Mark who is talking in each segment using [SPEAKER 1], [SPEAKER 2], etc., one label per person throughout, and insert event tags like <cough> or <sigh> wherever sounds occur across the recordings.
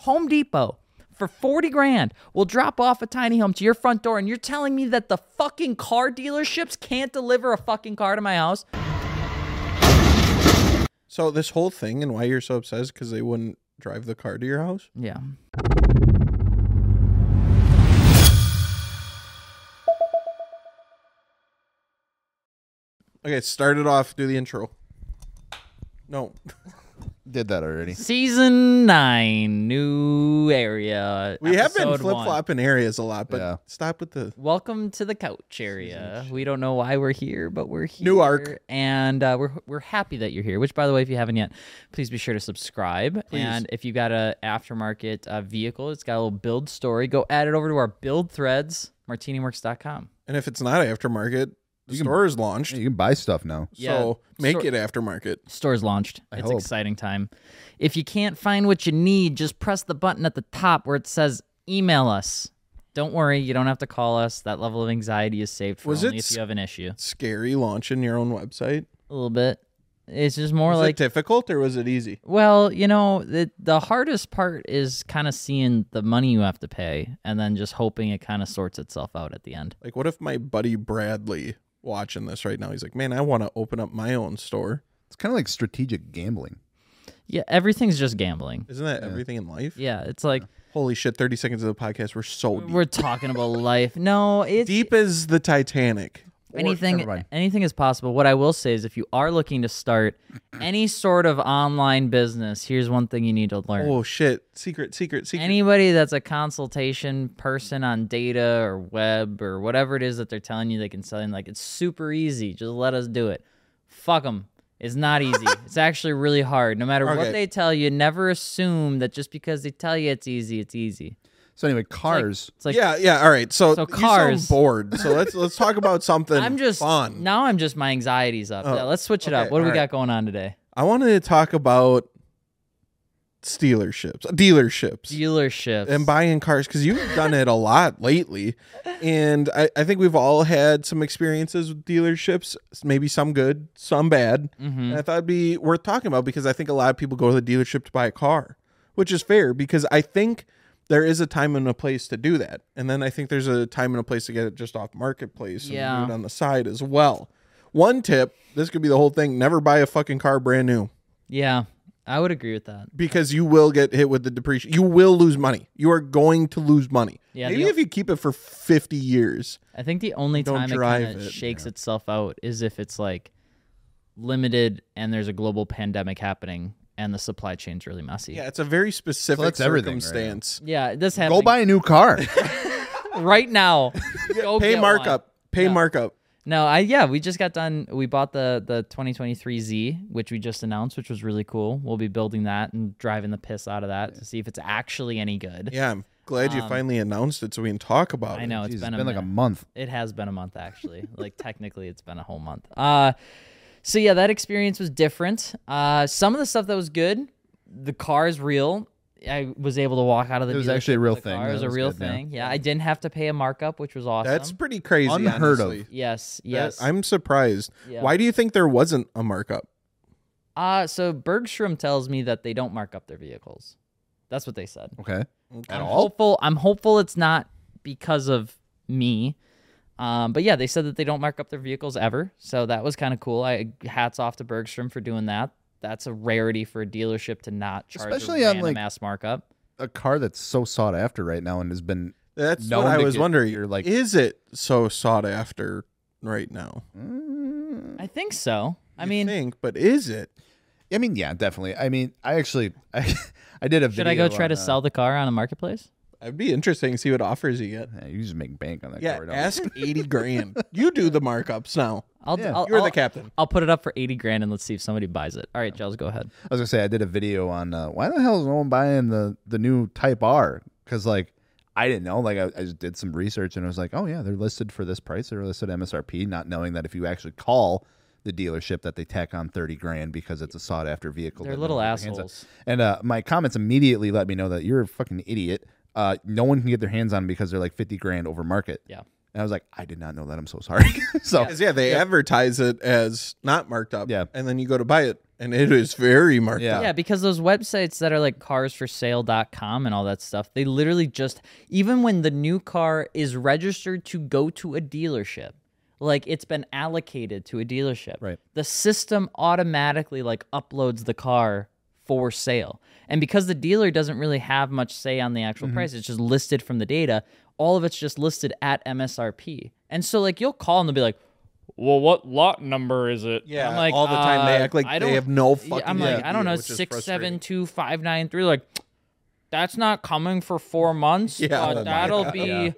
[SPEAKER 1] Home Depot for 40 grand will drop off a tiny home to your front door and you're telling me that the fucking car dealerships can't deliver a fucking car to my house?
[SPEAKER 2] So this whole thing and why you're so upset is because they wouldn't drive the car to your house.
[SPEAKER 1] Yeah.
[SPEAKER 2] Okay, start it off. Do the intro. No,
[SPEAKER 3] Did that already.
[SPEAKER 1] Season 9 new area.
[SPEAKER 2] we have been
[SPEAKER 1] episode
[SPEAKER 2] flip
[SPEAKER 1] one.
[SPEAKER 2] flopping areas a lot, but
[SPEAKER 3] Yeah.
[SPEAKER 2] stop with the.
[SPEAKER 1] Welcome to the couch area. We don't know why we're here, but we're here.
[SPEAKER 2] New arc.
[SPEAKER 1] and uh, we're we're happy that you're here. Which, by the way, if you haven't yet, please be sure to subscribe. And if you've got a aftermarket uh, vehicle, it's got a little build story. Go add it over to our build threads, martiniworks.com.
[SPEAKER 2] And if it's not aftermarket, the store is launched,
[SPEAKER 3] You can buy stuff now.
[SPEAKER 1] Yeah.
[SPEAKER 2] so make
[SPEAKER 1] Store-
[SPEAKER 2] it aftermarket.
[SPEAKER 1] Store's launched. it's
[SPEAKER 3] hope.
[SPEAKER 1] exciting time. If you can't find what you need, just press the button at the top where it says email us. Don't worry, you don't have to call us. That level of anxiety is saved for
[SPEAKER 2] Was it
[SPEAKER 1] only if
[SPEAKER 2] s-
[SPEAKER 1] you have an issue.
[SPEAKER 2] Scary launching your own website.
[SPEAKER 1] A little bit. It's just more
[SPEAKER 2] Was
[SPEAKER 1] like
[SPEAKER 2] it difficult or was it easy?
[SPEAKER 1] Well, you know, the the hardest part is kind of seeing the money you have to pay and then just hoping it kind of sorts itself out at the end.
[SPEAKER 2] Like, what if my buddy Bradley watching this right now? He's like, man, I want to open up my own store.
[SPEAKER 3] It's kind of like strategic gambling.
[SPEAKER 1] Yeah, everything's just gambling.
[SPEAKER 2] Isn't that everything in life?
[SPEAKER 1] Yeah, it's like
[SPEAKER 2] Holy shit! Thirty seconds of the podcast, we're so deep.
[SPEAKER 1] we're talking about life. No, it's
[SPEAKER 2] deep as the Titanic.
[SPEAKER 1] anything
[SPEAKER 3] never mind.
[SPEAKER 1] anything is possible. What I will say is if you are looking to
[SPEAKER 2] <clears throat>
[SPEAKER 1] start any sort of online business, here's one thing you need to learn.
[SPEAKER 2] Oh shit! Secret, secret, secret.
[SPEAKER 1] Anybody that's a consultation person on data or web or whatever it is that they're telling you they can sell, you, like it's super easy. Just let us do it. Fuck them. It's not
[SPEAKER 2] <laughs>
[SPEAKER 1] easy. it's actually really hard. No matter what
[SPEAKER 2] Okay.
[SPEAKER 1] they tell you, never assume that just because they tell you it's easy, it's easy.
[SPEAKER 3] So anyway, cars.
[SPEAKER 1] It's like
[SPEAKER 2] yeah, yeah. All right. So,
[SPEAKER 1] So
[SPEAKER 2] you
[SPEAKER 1] cars.
[SPEAKER 2] sound bored. So
[SPEAKER 1] <laughs>
[SPEAKER 2] let's let's talk about something.
[SPEAKER 1] I'm just
[SPEAKER 2] fun.
[SPEAKER 1] now. I'm just my anxiety's up.
[SPEAKER 2] Oh,
[SPEAKER 1] yeah, let's switch it up.
[SPEAKER 2] okay,
[SPEAKER 1] What do we
[SPEAKER 2] all
[SPEAKER 1] got
[SPEAKER 2] right.
[SPEAKER 1] going on today?
[SPEAKER 2] I wanted to talk about stealerships, dealerships,
[SPEAKER 1] Dealerships.
[SPEAKER 2] and buying cars because you've done it a lot lately, and I, I think we've all had some experiences with dealerships. Maybe some good, some bad.
[SPEAKER 1] Mhm.
[SPEAKER 2] And I thought it'd be worth talking about because I think a lot of people go to the dealership to buy a car, which is fair because I think there is a time and a place to do that. And then I think there's a time and a place to get it just off marketplace
[SPEAKER 1] Yeah.
[SPEAKER 2] and do it on the side as well. One tip, this could be the whole thing, never buy a fucking car brand new
[SPEAKER 1] Yeah, I would agree with that.
[SPEAKER 2] because you will get hit with the depreciation. You will lose money. You are going to lose money.
[SPEAKER 1] Yeah,
[SPEAKER 2] Maybe
[SPEAKER 1] the-
[SPEAKER 2] if you keep it for 50 years.
[SPEAKER 1] I think the only
[SPEAKER 2] Don't
[SPEAKER 1] time it
[SPEAKER 2] drive
[SPEAKER 1] kind of
[SPEAKER 2] it,
[SPEAKER 1] shakes itself out is if it's like limited and there's a global pandemic happening and the supply chain's really messy.
[SPEAKER 2] Yeah, it's a very specific
[SPEAKER 3] that's everything right now.
[SPEAKER 2] circumstance.
[SPEAKER 1] Yeah, this
[SPEAKER 3] Go
[SPEAKER 1] happening
[SPEAKER 3] buy a new car.
[SPEAKER 1] <laughs> right now. Go
[SPEAKER 2] Pay
[SPEAKER 1] get
[SPEAKER 2] markup.
[SPEAKER 1] one.
[SPEAKER 2] Pay markup.
[SPEAKER 1] No, I yeah, we just got done. We bought the the 2023 Z, which we just announced, which was really cool. We'll be building that and driving the piss out of that to see if it's actually any good.
[SPEAKER 2] Yeah, I'm glad you finally announced it so we can talk about
[SPEAKER 1] Um, I
[SPEAKER 2] it.
[SPEAKER 1] know
[SPEAKER 3] Jeez,
[SPEAKER 1] it's been, a
[SPEAKER 3] like a
[SPEAKER 1] minute.
[SPEAKER 3] month.
[SPEAKER 1] It has been a month
[SPEAKER 3] <laughs>
[SPEAKER 1] actually. like technically it's been a whole month. Uh so yeah, that experience was different. Uh some of the stuff that was good, the car is real. I was able to walk out of the
[SPEAKER 3] It was
[SPEAKER 1] dealership
[SPEAKER 3] actually a real
[SPEAKER 1] with the
[SPEAKER 3] thing.
[SPEAKER 1] Car. It
[SPEAKER 3] That
[SPEAKER 1] was a
[SPEAKER 3] was
[SPEAKER 1] real
[SPEAKER 3] good, yeah.
[SPEAKER 1] thing. Yeah. I didn't have to pay a markup, which was awesome.
[SPEAKER 2] That's pretty crazy.
[SPEAKER 3] Unheard of.
[SPEAKER 2] honestly.
[SPEAKER 1] yes,
[SPEAKER 2] That-
[SPEAKER 1] yes.
[SPEAKER 2] I'm surprised.
[SPEAKER 1] Yeah.
[SPEAKER 2] Why do you think there wasn't a markup?
[SPEAKER 1] uh so Bergstrom tells me that they don't mark up their vehicles. That's what they said.
[SPEAKER 3] Okay.
[SPEAKER 1] I'm
[SPEAKER 3] all?
[SPEAKER 1] hopeful. I'm hopeful it's not because of me. Um, but yeah, they said that they don't mark up their vehicles ever, so that was kind of cool. I hats off to Bergstrom for doing that. That's a rarity for a dealership to not charge
[SPEAKER 3] Especially
[SPEAKER 1] a
[SPEAKER 3] on,
[SPEAKER 1] random
[SPEAKER 3] like-
[SPEAKER 1] ass markup.
[SPEAKER 3] A car that's so sought after right now and has been.
[SPEAKER 2] That's
[SPEAKER 3] Known
[SPEAKER 2] what I
[SPEAKER 3] to
[SPEAKER 2] was
[SPEAKER 3] get-
[SPEAKER 2] wondering.
[SPEAKER 3] you're like-
[SPEAKER 2] is it so sought after right now?
[SPEAKER 1] I think so. I
[SPEAKER 2] You
[SPEAKER 1] mean,
[SPEAKER 2] think, but is it?
[SPEAKER 3] I mean, yeah, definitely. I mean, I actually, <laughs> I, I did a.
[SPEAKER 1] should I go
[SPEAKER 3] video
[SPEAKER 1] try to
[SPEAKER 3] on, uh,
[SPEAKER 1] sell the car on a marketplace?
[SPEAKER 2] It'd be interesting to see what offers you get.
[SPEAKER 3] Yeah, you just make bank on that
[SPEAKER 2] Yeah,
[SPEAKER 3] car. don't you? <laughs>
[SPEAKER 2] ask eighty grand. You do the markups now.
[SPEAKER 1] I'll,
[SPEAKER 3] Yeah.
[SPEAKER 1] I'll,
[SPEAKER 2] You're
[SPEAKER 1] I'll-
[SPEAKER 2] the captain.
[SPEAKER 1] I'll put it up for eighty grand and let's see if somebody buys it. All right, Giles, go ahead.
[SPEAKER 3] I was gonna say I did a video on uh, why the hell is no one buying the the new Type R? Because like I didn't know. Like I, I just did some research and I was like, oh yeah, they're listed for this price. They're listed MSRP, not knowing that if you actually call the dealership that they tack on thirty grand because it's a sought after vehicle.
[SPEAKER 1] They're
[SPEAKER 3] that no
[SPEAKER 1] little
[SPEAKER 3] one ever hands on.
[SPEAKER 1] assholes.
[SPEAKER 3] And uh, my comments immediately let me know that you're a fucking idiot. Uh, no one can get their hands on 'em because they're like fifty grand over market.
[SPEAKER 1] Yeah.
[SPEAKER 3] And I was like, I did not know that. I'm so sorry. <laughs> so
[SPEAKER 2] 'Cause, yeah, they advertise it as not marked up.
[SPEAKER 3] Oh. Yeah.
[SPEAKER 2] and then you go to buy it. and it is very marked
[SPEAKER 3] Yeah.
[SPEAKER 2] up.
[SPEAKER 1] Yeah, because those websites that are like carsforsale.com and all that stuff, they literally just even when the new car is registered to go to a dealership, like it's been allocated to a dealership.
[SPEAKER 3] Right.
[SPEAKER 1] The system automatically like uploads the car for sale. And because the dealer doesn't really have much say on the
[SPEAKER 2] Mm-hmm.
[SPEAKER 1] actual price, it's just listed from the data, all of it's just listed at MSRP. And so like you'll call and they'll be like, "Well, what lot number is it?"
[SPEAKER 2] Yeah,
[SPEAKER 1] I'm like,
[SPEAKER 2] all the time they
[SPEAKER 1] "Uh,
[SPEAKER 2] act like
[SPEAKER 1] I
[SPEAKER 2] they
[SPEAKER 1] don't-
[SPEAKER 2] have no
[SPEAKER 1] yeah,
[SPEAKER 2] fucking.
[SPEAKER 1] I'm like,
[SPEAKER 2] idea,
[SPEAKER 1] I don't know,
[SPEAKER 2] which is
[SPEAKER 1] six
[SPEAKER 2] frustrating.
[SPEAKER 1] seven two five nine three. Like, that's not coming for four months.
[SPEAKER 2] Yeah.
[SPEAKER 1] Yeah,
[SPEAKER 2] Oh my
[SPEAKER 1] that'll
[SPEAKER 3] God.
[SPEAKER 1] be.
[SPEAKER 3] Yeah.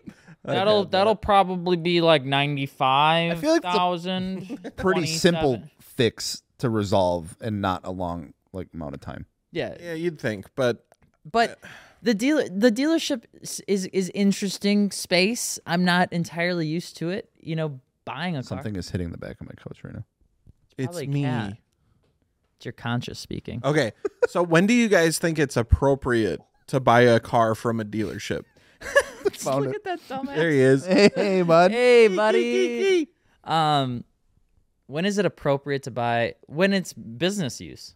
[SPEAKER 1] That'll that'll probably be like ninety five
[SPEAKER 3] feel like it's a
[SPEAKER 1] thousand.
[SPEAKER 3] Pretty simple fix to resolve and not a long like amount of time.
[SPEAKER 1] Yeah,
[SPEAKER 2] Yeah, you'd think, but
[SPEAKER 1] but the dealer the dealership is, is is interesting space. I'm not entirely used to it. You know, buying a
[SPEAKER 3] Something
[SPEAKER 1] car.
[SPEAKER 3] is hitting the back of my coach right now.
[SPEAKER 2] it's
[SPEAKER 1] Probably
[SPEAKER 2] me.
[SPEAKER 1] cat. It's your conscious speaking.
[SPEAKER 2] Okay, so when do you guys think it's appropriate to buy a car from a dealership?
[SPEAKER 1] Just
[SPEAKER 3] found
[SPEAKER 1] Look
[SPEAKER 3] it.
[SPEAKER 1] at that dumbass.
[SPEAKER 2] There he is.
[SPEAKER 3] <laughs> Hey, bud.
[SPEAKER 1] hey buddy um when is it appropriate to buy when it's business use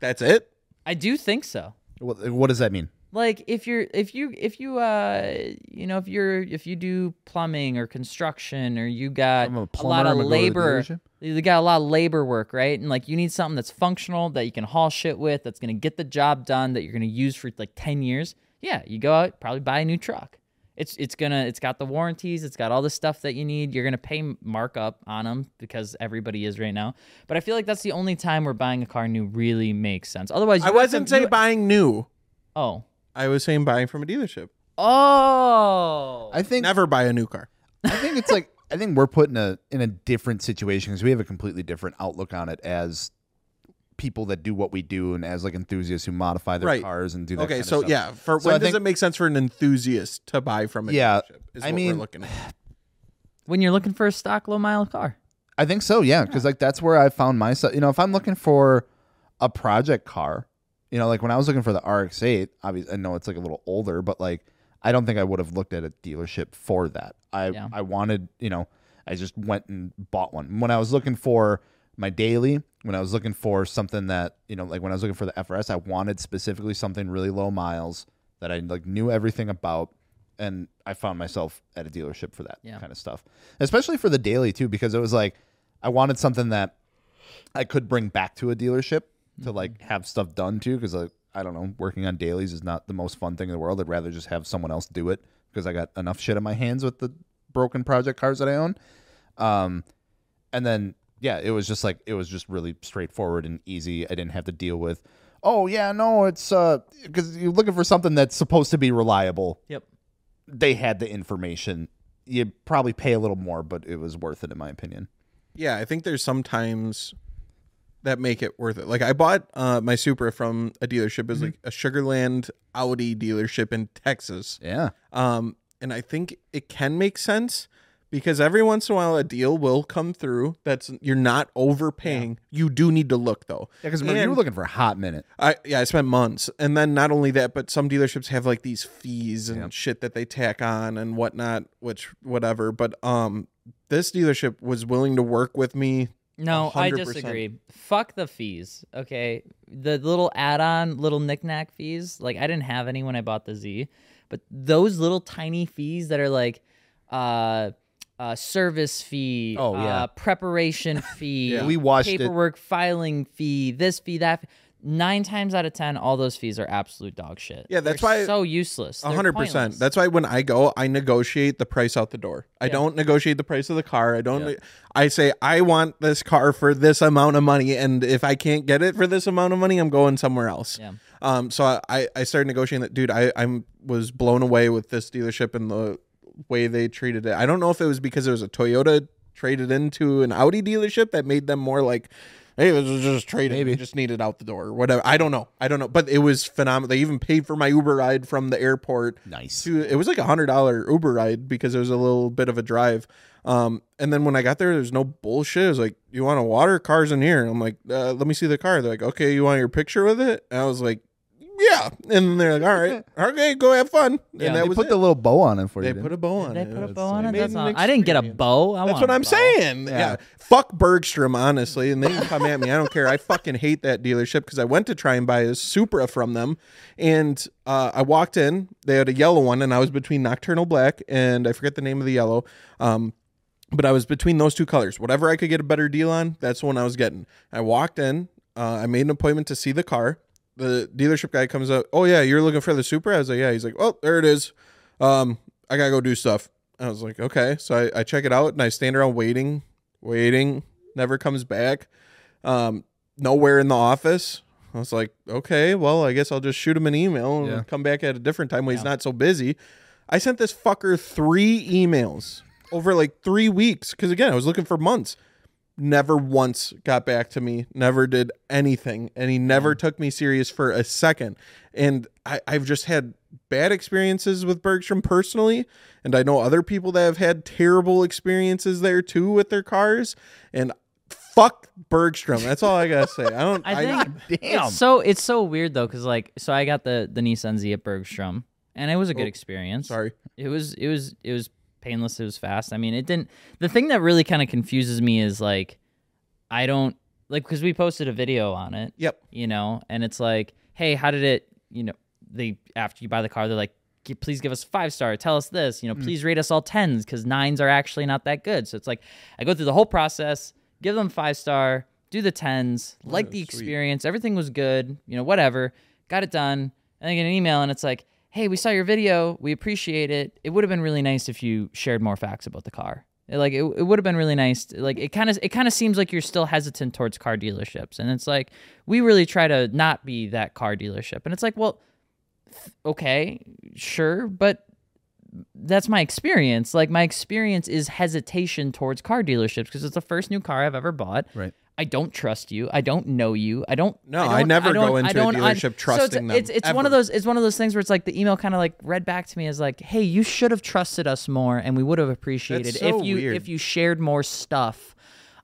[SPEAKER 2] That's it.
[SPEAKER 1] i do think so
[SPEAKER 3] What, what does that mean?
[SPEAKER 1] like if you're if you if you uh you know if you're if you do plumbing or construction or you got
[SPEAKER 3] I'm a
[SPEAKER 1] a,
[SPEAKER 3] plumber,
[SPEAKER 1] lot of
[SPEAKER 3] I'm gonna go to the
[SPEAKER 1] labor
[SPEAKER 3] dealership?
[SPEAKER 1] you got a lot of labor work right and like you need something that's functional that you can haul shit with that's going to get the job done that you're going to use for like 10 years yeah you go out probably buy a new truck it's it's gonna it's got the warranties it's got all the stuff that you need you're gonna pay markup on them because everybody is right now but i feel like that's the only time where buying a car new really makes sense otherwise you
[SPEAKER 2] I
[SPEAKER 1] have to-
[SPEAKER 2] wasn't saying
[SPEAKER 1] you-
[SPEAKER 2] buying new.
[SPEAKER 1] oh
[SPEAKER 2] I was saying buying from a dealership.
[SPEAKER 1] Oh.
[SPEAKER 3] I think
[SPEAKER 2] Never buy a new car.
[SPEAKER 3] I think it's like I think we're put in a in a different situation because we have a completely different outlook on it as people that do what we do and as like enthusiasts who modify their
[SPEAKER 2] Right.
[SPEAKER 3] cars and do that.
[SPEAKER 2] Okay,
[SPEAKER 3] kind of
[SPEAKER 2] so
[SPEAKER 3] stuff.
[SPEAKER 2] yeah, for
[SPEAKER 3] So
[SPEAKER 2] when
[SPEAKER 3] I
[SPEAKER 2] does
[SPEAKER 3] think-
[SPEAKER 2] it make sense for an enthusiast to buy from a
[SPEAKER 3] Yeah,
[SPEAKER 2] dealership? Is
[SPEAKER 3] I
[SPEAKER 2] what
[SPEAKER 3] mean-
[SPEAKER 2] we're looking at.
[SPEAKER 1] when you're looking for a stock low mile car.
[SPEAKER 3] I think so, yeah, because like that's where I found myself. You know, if I'm looking for a project car, you know, like when I was looking for the RX-8, obviously I know it's like a little older, but like I don't think I would have looked at a dealership for that. I
[SPEAKER 1] Yeah.
[SPEAKER 3] I wanted, you know, I just went and bought one. When I was looking for my daily, when I was looking for something that you know, like when I was looking for the FRS, I wanted specifically something really low miles that I like knew everything about, and I found myself at a dealership for that
[SPEAKER 1] Yeah.
[SPEAKER 3] kind of stuff, especially for the daily too, because it was like I wanted something that I could bring back to a dealership to like have stuff done too, because like I don't know, working on dailies is not the most fun thing in the world. I'd rather just have someone else do it because I got enough shit on my hands with the broken project cars that I own. Um, and then yeah, it was just like it was just really straightforward and easy. I didn't have to deal with. Oh yeah, no, it's uh, because you're looking for something that's supposed to be reliable.
[SPEAKER 1] Yep.
[SPEAKER 3] They had the information. You probably pay a little more, but it was worth it in my opinion.
[SPEAKER 2] Yeah, I think there's sometimes that make it worth it. Like I bought uh, my Supra from a dealership. It was like a Sugarland Audi dealership in Texas.
[SPEAKER 3] Yeah,
[SPEAKER 2] Um, and I think it can make sense because every once in a while a deal will come through that's you're not overpaying. You do need to look though.
[SPEAKER 3] because remember you
[SPEAKER 2] And-
[SPEAKER 3] were looking for a hot minute.
[SPEAKER 2] I yeah, I spent months. And then not only that, but some dealerships have like these fees and shit that they tack on and whatnot, which whatever. But um this dealership was willing to work with me.
[SPEAKER 1] No, I
[SPEAKER 2] 100%.
[SPEAKER 1] disagree. Fuck the fees. Okay. The little add on, little knickknack fees. Like, I didn't have any when I bought the Z, but those little tiny fees that are like, uh, uh, service fee,
[SPEAKER 3] Oh, yeah.
[SPEAKER 1] uh, preparation fee,
[SPEAKER 3] We watched it.
[SPEAKER 1] paperwork filing fee, this fee, that. Fee. Nine times out of ten, all those fees are absolute dog shit.
[SPEAKER 2] Yeah, that's
[SPEAKER 1] They're
[SPEAKER 2] why-
[SPEAKER 1] so useless.
[SPEAKER 2] A
[SPEAKER 1] They're
[SPEAKER 2] hundred percent.
[SPEAKER 1] pointless.
[SPEAKER 2] That's why when I go, I negotiate the price out the door. I don't negotiate the price of the car. I don't ne- I say I want this car for this amount of money and if I can't get it for this amount of money, I'm going somewhere else.
[SPEAKER 1] Yeah.
[SPEAKER 2] Um so I, I started negotiating that dude, I, I'm was blown away with this dealership and the way they treated it. I don't know if it was because it was a Toyota traded into an Audi dealership that made them more like, hey, this is just trading. We just need it out the door or whatever. I don't know. I don't know. But it was phenomenal. They even paid for my Uber ride from the airport.
[SPEAKER 3] Nice.
[SPEAKER 2] To, it was like a hundred dollar Uber ride because it was a little bit of a drive. Um, and then when I got there, there's no bullshit. It was like, you want a water? Car's in here. I'm like, uh, let me see the car. They're like, okay, you want your picture with it? And I was like, yeah, and they're like, all
[SPEAKER 1] <laughs>
[SPEAKER 2] right, okay, go have fun. And
[SPEAKER 1] Yeah,
[SPEAKER 2] that
[SPEAKER 1] they
[SPEAKER 2] was
[SPEAKER 3] put
[SPEAKER 2] it.
[SPEAKER 3] the little bow on it for
[SPEAKER 2] they
[SPEAKER 3] you.
[SPEAKER 2] put
[SPEAKER 3] didn't
[SPEAKER 2] a bow on
[SPEAKER 1] They
[SPEAKER 2] it.
[SPEAKER 1] put a
[SPEAKER 2] It's
[SPEAKER 1] bow
[SPEAKER 2] like-
[SPEAKER 1] on it.
[SPEAKER 2] Made
[SPEAKER 1] That's
[SPEAKER 2] an
[SPEAKER 1] not, I didn't get a
[SPEAKER 2] experience.
[SPEAKER 1] bow. I
[SPEAKER 2] That's
[SPEAKER 1] want
[SPEAKER 2] what
[SPEAKER 1] a
[SPEAKER 2] I'm
[SPEAKER 1] bow.
[SPEAKER 2] saying. Yeah.
[SPEAKER 3] Yeah.
[SPEAKER 2] Fuck Bergstrom, honestly. And they can come at me. I don't care. I fucking hate that dealership because I went to try and buy a Supra from them. And uh, I walked in. They had a yellow one, and I was between Nocturnal Black and I forget the name of the yellow. Um, but I was between those two colors. Whatever I could get a better deal on, that's the one I was getting. I walked in. Uh, I made an appointment to see the car. The dealership guy comes up. Oh yeah, you're looking for the Supra. I was like, yeah. He's like, well, there it is. Um, I gotta go do stuff. I was like, okay. So I, I check it out and I stand around waiting, waiting. Never comes back. Um, nowhere in the office. I was like, okay, well, I guess I'll just shoot him an email and
[SPEAKER 3] Yeah.
[SPEAKER 2] come back at a different time when he's not so busy. I sent this fucker three emails over like three weeks because again, I was looking for months. Never once got back to me. Never did anything, and he
[SPEAKER 1] Mm.
[SPEAKER 2] never took me serious for a second. And I, I've just had bad experiences with Bergstrom personally, and I know other people that have had terrible experiences there too with their cars. And fuck Bergstrom. That's all I gotta say. I
[SPEAKER 1] <laughs>
[SPEAKER 2] don't.
[SPEAKER 1] I think
[SPEAKER 3] Damn.
[SPEAKER 1] It's so it's so weird though, because like, so I got the the Nissan Z at Bergstrom, and it was a good
[SPEAKER 2] Oh,
[SPEAKER 1] experience.
[SPEAKER 2] sorry.
[SPEAKER 1] it was it was it was painless. It was fast. I mean, it didn't. The thing that really kind of confuses me is like, I don't like because we posted a video on it.
[SPEAKER 2] Yep.
[SPEAKER 1] you know and it's like hey how did it you know they after you buy the car they're like "G- please give us five star tell us this you know please rate us all tens because nines are actually not that good so it's like i go through the whole process give them five star do the tens like the experience everything was good you know whatever got it done and i get an email and it's like hey we saw your video we appreciate it it would have been really nice if you shared more facts about the car like it, it would have been really nice to- like it kind of it kind of seems like you're still hesitant towards car dealerships and it's like we really try to not be that car dealership and it's like well th- okay sure but that's my experience like my experience is hesitation towards car dealerships because it's the first new car i've ever bought
[SPEAKER 3] Right.
[SPEAKER 1] I don't trust you. I don't know you. I don't.
[SPEAKER 2] No,
[SPEAKER 1] don't-
[SPEAKER 2] I never
[SPEAKER 1] don't-
[SPEAKER 2] go into
[SPEAKER 1] I
[SPEAKER 2] a
[SPEAKER 1] don't- I-
[SPEAKER 2] dealership
[SPEAKER 1] so it's-
[SPEAKER 2] trusting them,
[SPEAKER 1] It's it's one of
[SPEAKER 2] ever.
[SPEAKER 1] those it's one of those things where it's like the email kind of like read back to me as like, hey, you should have trusted us more, and we would have appreciated
[SPEAKER 2] That's so
[SPEAKER 1] if you
[SPEAKER 2] weird.
[SPEAKER 1] if you shared more stuff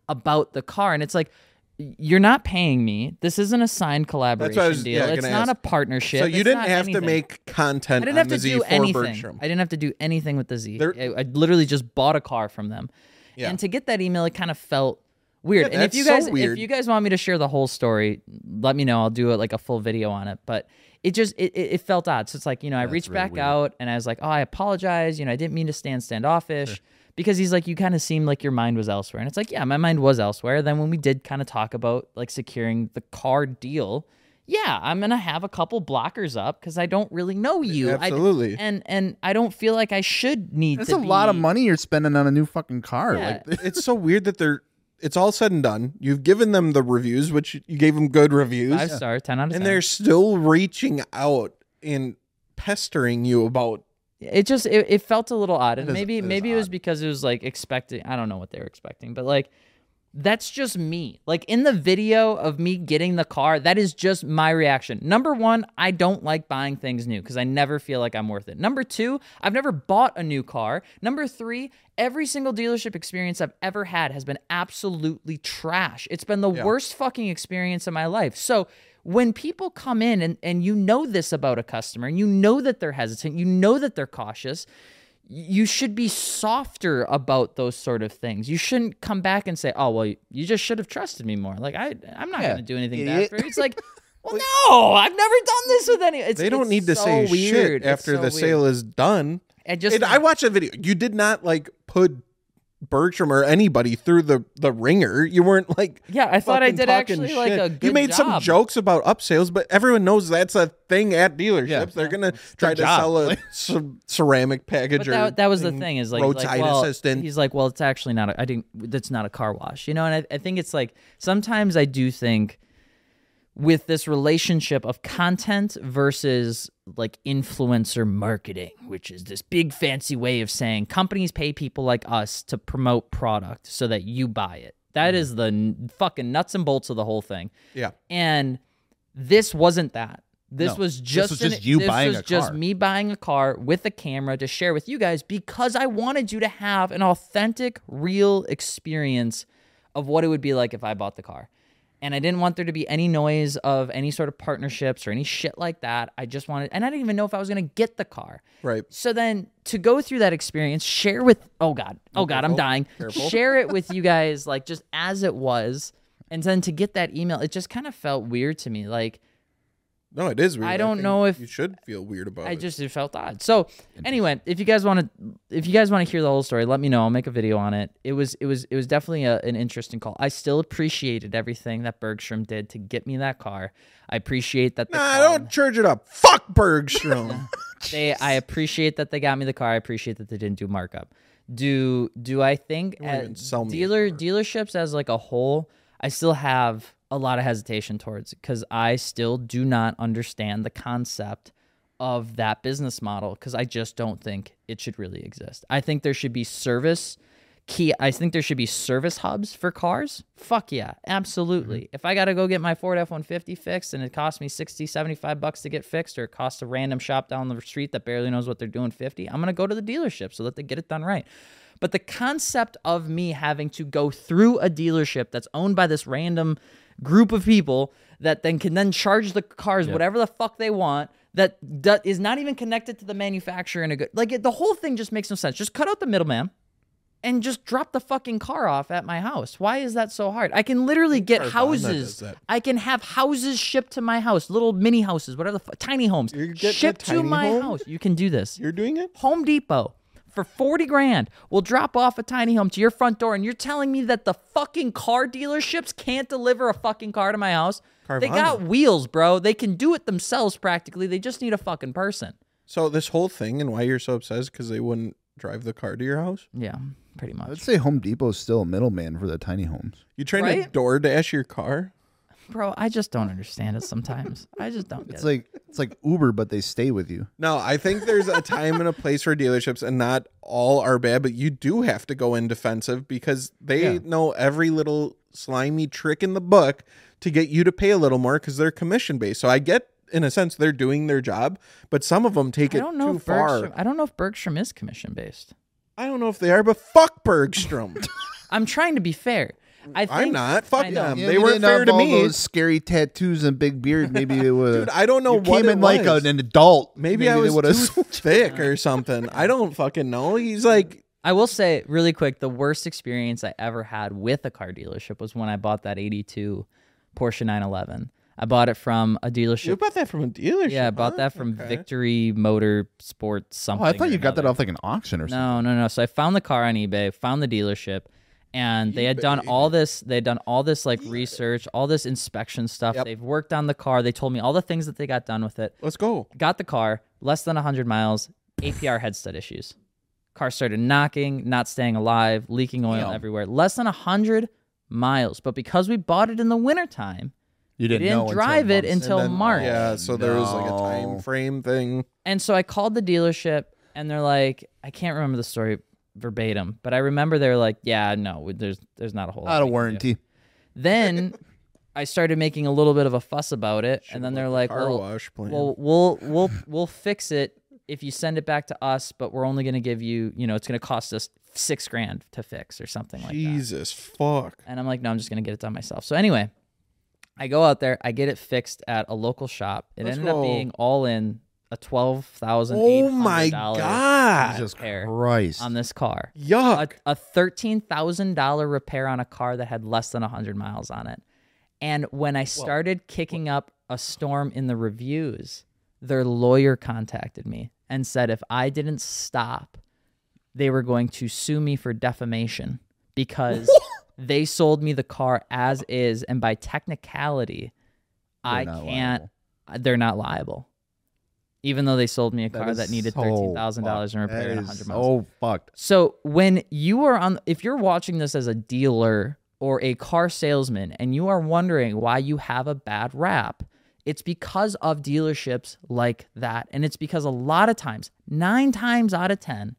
[SPEAKER 1] about the car. And it's like, you're not paying me. This isn't a signed collaboration
[SPEAKER 2] what I was-
[SPEAKER 1] deal.
[SPEAKER 2] yeah,
[SPEAKER 1] it's
[SPEAKER 2] gonna
[SPEAKER 1] not
[SPEAKER 2] ask.
[SPEAKER 1] a partnership.
[SPEAKER 2] So you
[SPEAKER 1] It's
[SPEAKER 2] didn't
[SPEAKER 1] not
[SPEAKER 2] have to
[SPEAKER 1] anything.
[SPEAKER 2] make content
[SPEAKER 1] I didn't
[SPEAKER 2] on
[SPEAKER 1] have
[SPEAKER 2] the
[SPEAKER 1] to do
[SPEAKER 2] Z4
[SPEAKER 1] anything.
[SPEAKER 2] Bergstrom.
[SPEAKER 1] I didn't have to do anything with the Z.
[SPEAKER 2] There-
[SPEAKER 1] I, I literally just bought a car from them.
[SPEAKER 2] Yeah.
[SPEAKER 1] And to get that email, it kind of felt weird.
[SPEAKER 2] Yeah,
[SPEAKER 1] and if
[SPEAKER 2] that's
[SPEAKER 1] you
[SPEAKER 2] so
[SPEAKER 1] guys if
[SPEAKER 2] weird.
[SPEAKER 1] you guys want me to share the whole story, let me know. I'll do it like a full video on it. But it just it, it, it felt odd. So it's like, you know, I reached back out and I was like, Oh, I apologize. You know, I didn't mean to stand standoffish. Because he's like, you kind of seemed like your mind was elsewhere. And it's like, yeah, my mind was elsewhere. Then when we did kind of talk about like securing the car deal, yeah, I'm gonna have a couple blockers up because I don't really know you. I-
[SPEAKER 2] Absolutely.
[SPEAKER 1] and and I don't feel like I should need.
[SPEAKER 3] That's
[SPEAKER 1] to
[SPEAKER 3] a lot of
[SPEAKER 1] be-
[SPEAKER 3] money you're spending on a new fucking car.
[SPEAKER 1] Yeah.
[SPEAKER 3] Like,
[SPEAKER 2] it's so weird that they're it's all said and done. You've given them the reviews, which you gave them good reviews,
[SPEAKER 1] Five star, ten out of ten.
[SPEAKER 2] and they're still reaching out and pestering you about.
[SPEAKER 1] It just it, it felt a little odd, and
[SPEAKER 3] That is-
[SPEAKER 1] maybe
[SPEAKER 3] that is
[SPEAKER 1] maybe it was
[SPEAKER 3] odd.
[SPEAKER 1] because it was like expecting. I don't know what they were expecting, but like that's just me. Like in the video of me getting the car, that is just my reaction. Number one, I don't like buying things new because I never feel like I'm worth it. Number two, I've never bought a new car. Number three, every single dealership experience I've ever had has been absolutely trash. It's been the worst fucking experience of my life. So when people come in and, and you know this about a customer and you know that they're hesitant, you know that they're cautious, you should be softer about those sort of things. You shouldn't come back and say, "Oh, well, you just should have trusted me more." Like I, I'm not
[SPEAKER 3] Yeah,
[SPEAKER 1] going to do anything bad
[SPEAKER 3] idiot.
[SPEAKER 1] for you. It's
[SPEAKER 2] <laughs>
[SPEAKER 1] like, well, no, I've never done this with any. It's,
[SPEAKER 2] They don't
[SPEAKER 1] it's
[SPEAKER 2] need to
[SPEAKER 1] so
[SPEAKER 2] say
[SPEAKER 1] weird.
[SPEAKER 2] shit
[SPEAKER 1] It's
[SPEAKER 2] after
[SPEAKER 1] so
[SPEAKER 2] the
[SPEAKER 1] weird.
[SPEAKER 2] sale is done.
[SPEAKER 1] It just,
[SPEAKER 2] And I watched a video. You did not like put Bertram or anybody through the the ringer. You weren't like
[SPEAKER 1] yeah, I thought I
[SPEAKER 2] fucking
[SPEAKER 1] did
[SPEAKER 2] talking
[SPEAKER 1] actually like
[SPEAKER 2] shit.
[SPEAKER 1] a good
[SPEAKER 2] You made some
[SPEAKER 1] job.
[SPEAKER 2] jokes about upsales, but everyone knows that's a thing at dealerships.
[SPEAKER 3] Yeah.
[SPEAKER 2] They're gonna try to
[SPEAKER 3] job.
[SPEAKER 1] <laughs>
[SPEAKER 2] sell a ce- ceramic package
[SPEAKER 1] But
[SPEAKER 2] or
[SPEAKER 1] that, that was the thing is like, he's like,
[SPEAKER 2] roadside
[SPEAKER 1] well,
[SPEAKER 2] assistant.
[SPEAKER 1] he's like, well, it's actually not. A, I didn't. That's not a car wash, you know. And I, I think it's like sometimes I do think with this relationship of content versus like influencer marketing, which is this big fancy way of saying companies pay people like us to promote product so that you buy it.
[SPEAKER 3] Mm.
[SPEAKER 1] That is the n- fucking nuts and bolts of the whole thing.
[SPEAKER 2] Yeah.
[SPEAKER 1] And this wasn't that. This
[SPEAKER 3] No.
[SPEAKER 1] was
[SPEAKER 3] This
[SPEAKER 1] just
[SPEAKER 3] was
[SPEAKER 1] an-
[SPEAKER 3] just you
[SPEAKER 1] this
[SPEAKER 3] buying
[SPEAKER 1] was
[SPEAKER 3] a
[SPEAKER 1] just
[SPEAKER 3] car.
[SPEAKER 1] me buying a car with a camera to share with you guys because I wanted you to have an authentic, real experience of what it would be like if I bought the car. and I didn't want there to be any noise of any sort of partnerships or any shit like that. I just wanted, and I didn't even know if I was gonna get the car.
[SPEAKER 2] Right.
[SPEAKER 1] So then to go through that experience, share with oh god, oh god, I'm
[SPEAKER 2] careful,
[SPEAKER 1] dying.
[SPEAKER 2] careful.
[SPEAKER 1] Share it
[SPEAKER 2] <laughs>
[SPEAKER 1] with you guys like just as it was, and then to get that email, it just kind of felt weird to me. Like
[SPEAKER 2] No, it is weird.
[SPEAKER 1] I don't
[SPEAKER 2] think
[SPEAKER 1] know if-
[SPEAKER 2] you should feel weird about
[SPEAKER 1] I
[SPEAKER 2] it.
[SPEAKER 1] just it felt odd. So anyway, if you guys want to, if you guys want to hear the whole story, let me know. I'll make a video on it. It was, it was, it was definitely a, an interesting call. I still appreciated everything that Bergstrom did to get me that car. I appreciate that. The
[SPEAKER 2] Nah,
[SPEAKER 1] call-
[SPEAKER 2] don't charge it up. Fuck Bergstrom.
[SPEAKER 1] <laughs>
[SPEAKER 2] <laughs>
[SPEAKER 1] They, I appreciate that they got me the car. I appreciate that they didn't do markup. Do, do I think
[SPEAKER 2] won't even
[SPEAKER 1] at
[SPEAKER 2] sell me a
[SPEAKER 1] dealer dealerships as like a whole, I still have a lot of hesitation towards because I still do not understand the concept of that business model because I just don't think it should really exist. I think there should be service key. I think there should be service hubs for cars. Fuck yeah, absolutely. If I got to go get my Ford F 150 fixed and it costs me 60, 75 bucks to get fixed or it costs a random shop down the street that barely knows what they're doing 50, I'm going to go to the dealership so that they get it done right. But the concept of me having to go through a dealership that's owned by this random group of people that then can then charge the cars whatever the fuck they want that that is not even connected to the manufacturer in a good like it, the whole thing just makes no sense. Just cut out the middleman and just drop the fucking car off at my house. Why is that so hard? I can literally get houses.
[SPEAKER 2] does that.
[SPEAKER 1] I can have houses shipped to my house, little mini houses, whatever the fu- tiny homes
[SPEAKER 2] You're getting a
[SPEAKER 1] shipped to
[SPEAKER 2] tiny
[SPEAKER 1] my
[SPEAKER 2] home?
[SPEAKER 1] house. You can do this.
[SPEAKER 2] You're doing it?
[SPEAKER 1] Home Depot for 40 grand will drop off a tiny home to your front door and you're telling me that the fucking car dealerships can't deliver a fucking car to my house? They
[SPEAKER 2] Carvana.
[SPEAKER 1] got wheels, bro. They can do it themselves practically. They just need a fucking person.
[SPEAKER 2] So this whole thing and why you're so upset is because they wouldn't drive the car to your house.
[SPEAKER 1] Yeah, pretty much.
[SPEAKER 3] I'd say Home Depot's still a middleman for the tiny homes.
[SPEAKER 2] You trying to
[SPEAKER 1] Right?
[SPEAKER 2] door dash your car?
[SPEAKER 1] Bro, I just don't understand it sometimes. <laughs> I just don't get
[SPEAKER 3] It's
[SPEAKER 1] it.
[SPEAKER 3] like it's like Uber, but they stay with you.
[SPEAKER 2] No, I think there's a time and a place for dealerships, and not all are bad, but you do have to go in defensive because they know every little slimy trick in the book to get you to pay a little more because they're commission based. So I get, in a sense, they're doing their job, but some of them take
[SPEAKER 1] I
[SPEAKER 2] it
[SPEAKER 1] don't know
[SPEAKER 2] too
[SPEAKER 1] if Bergstrom,
[SPEAKER 2] far.
[SPEAKER 1] I don't know if Bergstrom is commission based.
[SPEAKER 2] I don't know if they are, but fuck Bergstrom.
[SPEAKER 1] <laughs> I'm trying to be fair. I think,
[SPEAKER 2] I'm not. Fuck
[SPEAKER 1] I know.
[SPEAKER 2] them.
[SPEAKER 3] Yeah,
[SPEAKER 2] they
[SPEAKER 3] we
[SPEAKER 2] weren't
[SPEAKER 3] didn't
[SPEAKER 2] fair
[SPEAKER 3] have
[SPEAKER 2] to
[SPEAKER 3] all
[SPEAKER 2] me.
[SPEAKER 3] Those scary tattoos and big beard. Maybe it would.
[SPEAKER 2] Dude, I don't know
[SPEAKER 3] you
[SPEAKER 2] what
[SPEAKER 3] came
[SPEAKER 2] it
[SPEAKER 3] in like
[SPEAKER 2] was.
[SPEAKER 3] an adult.
[SPEAKER 2] Maybe, I
[SPEAKER 3] they
[SPEAKER 2] was
[SPEAKER 1] <laughs>
[SPEAKER 3] would've
[SPEAKER 2] <laughs> too thick or something. I don't fucking know. He's like,
[SPEAKER 1] I will say really quick, the worst experience I ever had with a car dealership was when I bought that 82 Porsche 911. I bought it from a
[SPEAKER 2] you
[SPEAKER 1] dealership.
[SPEAKER 2] bought that from a dealership.
[SPEAKER 1] Yeah, I bought that from Victory Motor Sport
[SPEAKER 3] Oh,
[SPEAKER 1] something.
[SPEAKER 3] I thought
[SPEAKER 1] or
[SPEAKER 3] you got that
[SPEAKER 1] another.
[SPEAKER 3] off like an auction or something.
[SPEAKER 1] No, no, no. So I found the car on eBay, found the dealership, and they had done all this. They had done all this like research, all this inspection stuff. They've worked on the car. They told me all the things that they got done with it.
[SPEAKER 2] Let's go.
[SPEAKER 1] Got the car, less than 100 miles, APR headset issues. Car started knocking, not staying alive, leaking oil
[SPEAKER 3] Damn.
[SPEAKER 1] everywhere. Less than 100 miles. But because we bought it in the wintertime,
[SPEAKER 3] You
[SPEAKER 1] we
[SPEAKER 3] didn't, know
[SPEAKER 1] didn't
[SPEAKER 3] until
[SPEAKER 1] drive it
[SPEAKER 3] months.
[SPEAKER 1] until
[SPEAKER 2] And then-
[SPEAKER 1] March.
[SPEAKER 2] Yeah, so there was like a
[SPEAKER 3] No.
[SPEAKER 2] time frame thing.
[SPEAKER 1] And so I called the dealership and they're like, I can't remember the story verbatim, but I remember they were like, yeah, no, we- there's there's not a whole lot. we
[SPEAKER 3] out of
[SPEAKER 1] can do."
[SPEAKER 3] warranty.
[SPEAKER 1] Then I started making a little bit of a fuss about it and then they're like,
[SPEAKER 2] Car
[SPEAKER 1] well,
[SPEAKER 2] wash plan.
[SPEAKER 1] well, we'll we'll we'll fix it if you send it back to us, but we're only going to give you, you know, it's going to cost us 6 grand to fix or something like that.
[SPEAKER 2] Jesus fuck.
[SPEAKER 1] And I'm like, no, I'm just gonna get it done myself. So anyway, I go out there, I get it fixed at a local shop. It
[SPEAKER 2] Let's
[SPEAKER 1] ended
[SPEAKER 2] go.
[SPEAKER 1] up being all in a twelve thousand.
[SPEAKER 2] Oh my god.
[SPEAKER 3] Jesus
[SPEAKER 1] hair
[SPEAKER 3] Christ.
[SPEAKER 1] on this car. A,
[SPEAKER 2] Yuck.
[SPEAKER 1] a thirteen thousand dollar repair on a car that had less than hundred miles on it. And when I started kicking up a storm in the reviews, their lawyer contacted me and said if I didn't stop, they were going to sue me for defamation because they sold me the car as is, and by technicality, I
[SPEAKER 3] not
[SPEAKER 1] can't. uh, They're not liable, even though they sold me a car
[SPEAKER 3] is
[SPEAKER 1] that needed
[SPEAKER 3] so
[SPEAKER 1] thirteen thousand dollars
[SPEAKER 3] fucked. Oh,
[SPEAKER 1] in repair
[SPEAKER 3] That
[SPEAKER 1] and
[SPEAKER 3] is
[SPEAKER 1] hundred miles.
[SPEAKER 3] So fucked.
[SPEAKER 1] So when you are on, if you're watching this as a dealer or a car salesman and you are wondering why you have a bad rap, it's because of dealerships like that. And it's because a lot of times, nine times out of 10,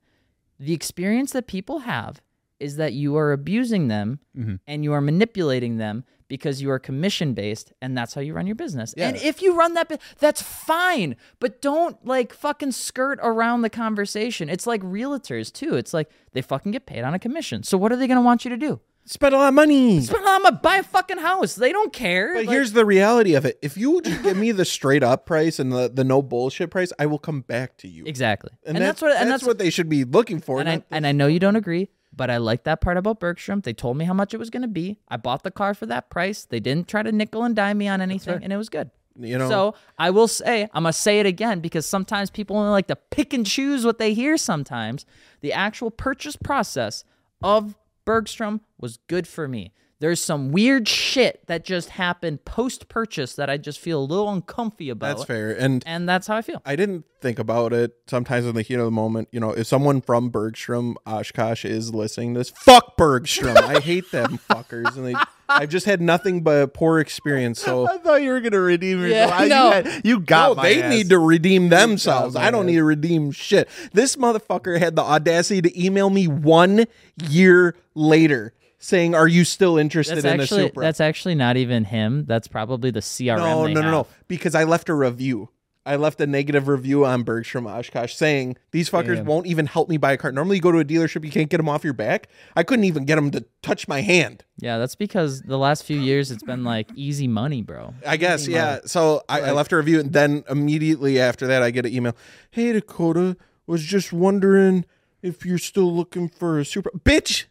[SPEAKER 1] the experience that people have is that you are abusing them and you are manipulating them because you are commission based and that's how you run your business. And if you run that bu- that's fine, but don't like fucking skirt around the conversation. It's like realtors too. It's like they fucking get paid on a commission. So what are they going to want you to do?
[SPEAKER 2] Spent a lot of money.
[SPEAKER 1] Spend I'm gonna buy a fucking house. They don't care.
[SPEAKER 2] But
[SPEAKER 1] Like,
[SPEAKER 2] here's the reality of it. If you would just give
[SPEAKER 1] <laughs>
[SPEAKER 2] me the straight up price and the, the no bullshit price, I will come back to you.
[SPEAKER 1] exactly, and,
[SPEAKER 2] that-
[SPEAKER 1] that's what and that's,
[SPEAKER 2] what they should be looking for.
[SPEAKER 1] and I
[SPEAKER 2] not-
[SPEAKER 1] and I know you don't agree, but I like that part about Bergstrom. They told me how much it was gonna be. I bought the car for that price. They didn't try to nickel and dime me on anything, and it was good.
[SPEAKER 2] you know,
[SPEAKER 1] So I will say, I'm gonna say it again because sometimes people only like to pick and choose what they hear. Sometimes the actual purchase process of Bergstrom was good for me. There's some weird shit that just happened post purchase that I just feel a little uncomfy about.
[SPEAKER 2] that's fair. And
[SPEAKER 1] And that's how I feel.
[SPEAKER 2] I didn't think about it sometimes in the heat of the moment. You know, if someone from Bergstrom, Oshkosh, is listening to this, fuck Bergstrom. I hate
[SPEAKER 3] <laughs>
[SPEAKER 2] them fuckers. And they, I've just had nothing but a poor experience. So
[SPEAKER 3] I thought you were gonna redeem
[SPEAKER 1] Yeah,
[SPEAKER 3] yourself.
[SPEAKER 1] I
[SPEAKER 3] I- you
[SPEAKER 1] know.
[SPEAKER 3] had- You, got.
[SPEAKER 2] No,
[SPEAKER 3] my
[SPEAKER 2] they
[SPEAKER 3] ass.
[SPEAKER 2] need to redeem themselves.
[SPEAKER 3] my
[SPEAKER 2] I don't
[SPEAKER 3] ass.
[SPEAKER 2] need to redeem shit. This motherfucker had the audacity to email me one year later saying, "Are you still interested
[SPEAKER 1] That's
[SPEAKER 2] in a
[SPEAKER 1] actually
[SPEAKER 2] Supra?"
[SPEAKER 1] that's actually not even him. That's probably the CRM.
[SPEAKER 2] no,
[SPEAKER 1] they
[SPEAKER 2] no, no,
[SPEAKER 1] have.
[SPEAKER 2] no. Because I left a review. I left a negative review on Bergstrom Oshkosh saying these fuckers won't even help me buy a car. Normally, you go to a dealership, you can't get them off your back. I couldn't even get them to touch my hand.
[SPEAKER 1] Yeah, that's because the last few years it's been like easy money, bro.
[SPEAKER 2] I guess, yeah. So I, I left a review, and then immediately after that, I get an email. Hey, Dakota, was just wondering if you're still looking for a super bitch.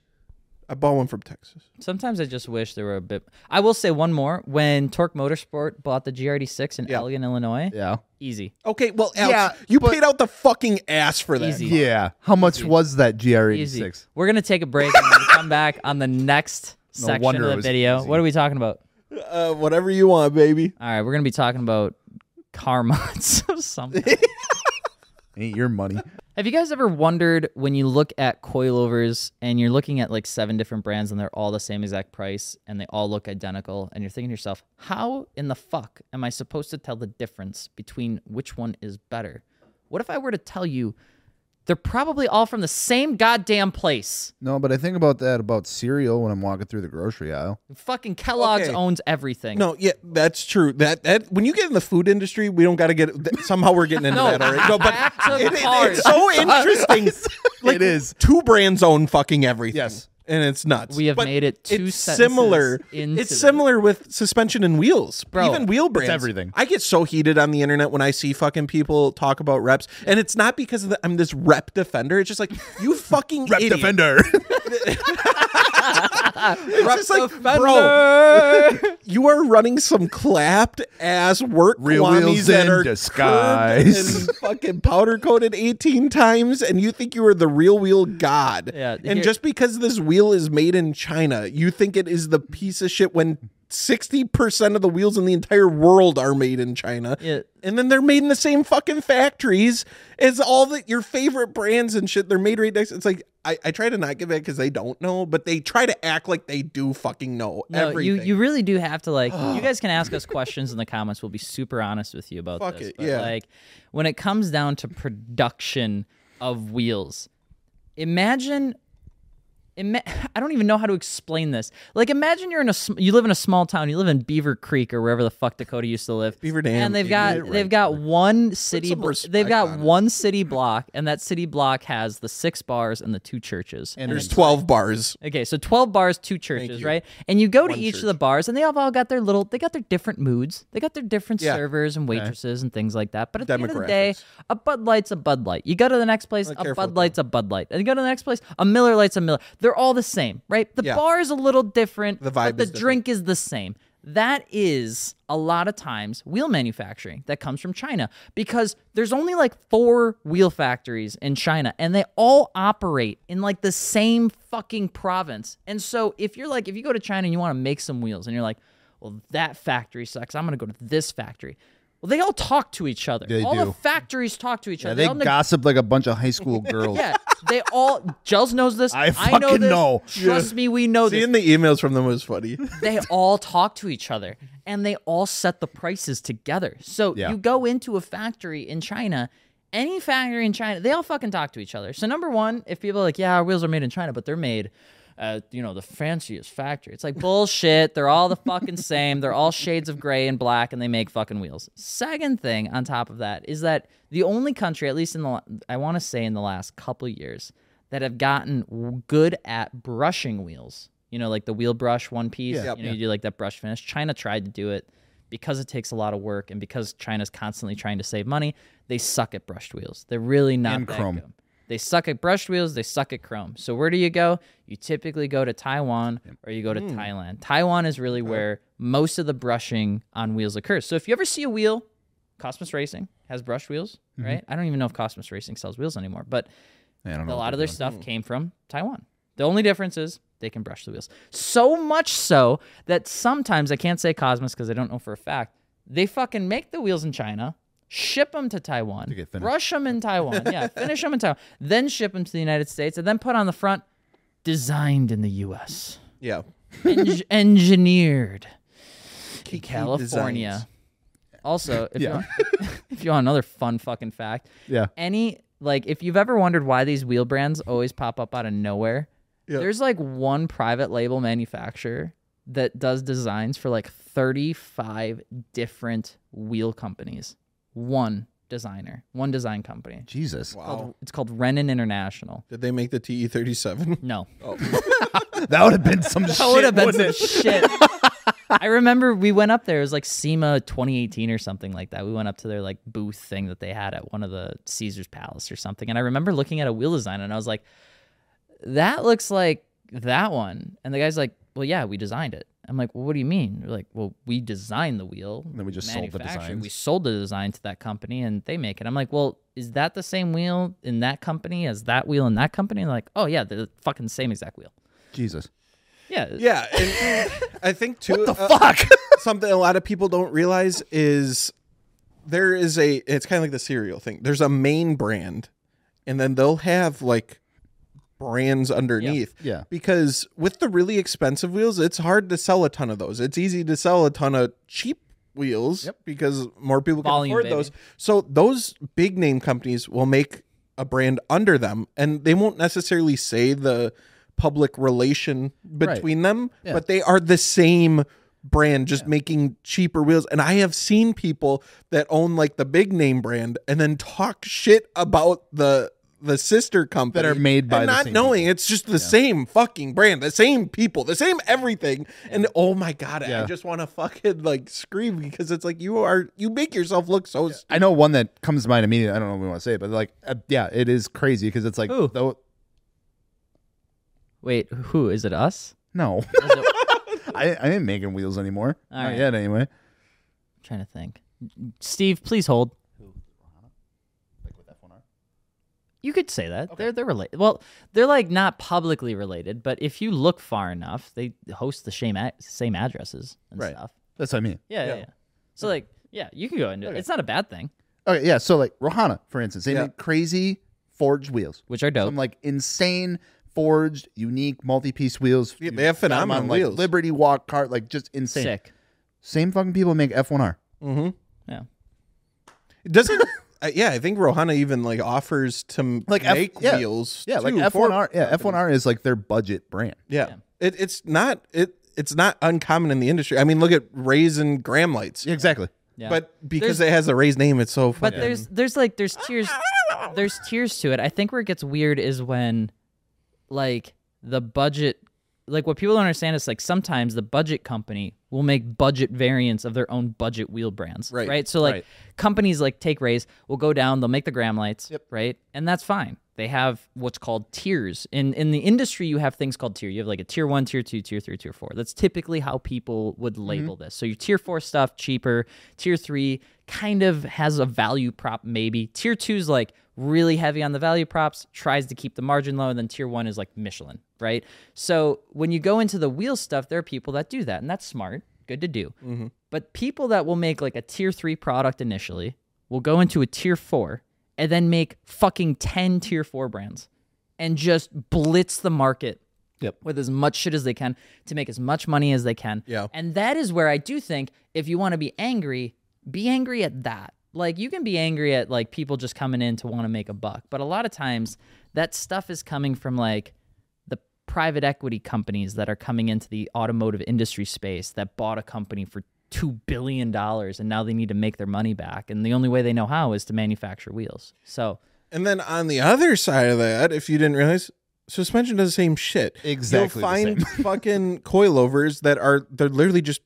[SPEAKER 2] I bought one from Texas.
[SPEAKER 1] Sometimes I just wish there were a bit. I will say one more. When Torque Motorsport bought the GRD6 in Elgin, Illinois,
[SPEAKER 3] Yeah.
[SPEAKER 1] easy.
[SPEAKER 2] Okay, well, Alex,
[SPEAKER 3] Yeah,
[SPEAKER 2] you
[SPEAKER 3] but-
[SPEAKER 2] paid out the fucking ass for that.
[SPEAKER 1] Easy.
[SPEAKER 3] Yeah. How much was that GR eighty
[SPEAKER 1] Easy.
[SPEAKER 3] six?
[SPEAKER 1] We're going to take a break and we'll come back on the next
[SPEAKER 3] No
[SPEAKER 1] section
[SPEAKER 3] wonder
[SPEAKER 1] of
[SPEAKER 3] it
[SPEAKER 1] the
[SPEAKER 3] was
[SPEAKER 1] video.
[SPEAKER 3] easy.
[SPEAKER 1] What are we talking about?
[SPEAKER 2] Uh, whatever you want, baby.
[SPEAKER 1] All right, we're going to be talking about car <laughs> mods or something.
[SPEAKER 3] Ain't your money.
[SPEAKER 1] Have you guys ever wondered when you look at coilovers and you're looking at like seven different brands and they're all the same exact price and they all look identical and you're thinking to yourself, how in the fuck am I supposed to tell the difference between which one is better? What if I were to tell you they're probably all from the same goddamn place?
[SPEAKER 3] <laughs> No, but I think about that about cereal when I'm walking through the grocery aisle.
[SPEAKER 1] Fucking Kellogg's
[SPEAKER 2] Okay.
[SPEAKER 1] owns everything.
[SPEAKER 2] No, yeah, that's true. That that when you get in the food industry, we don't got to get th- somehow we're getting into
[SPEAKER 1] No,
[SPEAKER 2] that already. No, but
[SPEAKER 1] back to
[SPEAKER 2] it- it-
[SPEAKER 1] cars.
[SPEAKER 2] it's
[SPEAKER 1] <laughs>
[SPEAKER 2] so interesting. like,
[SPEAKER 3] <laughs> It is.
[SPEAKER 2] two brands own fucking everything.
[SPEAKER 3] Yes.
[SPEAKER 2] and it's nuts.
[SPEAKER 1] We have
[SPEAKER 2] But
[SPEAKER 1] made it two
[SPEAKER 2] it's
[SPEAKER 1] sentences
[SPEAKER 2] similar.
[SPEAKER 1] into
[SPEAKER 2] it's
[SPEAKER 1] this.
[SPEAKER 2] similar with suspension and wheels,
[SPEAKER 1] Bro,
[SPEAKER 2] Even wheel brands,
[SPEAKER 3] everything.
[SPEAKER 2] I get so heated on the internet when I see fucking people talk about reps, and it's not because of the, I'm this rep defender. It's just like you fucking
[SPEAKER 3] Rep
[SPEAKER 2] idiot.
[SPEAKER 3] <laughs> defender.
[SPEAKER 2] It's just like, bro, you are running some clapped ass work
[SPEAKER 3] Real
[SPEAKER 2] whammies
[SPEAKER 3] wheels
[SPEAKER 2] that
[SPEAKER 3] in
[SPEAKER 2] are
[SPEAKER 3] disguise.
[SPEAKER 2] curved and fucking powder coated 18 times and you think you are the real wheel god
[SPEAKER 1] Yeah,
[SPEAKER 2] and
[SPEAKER 1] here-
[SPEAKER 2] just because this wheel is made in china you think it is the piece of shit when 60% of the wheels in the entire world are made in china
[SPEAKER 1] Yeah.
[SPEAKER 2] and then they're made in the same fucking factories as all the your favorite brands and shit. They're made right next. It's like I, I try to not give it because they don't know, but they try to act like they do fucking know
[SPEAKER 1] No,
[SPEAKER 2] everything.
[SPEAKER 1] you you really do have to like.
[SPEAKER 2] <sighs>
[SPEAKER 1] you guys can ask us questions in the comments. We'll be super honest with you about
[SPEAKER 2] Fuck
[SPEAKER 1] this.
[SPEAKER 2] it,
[SPEAKER 1] but
[SPEAKER 2] yeah.
[SPEAKER 1] like when it comes down to production of wheels, imagine. Ima- <laughs> I don't even know how to explain this. Like, imagine you're in a sm- you live in a small town. You live in Beaver Creek or wherever the fuck Dakota used to live.
[SPEAKER 2] Beaver Dam,
[SPEAKER 1] And they've
[SPEAKER 2] you
[SPEAKER 1] got
[SPEAKER 2] get it
[SPEAKER 1] they've got one city.
[SPEAKER 2] some
[SPEAKER 1] blo-
[SPEAKER 2] respect
[SPEAKER 1] they've got
[SPEAKER 2] on it.
[SPEAKER 1] one city block, and that city block has the six bars and the two churches.
[SPEAKER 3] And
[SPEAKER 2] There's 12 bars.
[SPEAKER 1] Okay, so 12 bars, two churches,
[SPEAKER 2] you.
[SPEAKER 1] right? And you go to
[SPEAKER 2] One
[SPEAKER 1] each of
[SPEAKER 2] church.
[SPEAKER 1] the bars and they have all got their little they got their different moods. They got their different
[SPEAKER 2] Yeah.
[SPEAKER 1] servers and waitresses and things like that. But at the end of the day,
[SPEAKER 2] Demographics.
[SPEAKER 1] a Bud Light's a Bud Light. You go to the next place, a
[SPEAKER 2] careful with
[SPEAKER 1] Bud Light's a Bud Light. And you go to the next place, a Miller Light's a Miller. They're all the same, right? The
[SPEAKER 2] Yeah.
[SPEAKER 1] bar is a little different,
[SPEAKER 2] The
[SPEAKER 1] but
[SPEAKER 2] vibe
[SPEAKER 1] the
[SPEAKER 2] is different.
[SPEAKER 1] drink is the same. That is a lot of times wheel manufacturing that comes from China because there's only like four wheel factories in China and they all operate in like the same fucking province. And so if you're like, if you go to China and you want to make some wheels and you're like, well, that factory sucks, I'm going to go to this factory. Well, they all talk to each other.
[SPEAKER 3] They
[SPEAKER 1] all the
[SPEAKER 3] do.
[SPEAKER 1] factories talk to each
[SPEAKER 3] Yeah,
[SPEAKER 1] other.
[SPEAKER 3] they
[SPEAKER 1] all neg-
[SPEAKER 3] gossip like a bunch of high school girls.
[SPEAKER 1] <laughs> yeah, they all. Jels knows this.
[SPEAKER 3] I
[SPEAKER 1] know
[SPEAKER 3] fucking
[SPEAKER 1] this.
[SPEAKER 3] know.
[SPEAKER 1] Trust me, we know this
[SPEAKER 2] Seeing the emails from them was
[SPEAKER 3] <laughs>
[SPEAKER 2] funny.
[SPEAKER 1] they all talk to each other and they all set the prices together. So
[SPEAKER 3] Yeah.
[SPEAKER 1] you go into a factory in China, any factory in China, they all fucking talk to each other. So number one, if people are like, yeah, our wheels are made in China, but they're made at you know the fanciest factory, it's like bullshit. They're all the fucking same. They're all shades of gray and black, and they make fucking wheels. Second thing on top of that is that the only country, at least in the, la- I want to say in the last couple years, that have gotten w- good at brushing wheels you know, like the wheel brush one piece.
[SPEAKER 3] Yeah.
[SPEAKER 1] you know, you do like that brush finish. China tried to do it because it takes a lot of work and because China's constantly trying to save money. They suck at brushed wheels. They're really not
[SPEAKER 3] And
[SPEAKER 1] that
[SPEAKER 3] chrome.
[SPEAKER 1] good. They suck at brushed wheels. They suck at chrome. So where do you go? You typically go to Taiwan or you go to Thailand. Taiwan is really
[SPEAKER 3] Uh-huh.
[SPEAKER 1] where most of the brushing on wheels occurs. So if you ever see a wheel, Cosmos Racing has brushed wheels,
[SPEAKER 3] Mm-hmm.
[SPEAKER 1] right? I don't even know if Cosmos Racing sells wheels anymore, but
[SPEAKER 3] Yeah, I don't know.
[SPEAKER 1] a
[SPEAKER 3] what
[SPEAKER 1] lot of
[SPEAKER 3] they're
[SPEAKER 1] their stuff came from Taiwan. The only difference is they can brush the wheels. So much so that sometimes I can't say Cosmos because I don't know for a fact. They fucking make the wheels in China, ship them to Taiwan,
[SPEAKER 3] get finished.
[SPEAKER 1] brush them in
[SPEAKER 3] <laughs>
[SPEAKER 1] Taiwan, yeah, finish them in Taiwan, then ship them to the United States, and then put on the front, designed in the U.S.,
[SPEAKER 2] Yeah.
[SPEAKER 3] <laughs>
[SPEAKER 1] Eng- engineered in
[SPEAKER 2] Kiki
[SPEAKER 1] California.
[SPEAKER 2] Designs.
[SPEAKER 1] Also, if,
[SPEAKER 3] Yeah.
[SPEAKER 1] you want, <laughs> if you want another fun fucking fact,
[SPEAKER 3] Yeah.
[SPEAKER 1] any like if you've ever wondered why these wheel brands always pop up out of nowhere
[SPEAKER 2] Yeah.
[SPEAKER 1] there's like one private label manufacturer that does designs for like 35 different wheel companies one designer one design company
[SPEAKER 3] Jesus.
[SPEAKER 2] Wow.
[SPEAKER 1] it's called renan international
[SPEAKER 2] Did they make the E TE thirty seven?
[SPEAKER 1] no
[SPEAKER 3] <laughs> That would have been some shit.
[SPEAKER 1] that would have been
[SPEAKER 3] wouldn't
[SPEAKER 1] some
[SPEAKER 3] it?
[SPEAKER 1] shit <laughs> i remember we went up there it was like sema 2018 or something like that we went up to their like booth thing that they had at one of the caesar's palace or something and i remember looking at a wheel design and i was like that looks like that one. And the guy's like, well, yeah, we designed it. I'm like, well, what do you mean? They're like, well, we designed the wheel.
[SPEAKER 3] then we just sold the
[SPEAKER 1] manufactured-
[SPEAKER 3] designs.
[SPEAKER 1] We sold the design to that company and they make it. I'm like, well, is that the same wheel in that company as that wheel in that company? And they're like, oh, yeah, they're the fucking same exact wheel.
[SPEAKER 3] Jesus.
[SPEAKER 1] Yeah.
[SPEAKER 2] <laughs> Yeah. And I think too uh,
[SPEAKER 3] Fuck.
[SPEAKER 2] something a lot of people don't realize is there is a it's kind of like the cereal thing. There's a main brand and then they'll have like brands underneath.
[SPEAKER 3] Yeah.
[SPEAKER 2] Because with the really expensive wheels, it's hard to sell a ton of those. It's easy to sell a ton of cheap wheels because more people can
[SPEAKER 1] Volume,
[SPEAKER 2] afford
[SPEAKER 1] baby.
[SPEAKER 2] those. So those big name companies will make a brand under them and they won't necessarily say the public relation between them, but they are the same brand just making cheaper wheels and i have seen people that own like the big name brand and then talk shit about the the sister company
[SPEAKER 3] are made by
[SPEAKER 2] and
[SPEAKER 3] the
[SPEAKER 2] not
[SPEAKER 3] same
[SPEAKER 2] knowing it's just the same fucking brand the same people the same everything and oh my god i
[SPEAKER 3] Yeah.
[SPEAKER 2] just want to fucking like scream because it's like you are you make yourself look so stupid.
[SPEAKER 3] <laughs> I know one that comes to mind immediately. I don't know if we want to say it, but like, uh, yeah, it is crazy because it's like,
[SPEAKER 1] Who?
[SPEAKER 3] though,
[SPEAKER 1] Wait, who? Is it us?
[SPEAKER 3] no,
[SPEAKER 1] Is it- I'm
[SPEAKER 3] <laughs> I, I ain't making wheels anymore.
[SPEAKER 1] All
[SPEAKER 3] Not
[SPEAKER 1] right.
[SPEAKER 3] yet, anyway.
[SPEAKER 1] trying to think. Steve, please hold. You could say that they're they're related. Well, they're like not publicly related, but if you look far enough, they host the same a- same addresses and
[SPEAKER 3] Right.
[SPEAKER 1] stuff.
[SPEAKER 3] That's what I mean.
[SPEAKER 1] Yeah, yeah. yeah. So like, yeah, you can go into it. It's not a bad thing,
[SPEAKER 3] Okay, yeah. So like Rohana, for instance, they
[SPEAKER 2] Yeah.
[SPEAKER 3] make crazy forged wheels.
[SPEAKER 1] which are dope.
[SPEAKER 3] Some like insane forged, unique multi-piece wheels.
[SPEAKER 2] Yeah,
[SPEAKER 3] You
[SPEAKER 2] they have
[SPEAKER 3] got 'em
[SPEAKER 2] phenomenal
[SPEAKER 3] on,
[SPEAKER 2] wheels.
[SPEAKER 3] Like, Liberty walk cart, like just insane.
[SPEAKER 1] Sick.
[SPEAKER 3] Same fucking people make F1R.
[SPEAKER 1] Yeah.
[SPEAKER 2] It doesn't. uh, yeah, I think Rohana even like offers to m-
[SPEAKER 3] Like F-
[SPEAKER 2] make
[SPEAKER 3] yeah.
[SPEAKER 2] wheels.
[SPEAKER 3] Yeah, like
[SPEAKER 2] too for-
[SPEAKER 3] F1R. Yeah, F1R is like their budget brand.
[SPEAKER 2] Yeah, It, it's not it. It's not uncommon in the industry. I mean, look at Raisin Gram Lights.
[SPEAKER 3] Exactly.
[SPEAKER 1] Yeah.
[SPEAKER 2] But because it has a Ray's name, it's so
[SPEAKER 1] But
[SPEAKER 2] fucking.
[SPEAKER 1] there's there's like there's tiers there's tiers to it. I think where it gets weird is when like the budget like what people don't understand is like sometimes the budget company will make budget variants of their own budget wheel brands.
[SPEAKER 2] Right,
[SPEAKER 1] Right. So like
[SPEAKER 3] right.
[SPEAKER 1] companies like Take Rays will go down, they'll make the gram lights, right? And that's fine. They have what's called tiers. In in the industry, you have things called tier. You have like a tier one, tier two, tier three, tier four. That's typically how people would label this. So your tier four stuff, cheaper. Tier three kind of has a value prop, maybe. Tier two's like really heavy on the value props, tries to keep the margin low, and then tier one is like Michelin, right? So when you go into the wheel stuff, there are people that do that, and that's smart. Good to do. But people that will make like a tier three product initially will go into a tier four and then make fucking 10 tier four brands and just blitz the market
[SPEAKER 3] Yep.
[SPEAKER 1] with as much shit as they can to make as much money as they can.
[SPEAKER 2] Yeah.
[SPEAKER 1] And that is where I do think if you want to be angry, be angry at that. Like you can be angry at like people just coming in to want to make a buck, but a lot of times that stuff is coming from like the private equity companies that are coming into the automotive industry space that bought a company for two billion dollars and now they need to make their money back and the only way they know how is to manufacture wheels so
[SPEAKER 2] and then on the other side of that, if you didn't realize, suspension does the same shit.
[SPEAKER 3] Exactly the
[SPEAKER 2] You'll find fucking coilovers that are they're literally just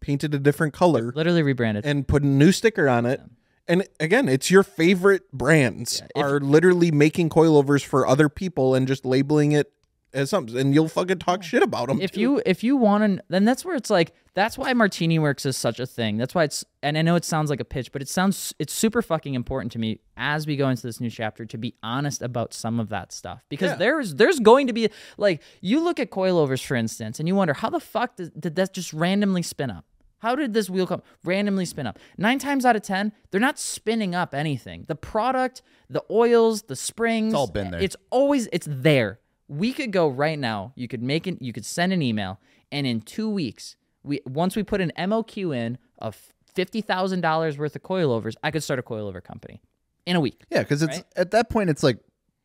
[SPEAKER 2] painted a different color
[SPEAKER 1] Literally rebranded.
[SPEAKER 2] and put a new sticker on it. And again, it's your favorite brands
[SPEAKER 1] if-
[SPEAKER 2] are literally making coilovers for other people and just labeling it as something. And you'll fucking talk shit about them.
[SPEAKER 1] if you if you want to then that's where it's like that's why martini works is such a thing that's why it's and i know it sounds like a pitch but it sounds it's super fucking important to me as we go into this new chapter to be honest about some of that stuff because
[SPEAKER 2] Yeah.
[SPEAKER 1] there's there's going to be like you look at coilovers for instance and you wonder how the fuck did, did that just randomly spin up how did this wheel come randomly spin up? Nine times out of ten, they're not spinning up anything. The product, the oils, the springs, it's
[SPEAKER 3] all been there.
[SPEAKER 1] It's always it's there. We could go right now. You could make an you could send an email, and in two weeks, we once we put an MOQ in of fifty thousand dollars worth of coilovers, I could start a coilover company in a week.
[SPEAKER 3] Yeah, because it's
[SPEAKER 1] Right?
[SPEAKER 3] at that point it's like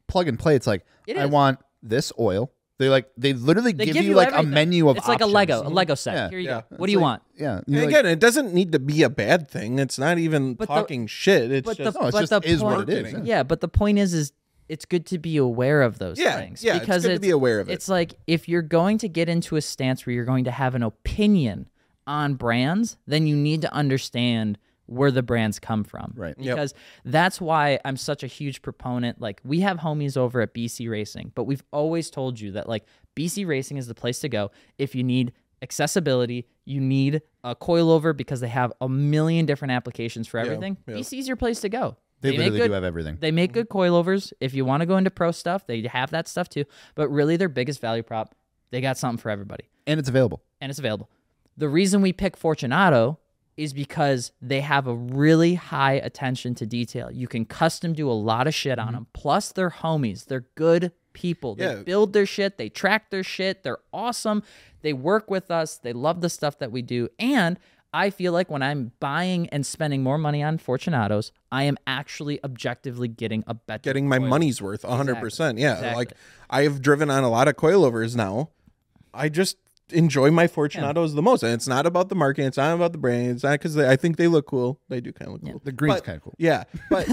[SPEAKER 3] plug and play. It's like
[SPEAKER 1] It
[SPEAKER 3] I
[SPEAKER 1] is.
[SPEAKER 3] want this oil. They like they literally
[SPEAKER 1] They
[SPEAKER 3] give, you like
[SPEAKER 1] everything.
[SPEAKER 3] a menu of
[SPEAKER 1] it's
[SPEAKER 3] options. Mm-hmm.
[SPEAKER 1] like a Lego a Lego set.
[SPEAKER 3] Yeah,
[SPEAKER 1] Here you
[SPEAKER 2] yeah.
[SPEAKER 1] go. What do you want?
[SPEAKER 3] Yeah, and
[SPEAKER 2] And
[SPEAKER 3] you're like,
[SPEAKER 2] again, it doesn't need to be a bad thing. It's not even
[SPEAKER 1] But the-
[SPEAKER 2] talking shit. It's
[SPEAKER 1] but
[SPEAKER 2] just
[SPEAKER 1] the
[SPEAKER 3] no, it's
[SPEAKER 1] but
[SPEAKER 3] just
[SPEAKER 1] the
[SPEAKER 3] is what
[SPEAKER 1] point-
[SPEAKER 3] it is. Yeah.
[SPEAKER 1] Yeah, but the point is, is it's good to be aware of those
[SPEAKER 2] Yeah,
[SPEAKER 1] things.
[SPEAKER 2] yeah, it's
[SPEAKER 1] because
[SPEAKER 2] good to be aware of it.
[SPEAKER 1] It's like if you're going to get into a stance where you're going to have an opinion on brands, then you need to understand where the brands come from.
[SPEAKER 3] Right.
[SPEAKER 2] Yep.
[SPEAKER 1] Because that's why I'm such a huge proponent. Like we have homies over at BC Racing, but we've always told you that like BC Racing is the place to go if you need accessibility, you need a coilover because they have a million different applications for everything.
[SPEAKER 2] yeah.
[SPEAKER 1] BC is your place to go.
[SPEAKER 3] They,
[SPEAKER 1] make
[SPEAKER 3] literally
[SPEAKER 1] good-
[SPEAKER 3] do have everything.
[SPEAKER 1] they make good coilovers. If you want to go into pro stuff, they have that stuff too. But really, their biggest value prop, they got something for everybody,
[SPEAKER 3] and it's available.
[SPEAKER 1] and it's available. The reason we pick Fortunato is because they have a really high attention to detail. You can custom do a lot of shit on them. Plus, they're homies. They're good people. They
[SPEAKER 2] Mm-hmm. Yeah.
[SPEAKER 1] build their shit. They track their shit. They're awesome. They work with us. They love the stuff that we do. And I feel like when I'm buying and spending more money on Fortunatos, I am actually objectively getting a better
[SPEAKER 2] getting my money's worth 100%. Yeah.
[SPEAKER 1] Exactly.
[SPEAKER 2] Like I have driven on a lot of coilovers now. I just enjoy my Fortunatos the most. And it's not about the marketing. It's not about the brand. It's not because I think they look cool. They do kind of look cool.
[SPEAKER 3] The green's
[SPEAKER 2] But-
[SPEAKER 3] kind of cool.
[SPEAKER 2] Yeah, but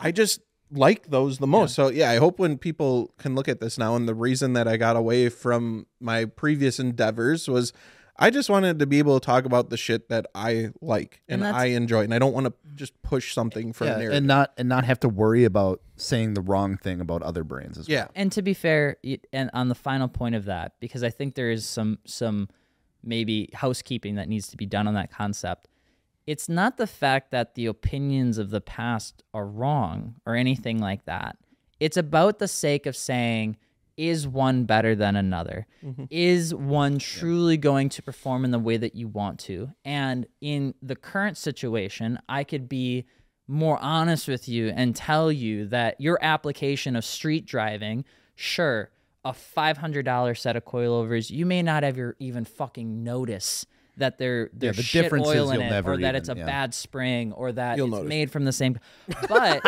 [SPEAKER 2] I just like those the most. So yeah, I hope when people can look at this now, and the reason that I got away from my previous endeavors was I just wanted to be able to talk about the shit that I like and,
[SPEAKER 1] that's-
[SPEAKER 2] I enjoy, and I don't want to just push something from there.
[SPEAKER 3] and not and not have to worry about saying the wrong thing about other brands. As well.
[SPEAKER 2] yeah,
[SPEAKER 1] And to be fair, y- and on the final point of that, because I think there is some some maybe housekeeping that needs to be done on that concept. It's not the fact that the opinions of the past are wrong or anything like that. It's about the sake of saying is one better than another?
[SPEAKER 3] Mm-hmm.
[SPEAKER 1] Is one truly going to perform in the way that you want to? And in the current situation, I could be more honest with you and tell you that your application of street driving, sure, a $500 set of coilovers, you may not ever even fucking notice that they're there's
[SPEAKER 3] the
[SPEAKER 1] shit
[SPEAKER 3] difference
[SPEAKER 1] oil
[SPEAKER 3] is
[SPEAKER 1] in
[SPEAKER 3] you'll
[SPEAKER 1] it
[SPEAKER 3] never
[SPEAKER 1] or that
[SPEAKER 3] even-
[SPEAKER 1] it's a
[SPEAKER 3] yeah.
[SPEAKER 1] bad spring or that
[SPEAKER 2] You'll
[SPEAKER 1] it's
[SPEAKER 2] notice.
[SPEAKER 1] made from the
[SPEAKER 3] <laughs>
[SPEAKER 1] same but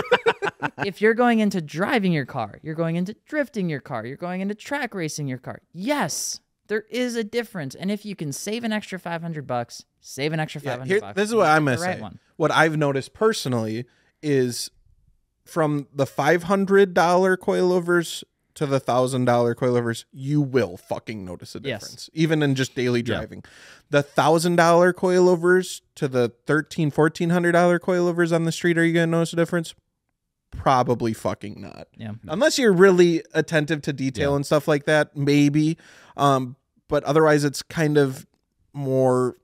[SPEAKER 1] if you're going into driving your car, you're going into drifting your car, you're going into track racing your car. Yes, there is a difference. And if you can save an extra 500 bucks, save an extra
[SPEAKER 2] Yeah,
[SPEAKER 1] 500
[SPEAKER 2] here-
[SPEAKER 1] bucks.
[SPEAKER 2] This is
[SPEAKER 1] and
[SPEAKER 2] what
[SPEAKER 1] get
[SPEAKER 2] I'm
[SPEAKER 1] the
[SPEAKER 2] gonna
[SPEAKER 1] right
[SPEAKER 2] say.
[SPEAKER 1] one.
[SPEAKER 2] What I've noticed personally is from the five hundred dollar coilovers to the thousand dollar coilovers, you will fucking notice a
[SPEAKER 1] Yes.
[SPEAKER 2] difference, even in just daily driving. The thousand dollar coilovers to the thirteen fourteen hundred dollar coilovers on the street, are you gonna notice a difference? Probably fucking not.
[SPEAKER 1] Yeah.
[SPEAKER 2] Unless you're really attentive to detail and stuff like that, maybe. Um, but otherwise, it's kind of more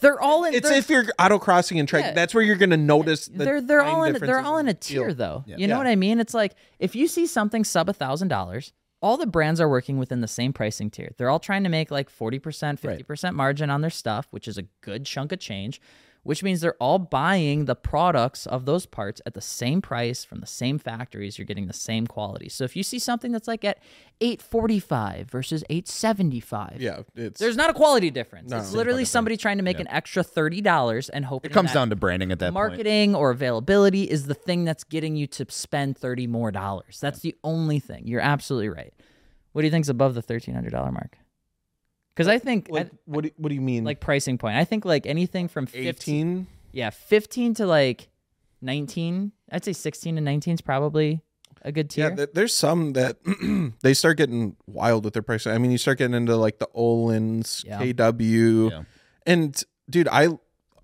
[SPEAKER 1] They're all in
[SPEAKER 2] it's
[SPEAKER 1] they're-
[SPEAKER 2] if you're autocrossing and track,
[SPEAKER 1] Yeah.
[SPEAKER 2] that's where you're gonna notice. The
[SPEAKER 1] they're they're
[SPEAKER 2] fine
[SPEAKER 1] all in
[SPEAKER 2] differences
[SPEAKER 1] they're all in a
[SPEAKER 2] feel.
[SPEAKER 1] tier though.
[SPEAKER 3] Yeah.
[SPEAKER 1] You know
[SPEAKER 2] Yeah.
[SPEAKER 1] what I mean? It's like if you see something sub a thousand dollars, all the brands are working within the same pricing tier. They're all trying to make like forty percent, fifty percent margin on their stuff, which is a good chunk of change. Which means they're all buying the products of those parts at the same price from the same factories. You're getting the same quality. So if you see something that's like at eight forty five versus eight seventy five,
[SPEAKER 2] Yeah, it's
[SPEAKER 1] there's not a quality difference. it's
[SPEAKER 2] No.
[SPEAKER 1] literally somebody trying to make an extra thirty dollars and hoping
[SPEAKER 3] It comes
[SPEAKER 1] that
[SPEAKER 3] down to branding at that point.
[SPEAKER 1] marketing or availability is the thing that's getting you to spend 30 more dollars that's the only thing you're absolutely right what do you think's above the $1300 mark because i think I-
[SPEAKER 2] like what? Do, what do you mean?
[SPEAKER 1] like pricing point i think like anything from 15
[SPEAKER 2] eighteen?
[SPEAKER 1] yeah 15 to like 19 i'd say 16 to 19 is probably a good tier.
[SPEAKER 2] Yeah, th- there's some that <clears throat> they start getting wild with their pricing. I mean, you start getting into like the Olin's,
[SPEAKER 1] Yeah.
[SPEAKER 2] KW,
[SPEAKER 3] Yeah.
[SPEAKER 2] and dude, I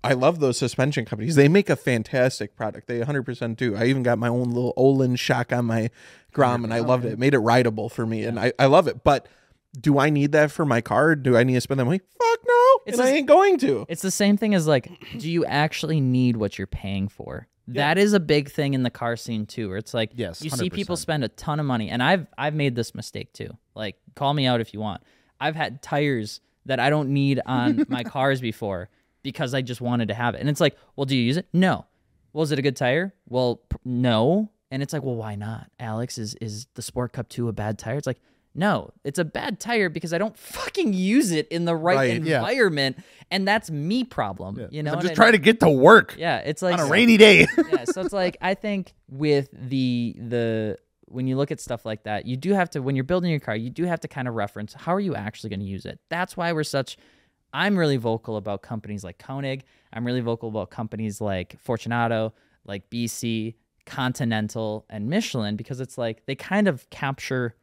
[SPEAKER 2] I love those suspension companies. They make a fantastic product. They 100% do. I even got my own little Olin shock on my Grom,
[SPEAKER 1] Oh,
[SPEAKER 2] and I loved it. It made it rideable for me, and I I love it. But do I need that for my car? Do I need to spend that money? Fuck no,
[SPEAKER 1] It's
[SPEAKER 2] and I
[SPEAKER 1] just-
[SPEAKER 2] ain't going to.
[SPEAKER 1] It's the same thing as like, do you actually need what you're paying for? That is a big thing in the car scene too, where it's like
[SPEAKER 3] Yes,
[SPEAKER 1] you see people
[SPEAKER 3] 100%.
[SPEAKER 1] spend a ton of money, and I've I've made this mistake too. Like, call me out if you want. I've had tires that I don't need on
[SPEAKER 3] <laughs>
[SPEAKER 1] my cars before because I just wanted to have it, and it's like, well, do you use it? No. Well, is it a good tire? Well, p- no. And it's like, well, why not? Alex, is is the Sport Cup two a bad tire? It's like, no, it's a bad tire because I don't fucking use it in the right,
[SPEAKER 2] Right,
[SPEAKER 1] environment
[SPEAKER 3] yeah.
[SPEAKER 1] environment, and that's me problem. You know,
[SPEAKER 3] I'm
[SPEAKER 1] what
[SPEAKER 3] just
[SPEAKER 1] I
[SPEAKER 3] trying to get to work
[SPEAKER 1] mean? Yeah, it's like
[SPEAKER 3] on a rainy day.
[SPEAKER 1] yeah, so it's like I think with the the when you look at stuff like that, you do have to when you're building your car, you do have to kind of reference how are you actually going to use it. That's why we're such. I'm really vocal about companies like Koenig. I'm really vocal about companies like Fortunato, like BC, Continental, and Michelin because it's like they kind of capture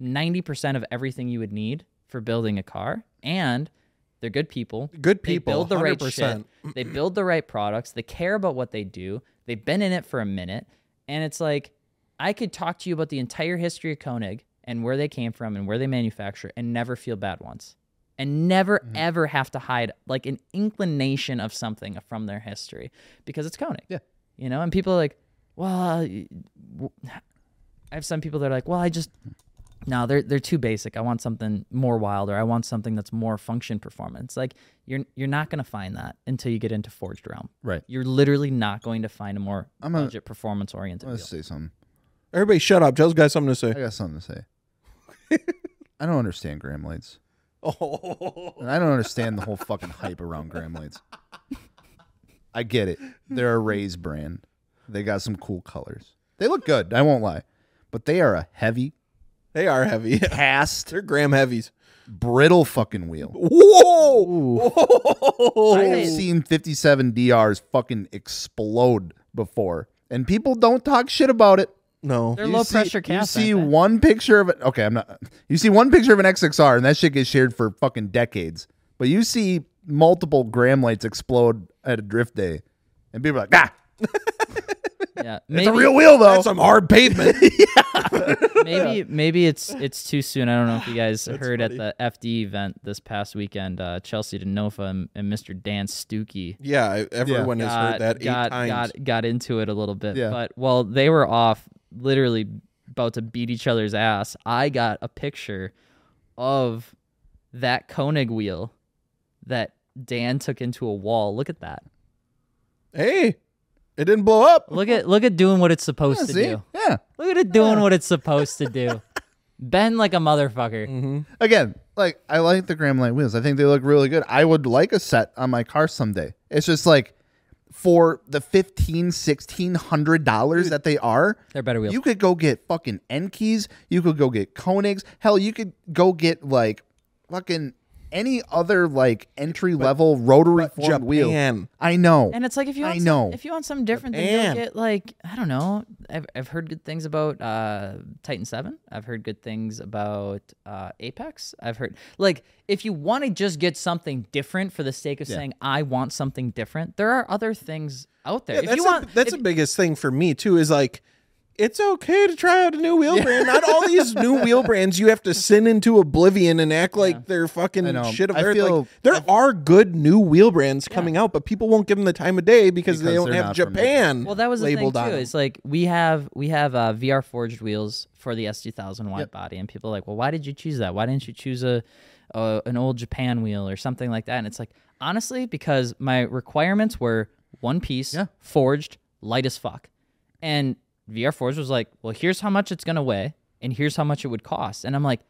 [SPEAKER 1] 90% of everything you would need for building a car and they're good people
[SPEAKER 2] Good
[SPEAKER 1] they
[SPEAKER 2] people,
[SPEAKER 1] build the right
[SPEAKER 2] 100%.
[SPEAKER 1] shit. They build the right products. They care about what they do. They've been in it for a minute, and it's like I could talk to you about the entire history of Koenig and where they came from and where they manufacture and never feel bad once, and never
[SPEAKER 2] Mm-hmm.
[SPEAKER 1] ever have to hide like an inclination of something from their history because it's Koenig.
[SPEAKER 3] Yeah.
[SPEAKER 1] you know, and people are like, well, uh, y- w- I have some people that are like, well, I just no, they're they're too basic. I want something more wild, or I want something that's more function performance. Like you're you're not gonna find that until you get into Forged Realm.
[SPEAKER 3] <laughs> Right.
[SPEAKER 1] You're literally not going to find a more
[SPEAKER 3] I'm a-
[SPEAKER 1] budget performance oriented.
[SPEAKER 3] Let's say something.
[SPEAKER 2] Everybody, shut up. Joe's got something to
[SPEAKER 3] I
[SPEAKER 2] say. <laughs>
[SPEAKER 3] got something to
[SPEAKER 1] <laughs>
[SPEAKER 3] say. I don't understand gram lights.
[SPEAKER 2] Oh,
[SPEAKER 3] And I don't understand the whole fucking hype around gram lights. <laughs> I get it. They're a Rays brand. They got some cool colors. They look good, I won't lie. But they are a heavy,
[SPEAKER 2] they are heavy. <laughs>
[SPEAKER 3] cast,
[SPEAKER 2] They're Graham heavies.
[SPEAKER 3] brittle fucking wheel.
[SPEAKER 2] Whoa!
[SPEAKER 3] I
[SPEAKER 2] Whoa!
[SPEAKER 3] have seen 57 DRs fucking explode before. And people don't talk shit about it.
[SPEAKER 2] No.
[SPEAKER 1] They're
[SPEAKER 3] You
[SPEAKER 1] low
[SPEAKER 3] see-
[SPEAKER 1] pressure cast.
[SPEAKER 3] You see
[SPEAKER 1] aren't they?
[SPEAKER 3] one picture of it. Okay, I'm not. You see one picture of an XXR, and that shit gets shared for fucking decades. But you see multiple gram lights explode at a drift day, and people are like, "Ah,
[SPEAKER 1] yeah.
[SPEAKER 3] <laughs> it's
[SPEAKER 1] Maybe,
[SPEAKER 3] a real wheel though."
[SPEAKER 2] That's some hard
[SPEAKER 3] <laughs>
[SPEAKER 2] pavement.
[SPEAKER 1] maybe maybe it's it's too soon. I don't
[SPEAKER 3] <laughs>
[SPEAKER 1] know if you guys heard at the FD event this past weekend, uh, Chelsea Denofa and, and Mr. Dan Stukey
[SPEAKER 2] <laughs> yeah, I- everyone has heard that eight
[SPEAKER 1] got,
[SPEAKER 2] times.
[SPEAKER 1] Got, got into it a little bit.
[SPEAKER 3] Yeah.
[SPEAKER 1] But while they were off, literally about to beat each other's ass, I got a picture of that Koenig wheel that Dan took into a wall. Look at that.
[SPEAKER 2] Hey, it didn't blow up.
[SPEAKER 1] Look at look at doing what it's supposed
[SPEAKER 3] yeah,
[SPEAKER 1] to
[SPEAKER 3] see?
[SPEAKER 1] do.
[SPEAKER 3] yeah.
[SPEAKER 1] Look at it doing what it's supposed to
[SPEAKER 3] <laughs>
[SPEAKER 1] do. Bend like a motherfucker.
[SPEAKER 3] Mm-hmm. Again, like I like the gram light wheels. I think they look really good. I would like a set on my car someday. It's just like for the fifteen, sixteen hundred dollars that they are.
[SPEAKER 1] They're better wheels.
[SPEAKER 3] You could go get fucking Enkeys. You could go get Koenigs. Hell, you could go get like fucking any other like entry level rotary formed wheel.
[SPEAKER 2] Japan.
[SPEAKER 3] I know.
[SPEAKER 1] And it's like if you
[SPEAKER 3] I
[SPEAKER 1] want some-
[SPEAKER 3] know.
[SPEAKER 1] if you want something different, then
[SPEAKER 2] Japan.
[SPEAKER 1] go get like I don't know. I've I've heard good things about uh, Titan Seven. I've heard good things about uh, Apex. I've heard like if you want to just get something different for the sake of saying I want something different, there are other things out there.
[SPEAKER 2] Yeah,
[SPEAKER 1] if
[SPEAKER 2] that's
[SPEAKER 1] you
[SPEAKER 2] a-
[SPEAKER 1] want,
[SPEAKER 2] that's
[SPEAKER 1] if-
[SPEAKER 2] the biggest thing for me too. Is like, it's okay to try out a new wheel brand. Not all these
[SPEAKER 3] <laughs>
[SPEAKER 2] new wheel brands you have to sin into oblivion and act like they're fucking
[SPEAKER 3] know.
[SPEAKER 2] shit of
[SPEAKER 3] I
[SPEAKER 2] earth.
[SPEAKER 3] feel-
[SPEAKER 2] like, there are good new wheel brands coming out, but people won't give them the time of day because, they
[SPEAKER 3] Because
[SPEAKER 2] don't
[SPEAKER 3] they're
[SPEAKER 2] have
[SPEAKER 3] not from
[SPEAKER 2] Japan.
[SPEAKER 1] well, that was the thing
[SPEAKER 2] labeled
[SPEAKER 1] too.
[SPEAKER 2] on them.
[SPEAKER 1] It's like we have we have uh, VR forged wheels for the S two thousand wide body, and people are like, well, why did you choose that? Why didn't you choose a, a an old Japan wheel or something like that? And it's like honestly, because my requirements were one piece,
[SPEAKER 3] Yeah.
[SPEAKER 1] forged, light as fuck, and VR forged was like, well, here's how much it's gonna weigh, and here's how much it would cost, and I'm like.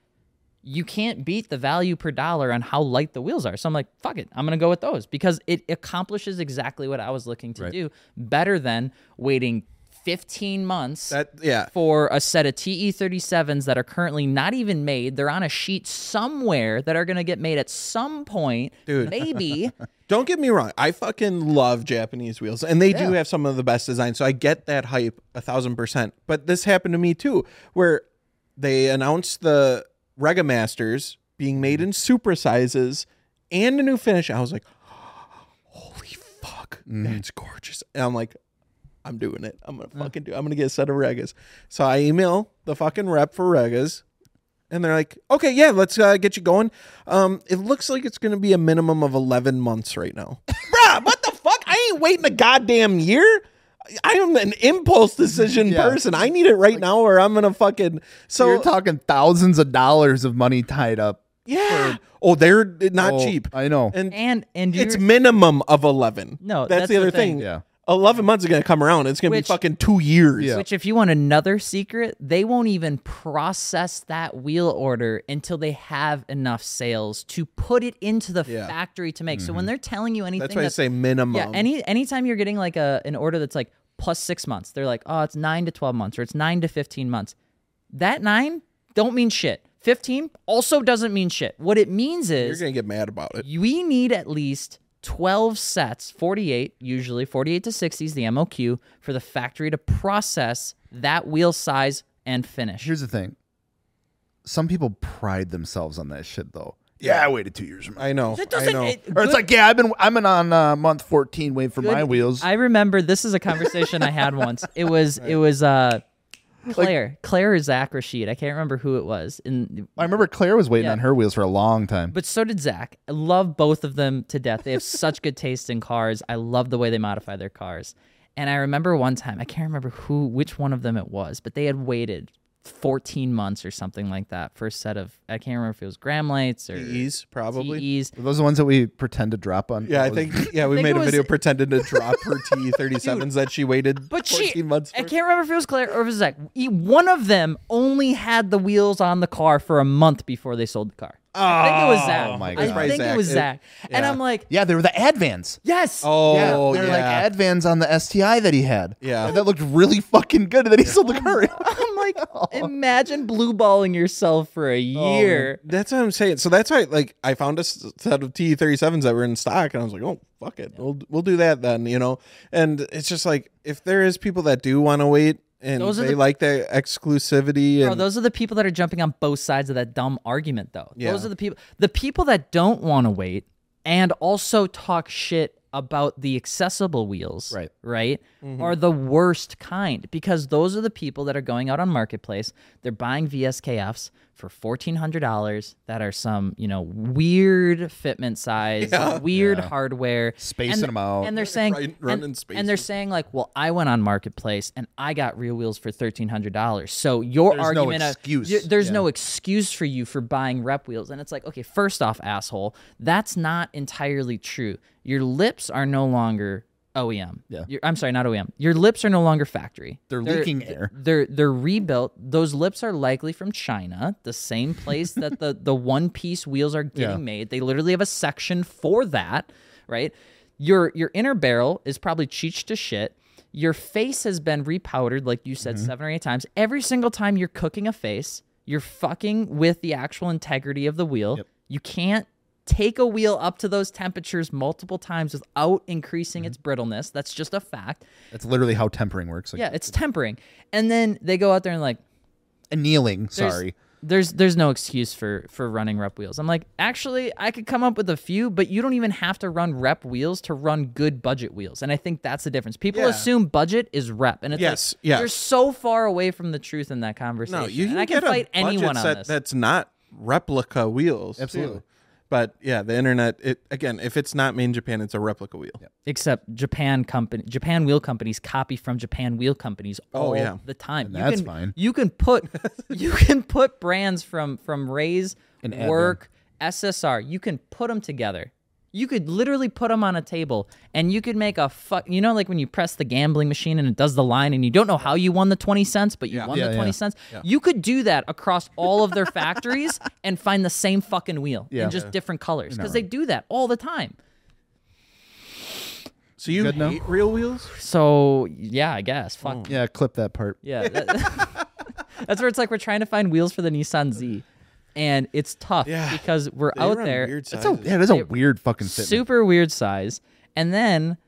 [SPEAKER 1] You can't beat the value per dollar on how light the wheels are. So I'm like, fuck it. I'm going to go with those because it accomplishes exactly what I was looking to do better than waiting 15 months
[SPEAKER 2] That yeah.
[SPEAKER 1] for a set of TE37s that are currently not even made. They're on a sheet somewhere that are going to get made at some point.
[SPEAKER 2] Dude. <laughs>
[SPEAKER 1] Maybe.
[SPEAKER 2] Don't get me wrong. I fucking love Japanese wheels, and they do
[SPEAKER 3] Yeah.
[SPEAKER 2] have some of the best designs. So I get that hype a thousand percent. But this happened to me too, where they announced the Rega Masters being made in super sizes and a new finish. I was like, holy fuck, that's gorgeous. And I'm like, I'm doing it. I'm gonna fucking do. I'm gonna get a set of Regas. So I email the fucking rep for Regas, and they're like, okay, yeah, let's uh, get you going. Um, it looks like it's gonna be a minimum of 11 months right now. <laughs> Bruh, what the fuck? I ain't waiting a goddamn year. I am an impulse decision
[SPEAKER 3] Yeah.
[SPEAKER 2] person. I need it right now, or I'm gonna fucking. So
[SPEAKER 3] You're talking thousands of dollars of money tied up.
[SPEAKER 2] yeah. oh, they're not
[SPEAKER 3] Oh,
[SPEAKER 2] cheap.
[SPEAKER 3] I know.
[SPEAKER 2] And
[SPEAKER 1] and and you
[SPEAKER 2] it's minimum of 11.
[SPEAKER 1] No,
[SPEAKER 2] that's,
[SPEAKER 1] that's
[SPEAKER 2] the other
[SPEAKER 1] the thing.
[SPEAKER 2] thing.
[SPEAKER 3] Yeah.
[SPEAKER 2] 11 months is going to come around. It's going to be
[SPEAKER 1] Which-
[SPEAKER 2] fucking two years.
[SPEAKER 3] Yeah.
[SPEAKER 1] Which, if you want another secret, they won't even process that wheel order until they have enough sales to put it into the
[SPEAKER 2] Yeah.
[SPEAKER 1] factory to make. So when they're telling you anything,
[SPEAKER 2] That's why I
[SPEAKER 1] that's-
[SPEAKER 2] say um, minimum.
[SPEAKER 1] yeah, any anytime you're getting like a an order that's like plus six months, they're like, oh, it's nine to twelve months or it's nine to fifteen months. That nine don't mean shit. Fifteen also doesn't mean shit. What it means
[SPEAKER 2] You're
[SPEAKER 1] is
[SPEAKER 2] going to get mad about it.
[SPEAKER 1] we need at least 12 sets, 48 usually, 48 to 60 is the MOQ for the factory to process that wheel size and finish.
[SPEAKER 3] Here's the thing. Some people pride themselves on that shit, though. Yeah, I waited two years. For mine.
[SPEAKER 2] I know.
[SPEAKER 1] That
[SPEAKER 2] I
[SPEAKER 1] doesn't-
[SPEAKER 2] know.
[SPEAKER 1] it-
[SPEAKER 3] or
[SPEAKER 1] good-
[SPEAKER 3] it's like, yeah, I've been, I'm in on uh, month 14 waiting for my
[SPEAKER 1] Good-
[SPEAKER 3] wheels.
[SPEAKER 1] <laughs> I remember this is a conversation I had once. It was it was uh Claire, Claire or Zach Rashid. I can't remember who it was. And
[SPEAKER 3] I remember Claire was waiting
[SPEAKER 1] Yeah.
[SPEAKER 3] on her wheels for a long time.
[SPEAKER 1] but so did Zach. I love both of them to death. They have such good taste in cars. I love the way they modify their cars. And I remember one time, I can't remember who, which one of them it was, but they had waited 14 months or something like that for a set of, I can't remember if it was gram lights or E
[SPEAKER 2] Ease, E probably.
[SPEAKER 1] TEs.
[SPEAKER 3] Were those the ones that we pretend to drop on?
[SPEAKER 2] Yeah, I
[SPEAKER 3] That was-
[SPEAKER 2] think. Yeah, we
[SPEAKER 1] think
[SPEAKER 2] made
[SPEAKER 1] it
[SPEAKER 2] a
[SPEAKER 1] was-
[SPEAKER 2] video pretending to drop
[SPEAKER 1] <laughs>
[SPEAKER 2] her T thirty sevens that she waited
[SPEAKER 1] But
[SPEAKER 2] fourteen
[SPEAKER 1] she,
[SPEAKER 2] months.
[SPEAKER 1] I
[SPEAKER 2] for.
[SPEAKER 1] can't remember if it was Claire or if it was Zach. E- One of them only had the wheels on the car for a month before they sold the car. I think it was Zach.
[SPEAKER 2] Oh
[SPEAKER 3] my
[SPEAKER 1] I
[SPEAKER 3] God.
[SPEAKER 2] Probably
[SPEAKER 1] think
[SPEAKER 2] Zach.
[SPEAKER 1] it was
[SPEAKER 2] It-
[SPEAKER 1] Zach. and
[SPEAKER 2] yeah.
[SPEAKER 1] I'm like,
[SPEAKER 3] Yeah, they were the Advans.
[SPEAKER 1] yes.
[SPEAKER 2] Oh
[SPEAKER 3] they're
[SPEAKER 2] yeah,
[SPEAKER 3] like Advans on the STI that he had.
[SPEAKER 2] Yeah.
[SPEAKER 3] that looked really fucking good. And then he sold the car.
[SPEAKER 1] I'm <laughs> like, imagine blue balling yourself for a year.
[SPEAKER 2] that's what I'm saying. So that's why, like, I found a s- set of T thirty sevens that were in stock, and I was like, oh fuck it, we'll we'll do that then, you know. And it's just like if there is people that do want to wait and
[SPEAKER 1] Those are
[SPEAKER 2] they
[SPEAKER 1] the-
[SPEAKER 2] like the exclusivity
[SPEAKER 1] Bro,
[SPEAKER 2] and
[SPEAKER 1] those are the people that are jumping on both sides of that dumb argument, though. Those
[SPEAKER 2] Yeah.
[SPEAKER 1] are the people. The people that don't want to wait and also talk shit about the accessible wheels,
[SPEAKER 3] Right. Mm-hmm.
[SPEAKER 1] Right, are the worst kind because those are the people that are going out on marketplace. They're buying VSKFs for fourteen hundred dollars that are some you know weird fitment size, weird hardware,
[SPEAKER 3] Spacing
[SPEAKER 1] and,
[SPEAKER 3] them out.
[SPEAKER 1] and they're saying
[SPEAKER 2] Right,
[SPEAKER 1] and,
[SPEAKER 2] running space
[SPEAKER 1] and they're saying like, well, I went on marketplace and I got real wheels for thirteen hundred dollars. So your
[SPEAKER 3] There's no
[SPEAKER 1] argument of-
[SPEAKER 3] excuse.
[SPEAKER 1] y- there's no excuse for you for buying rep wheels, and it's like, okay, first off, asshole, that's not entirely true. Your lips are no longer OEM.
[SPEAKER 3] Yeah.
[SPEAKER 1] Your- I'm sorry, not OEM. Your lips are no longer factory.
[SPEAKER 3] <laughs> They're leaking air.
[SPEAKER 1] They're they're rebuilt. Those lips are likely from China, the same place that the the one piece wheels are getting made. They literally have a section for that, right? Your your inner barrel is probably cheech to shit. Your face has been repowdered, like you said, seven or eight times. Every single time you're cooking a face, you're fucking with the actual integrity of the wheel. You can't take a wheel up to those temperatures multiple times without increasing its brittleness. That's just a fact.
[SPEAKER 3] That's literally how tempering works. Like,
[SPEAKER 1] Yeah, it's tempering. And then they go out there and like,
[SPEAKER 3] annealing.
[SPEAKER 1] there's-
[SPEAKER 3] Sorry.
[SPEAKER 1] There's there's no excuse for for running rep wheels. I'm like, actually, I could come up with a few, but you don't even have to run rep wheels to run good budget wheels. And I think that's the difference. People
[SPEAKER 2] Yeah.
[SPEAKER 1] assume budget is rep, and it's like,
[SPEAKER 2] Yes, yes.
[SPEAKER 1] you're so far away from the truth in that conversation.
[SPEAKER 2] No, you
[SPEAKER 1] and
[SPEAKER 2] can,
[SPEAKER 1] I can
[SPEAKER 2] get a
[SPEAKER 1] fight
[SPEAKER 2] budget
[SPEAKER 1] anyone on
[SPEAKER 2] set
[SPEAKER 1] this.
[SPEAKER 2] that's not replica wheels. too.
[SPEAKER 3] Absolutely.
[SPEAKER 2] But yeah, the internet. It again, if it's not made in Japan, it's a replica wheel.
[SPEAKER 1] Except Japan company, Japan wheel companies copy from Japan wheel companies all
[SPEAKER 2] yeah.
[SPEAKER 1] the time. You
[SPEAKER 3] Oh, that's
[SPEAKER 1] can-
[SPEAKER 3] fine.
[SPEAKER 1] You can
[SPEAKER 3] <laughs>
[SPEAKER 1] put you can put brands from from Ray's
[SPEAKER 3] add
[SPEAKER 1] work SSR. You can put them together. You could literally put them on a table, and you could make a fuck. You know, like when you press the gambling machine and it does the line, and you don't know how you won the twenty cents, but you won
[SPEAKER 3] Yeah,
[SPEAKER 1] the
[SPEAKER 3] yeah.
[SPEAKER 1] twenty cents. You could do that across all of their
[SPEAKER 3] <laughs>
[SPEAKER 1] factories and find the same fucking wheel
[SPEAKER 3] Yeah.
[SPEAKER 1] in just different colors because they do that all the time.
[SPEAKER 2] So you
[SPEAKER 3] Good now?
[SPEAKER 2] hate real wheels?
[SPEAKER 1] So yeah, I guess.
[SPEAKER 2] Hmm.
[SPEAKER 1] Fuck.
[SPEAKER 3] Yeah, clip that part.
[SPEAKER 1] Yeah. that- <laughs> that's where it's like we're trying to find wheels for the Nissan Z. And it's tough
[SPEAKER 2] Yeah.
[SPEAKER 1] because we're
[SPEAKER 2] They
[SPEAKER 1] out
[SPEAKER 2] run
[SPEAKER 1] there.
[SPEAKER 2] Weird
[SPEAKER 3] That's a
[SPEAKER 2] sizes.
[SPEAKER 3] yeah. That's a
[SPEAKER 1] It-
[SPEAKER 3] weird fucking fitment.
[SPEAKER 1] super weird size. And then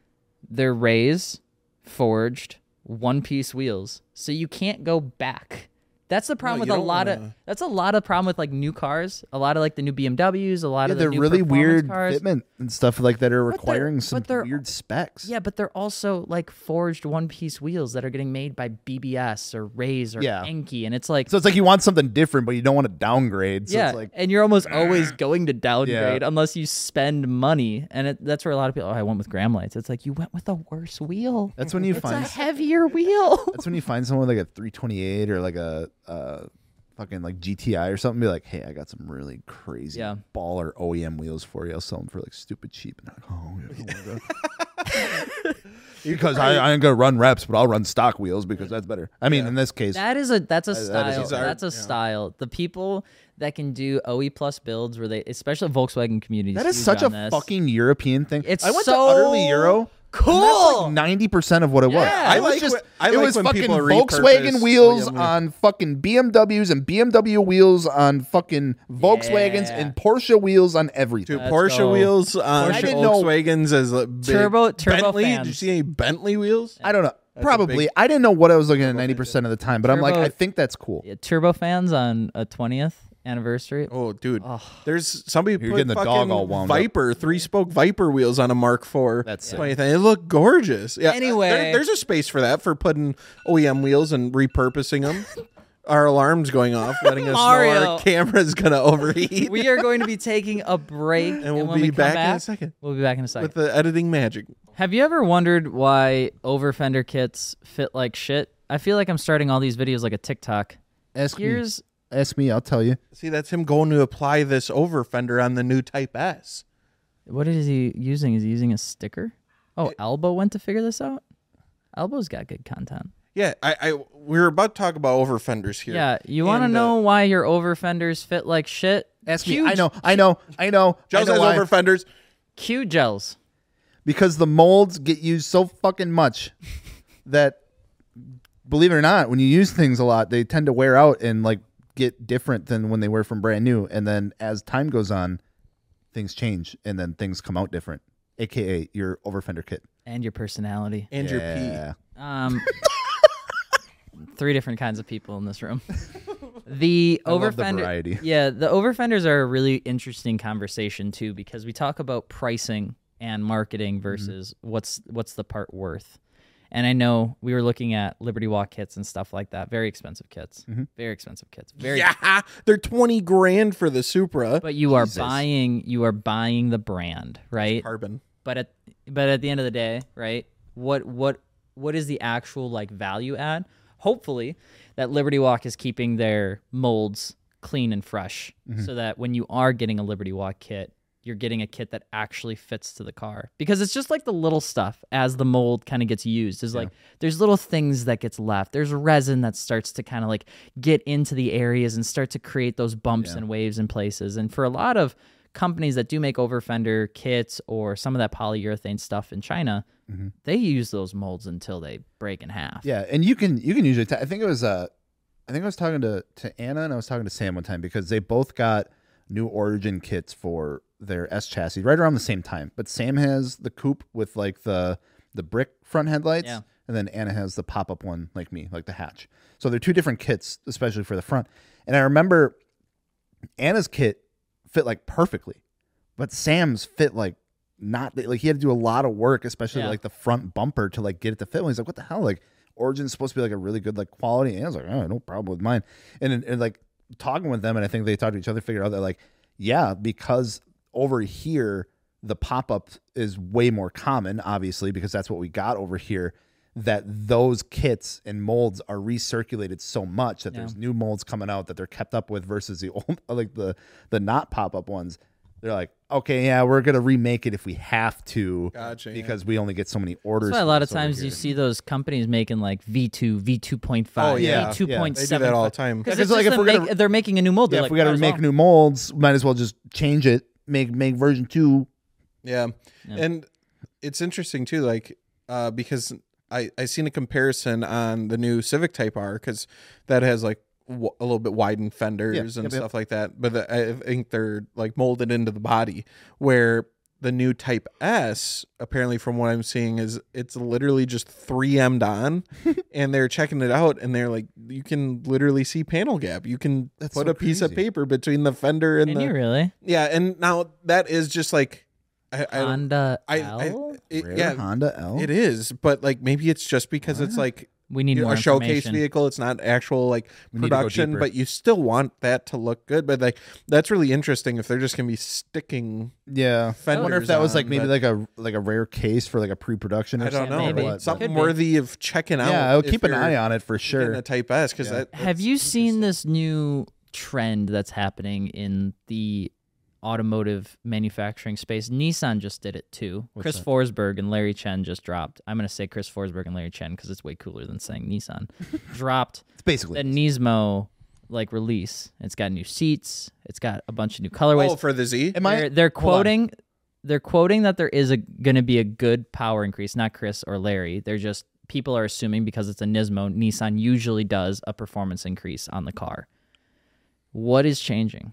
[SPEAKER 1] they're raised, forged, one piece wheels. So you can't go back. That's the problem
[SPEAKER 2] No,
[SPEAKER 1] with
[SPEAKER 2] you
[SPEAKER 1] a
[SPEAKER 2] don't
[SPEAKER 1] lot of
[SPEAKER 2] wanna-
[SPEAKER 1] that's a lot of problem with like new cars, a lot of like the new BMWs, a lot
[SPEAKER 3] Yeah,
[SPEAKER 1] of the
[SPEAKER 3] they're
[SPEAKER 1] new
[SPEAKER 3] really
[SPEAKER 1] performance
[SPEAKER 3] weird
[SPEAKER 1] cars.
[SPEAKER 3] fitment and stuff like that are
[SPEAKER 1] they're-
[SPEAKER 3] requiring some
[SPEAKER 1] but they're-
[SPEAKER 3] weird specs.
[SPEAKER 1] Yeah, but they're also like forged one piece wheels that are getting made by BBS or Rays or
[SPEAKER 3] Yeah.
[SPEAKER 1] Enki. And it's like
[SPEAKER 3] So it's like you want something different, but you don't want to downgrade. So
[SPEAKER 1] yeah,
[SPEAKER 3] it's like
[SPEAKER 1] and you're almost
[SPEAKER 3] <clears throat>
[SPEAKER 1] always going to downgrade unless you spend money, and it, that's where a lot of people. Oh, I went with Graham lights. It's like you went with a worse wheel.
[SPEAKER 3] that's when you
[SPEAKER 1] It's a
[SPEAKER 3] find
[SPEAKER 1] heavier wheel.
[SPEAKER 3] that's when you find someone with, like a 328 or like a uh, fucking like GTI or something. Be like, hey, I got some really crazy
[SPEAKER 1] Yeah.
[SPEAKER 3] baller OEM wheels for you. I'll sell them for like stupid cheap. And like, oh, yeah, I wanna <laughs> go." because I, I ain't gonna run reps, but I'll run stock wheels because <laughs> that's better. I mean, in this
[SPEAKER 1] <laughs>
[SPEAKER 3] case,
[SPEAKER 1] that is a that's a
[SPEAKER 3] that is
[SPEAKER 1] style.
[SPEAKER 3] a-
[SPEAKER 1] that's a style. The people that can do OE plus builds, where they especially Volkswagen communities.
[SPEAKER 3] that is
[SPEAKER 1] huge
[SPEAKER 3] such a
[SPEAKER 1] on this.
[SPEAKER 3] fucking European thing.
[SPEAKER 1] It's
[SPEAKER 3] I went to
[SPEAKER 1] so
[SPEAKER 3] Utterly Euro.
[SPEAKER 1] cool.
[SPEAKER 3] ninety percent of what it was.
[SPEAKER 1] Yeah. I
[SPEAKER 3] It was
[SPEAKER 2] like
[SPEAKER 3] just
[SPEAKER 2] when- I
[SPEAKER 3] it
[SPEAKER 2] like
[SPEAKER 3] was
[SPEAKER 2] when
[SPEAKER 3] fucking
[SPEAKER 2] people
[SPEAKER 3] Volkswagen
[SPEAKER 2] repurpose
[SPEAKER 3] wheels
[SPEAKER 2] OEM.
[SPEAKER 3] on fucking BMWs and BMW wheels on fucking Volkswagens
[SPEAKER 1] Yeah.
[SPEAKER 3] and Porsche wheels on everything.
[SPEAKER 2] Dude,
[SPEAKER 1] Let's
[SPEAKER 2] Porsche
[SPEAKER 1] go.
[SPEAKER 2] wheels on
[SPEAKER 3] I didn't know-
[SPEAKER 2] Volkswagens as a big
[SPEAKER 1] Turbo- turbo
[SPEAKER 2] Bentley.
[SPEAKER 1] fans.
[SPEAKER 2] Did you see any Bentley wheels?
[SPEAKER 3] I don't know.
[SPEAKER 2] a
[SPEAKER 3] Probably.
[SPEAKER 2] big-
[SPEAKER 3] I didn't know what I was looking at ninety percent of the time, but I'm like,
[SPEAKER 1] Turbo-
[SPEAKER 3] I think that's cool.
[SPEAKER 1] Yeah, turbo fans on a twentieth anniversary.
[SPEAKER 2] Oh, dude, there's somebody put
[SPEAKER 3] getting the dog
[SPEAKER 2] fucking
[SPEAKER 3] all wound up.
[SPEAKER 2] Viper three spoke Viper wheels on a Mark IV.
[SPEAKER 3] That's
[SPEAKER 2] funny thing. It looked gorgeous. Yeah.
[SPEAKER 1] Anyway.
[SPEAKER 2] there- there's a space for that for putting OEM wheels and
[SPEAKER 1] <laughs>
[SPEAKER 2] repurposing them. our alarm's going off, letting us know
[SPEAKER 1] Mario.
[SPEAKER 2] our
[SPEAKER 1] <laughs>
[SPEAKER 2] camera's gonna overheat.
[SPEAKER 1] We are going to be taking a break, and,
[SPEAKER 2] we'll
[SPEAKER 1] when
[SPEAKER 2] be
[SPEAKER 1] we come
[SPEAKER 2] back in a second.
[SPEAKER 1] We'll be back in a second.
[SPEAKER 2] with the editing magic.
[SPEAKER 1] Have you ever wondered why over fender kits fit like shit? I feel like I'm starting all these videos like a TikTok.
[SPEAKER 3] Ask
[SPEAKER 2] Hmm.
[SPEAKER 1] Here's
[SPEAKER 3] me. Ask me. I'll tell you.
[SPEAKER 2] See, that's him going to apply this over fender on the new Type S.
[SPEAKER 1] what is he using? Is he using a sticker? Oh, Elbow went to figure this out. Elbow's got good content.
[SPEAKER 2] Yeah, I, I we were about to talk about over fenders here.
[SPEAKER 1] Yeah, you want to
[SPEAKER 2] And, uh,
[SPEAKER 1] know why your over fenders fit like shit?
[SPEAKER 3] Ask
[SPEAKER 1] Q,
[SPEAKER 3] me. I know. I know. I know. I
[SPEAKER 2] Joe
[SPEAKER 3] know
[SPEAKER 2] says
[SPEAKER 3] why.
[SPEAKER 2] over fenders.
[SPEAKER 1] Q gels.
[SPEAKER 3] because the molds get used so fucking much that believe it or not when you use things a lot they tend to wear out and like get different than when they were from brand new and then as time goes on things change and then things come out different aka your over fender kit
[SPEAKER 1] And your personality.
[SPEAKER 2] and your pee.
[SPEAKER 3] yeah <laughs>
[SPEAKER 1] Um, three different kinds of people in this
[SPEAKER 3] <laughs>
[SPEAKER 1] room. The
[SPEAKER 3] love
[SPEAKER 1] over
[SPEAKER 3] the variety.
[SPEAKER 1] fender, yeah, the over fenders are a really interesting conversation too because we talk about pricing and
[SPEAKER 3] Mm-hmm.
[SPEAKER 1] marketing versus what's what's the part worth. And I know we were looking at Liberty Walk kits and stuff like that. Very expensive kits.
[SPEAKER 3] Mm-hmm.
[SPEAKER 1] Very expensive kits. Very.
[SPEAKER 2] Yeah, they're twenty grand for the Supra.
[SPEAKER 1] But you are buying. You are buying the brand, right?
[SPEAKER 2] carbon.
[SPEAKER 1] but at but at the end of the day, right? What what what is the actual like value add? Hopefully, that Liberty Walk is keeping their molds clean and fresh, so that when you are getting a Liberty Walk kit, you're getting a kit that actually fits to the car. Because it's just like the little stuff as the mold kind of gets used. Is like there's little things that gets left. There's resin that starts to kind of like get into the areas and start to create those bumps and waves in places. And for a lot of companies that do make over fender kits or some of that polyurethane stuff in China,
[SPEAKER 2] Mm-hmm.
[SPEAKER 1] they use those molds until they break in half.
[SPEAKER 3] yeah and you can you can usually t- I think it was uh i think i was talking to to anna and i was talking to sam one time because they both got new origin kits for their s chassis right around the same time but sam has the coupe with like the the brick front headlights
[SPEAKER 1] Yeah.
[SPEAKER 3] and then anna has the pop-up one like me like the hatch so they're two different kits especially for the front and i remember anna's kit fit like perfectly but sam's fit like not like he had to do a lot of work, especially
[SPEAKER 1] Yeah.
[SPEAKER 3] like the front bumper to like get it to fit. And he's like, what the hell? Like Origin's supposed to be like a really good like quality, and I was like, oh, no problem with mine. And, and, like talking with them, and I think they talked to each other, figured out that like, yeah, because over here the pop up is way more common, obviously, because that's what we got over here. That those kits and molds are recirculated so much that
[SPEAKER 1] Yeah.
[SPEAKER 3] there's new molds coming out that they're kept up with versus the <laughs> old like the the not pop up ones they're like, okay, yeah, we're gonna remake it if we have to,
[SPEAKER 2] Gotcha, yeah.
[SPEAKER 3] because we only get so many orders.
[SPEAKER 1] That's why a
[SPEAKER 3] from
[SPEAKER 1] lot of
[SPEAKER 3] this over
[SPEAKER 1] times
[SPEAKER 3] here.
[SPEAKER 1] you see those companies making like V2, V2.5,
[SPEAKER 2] Oh, yeah,
[SPEAKER 1] V2.7.
[SPEAKER 2] They do that all the time.
[SPEAKER 1] Because
[SPEAKER 3] Yeah, 'cause, like, if we're gonna-
[SPEAKER 1] they're making a new mold.
[SPEAKER 3] yeah,
[SPEAKER 1] they're like,
[SPEAKER 3] if we gotta
[SPEAKER 1] might as
[SPEAKER 3] make
[SPEAKER 1] well.
[SPEAKER 3] new molds, might as well just change it, make make version two.
[SPEAKER 2] Yeah. And it's interesting too, like uh, because I I seen a comparison on the new Civic Type R because that has like w- a little bit widened fenders
[SPEAKER 3] Yeah,
[SPEAKER 2] and
[SPEAKER 3] yep, yep.
[SPEAKER 2] stuff like that, but the, I think they're like molded into the body where. The new Type S, apparently, from what I'm seeing, is it's literally just 3M'd
[SPEAKER 3] <laughs>
[SPEAKER 2] on, and they're checking it out, and they're like, you can literally see panel gap. You can
[SPEAKER 3] That's
[SPEAKER 2] put
[SPEAKER 3] so
[SPEAKER 2] a piece of
[SPEAKER 3] crazy.
[SPEAKER 2] paper between the fender and
[SPEAKER 1] Can
[SPEAKER 2] the
[SPEAKER 1] you really?
[SPEAKER 2] yeah, and now that is just like I, I, don't-
[SPEAKER 1] Honda
[SPEAKER 2] I,
[SPEAKER 1] L?
[SPEAKER 2] I it,
[SPEAKER 3] Rare
[SPEAKER 2] yeah,
[SPEAKER 3] Honda L.
[SPEAKER 2] it is, but like maybe it's just because it's like
[SPEAKER 1] we need
[SPEAKER 2] you know,
[SPEAKER 1] more
[SPEAKER 2] a showcase
[SPEAKER 1] information.
[SPEAKER 2] vehicle. It's not actual like
[SPEAKER 3] We need to go
[SPEAKER 2] production,
[SPEAKER 3] deeper.
[SPEAKER 2] but you still want that to look good. But like that's really interesting if they're just gonna be sticking.
[SPEAKER 3] Yeah. I wonder if
[SPEAKER 2] Fenders
[SPEAKER 3] that was
[SPEAKER 2] on,
[SPEAKER 3] like maybe
[SPEAKER 2] but-
[SPEAKER 3] like a like a rare case for like a pre-production. Or
[SPEAKER 2] I don't
[SPEAKER 3] something
[SPEAKER 2] know,
[SPEAKER 3] or
[SPEAKER 1] maybe.
[SPEAKER 3] what, but-
[SPEAKER 2] something
[SPEAKER 1] Could be.
[SPEAKER 2] worthy of checking out.
[SPEAKER 3] yeah, I'll
[SPEAKER 2] if
[SPEAKER 3] keep an
[SPEAKER 2] you're
[SPEAKER 3] eye on it for
[SPEAKER 2] getting
[SPEAKER 3] sure.
[SPEAKER 2] A Type S because
[SPEAKER 3] Yeah.
[SPEAKER 2] that
[SPEAKER 1] Have
[SPEAKER 2] that's
[SPEAKER 1] you seen
[SPEAKER 2] interesting.
[SPEAKER 1] this new trend that's happening in the automotive manufacturing space? Nissan just did it too.
[SPEAKER 3] What's
[SPEAKER 1] Chris
[SPEAKER 3] that?
[SPEAKER 1] Forsberg and Larry Chen just dropped. I'm going to say Chris Forsberg and Larry Chen because it's way cooler than saying Nissan. dropped
[SPEAKER 3] It's basically
[SPEAKER 1] the Nismo like release. It's got new seats. It's got a bunch of new colorways.
[SPEAKER 2] Oh, for the Z.
[SPEAKER 3] Am I
[SPEAKER 1] they're, they're
[SPEAKER 3] hold on.
[SPEAKER 1] quoting they're quoting that there is a going to be a good power increase not chris or larry they're just people are assuming because it's a nismo nissan usually does a performance increase on the car what is changing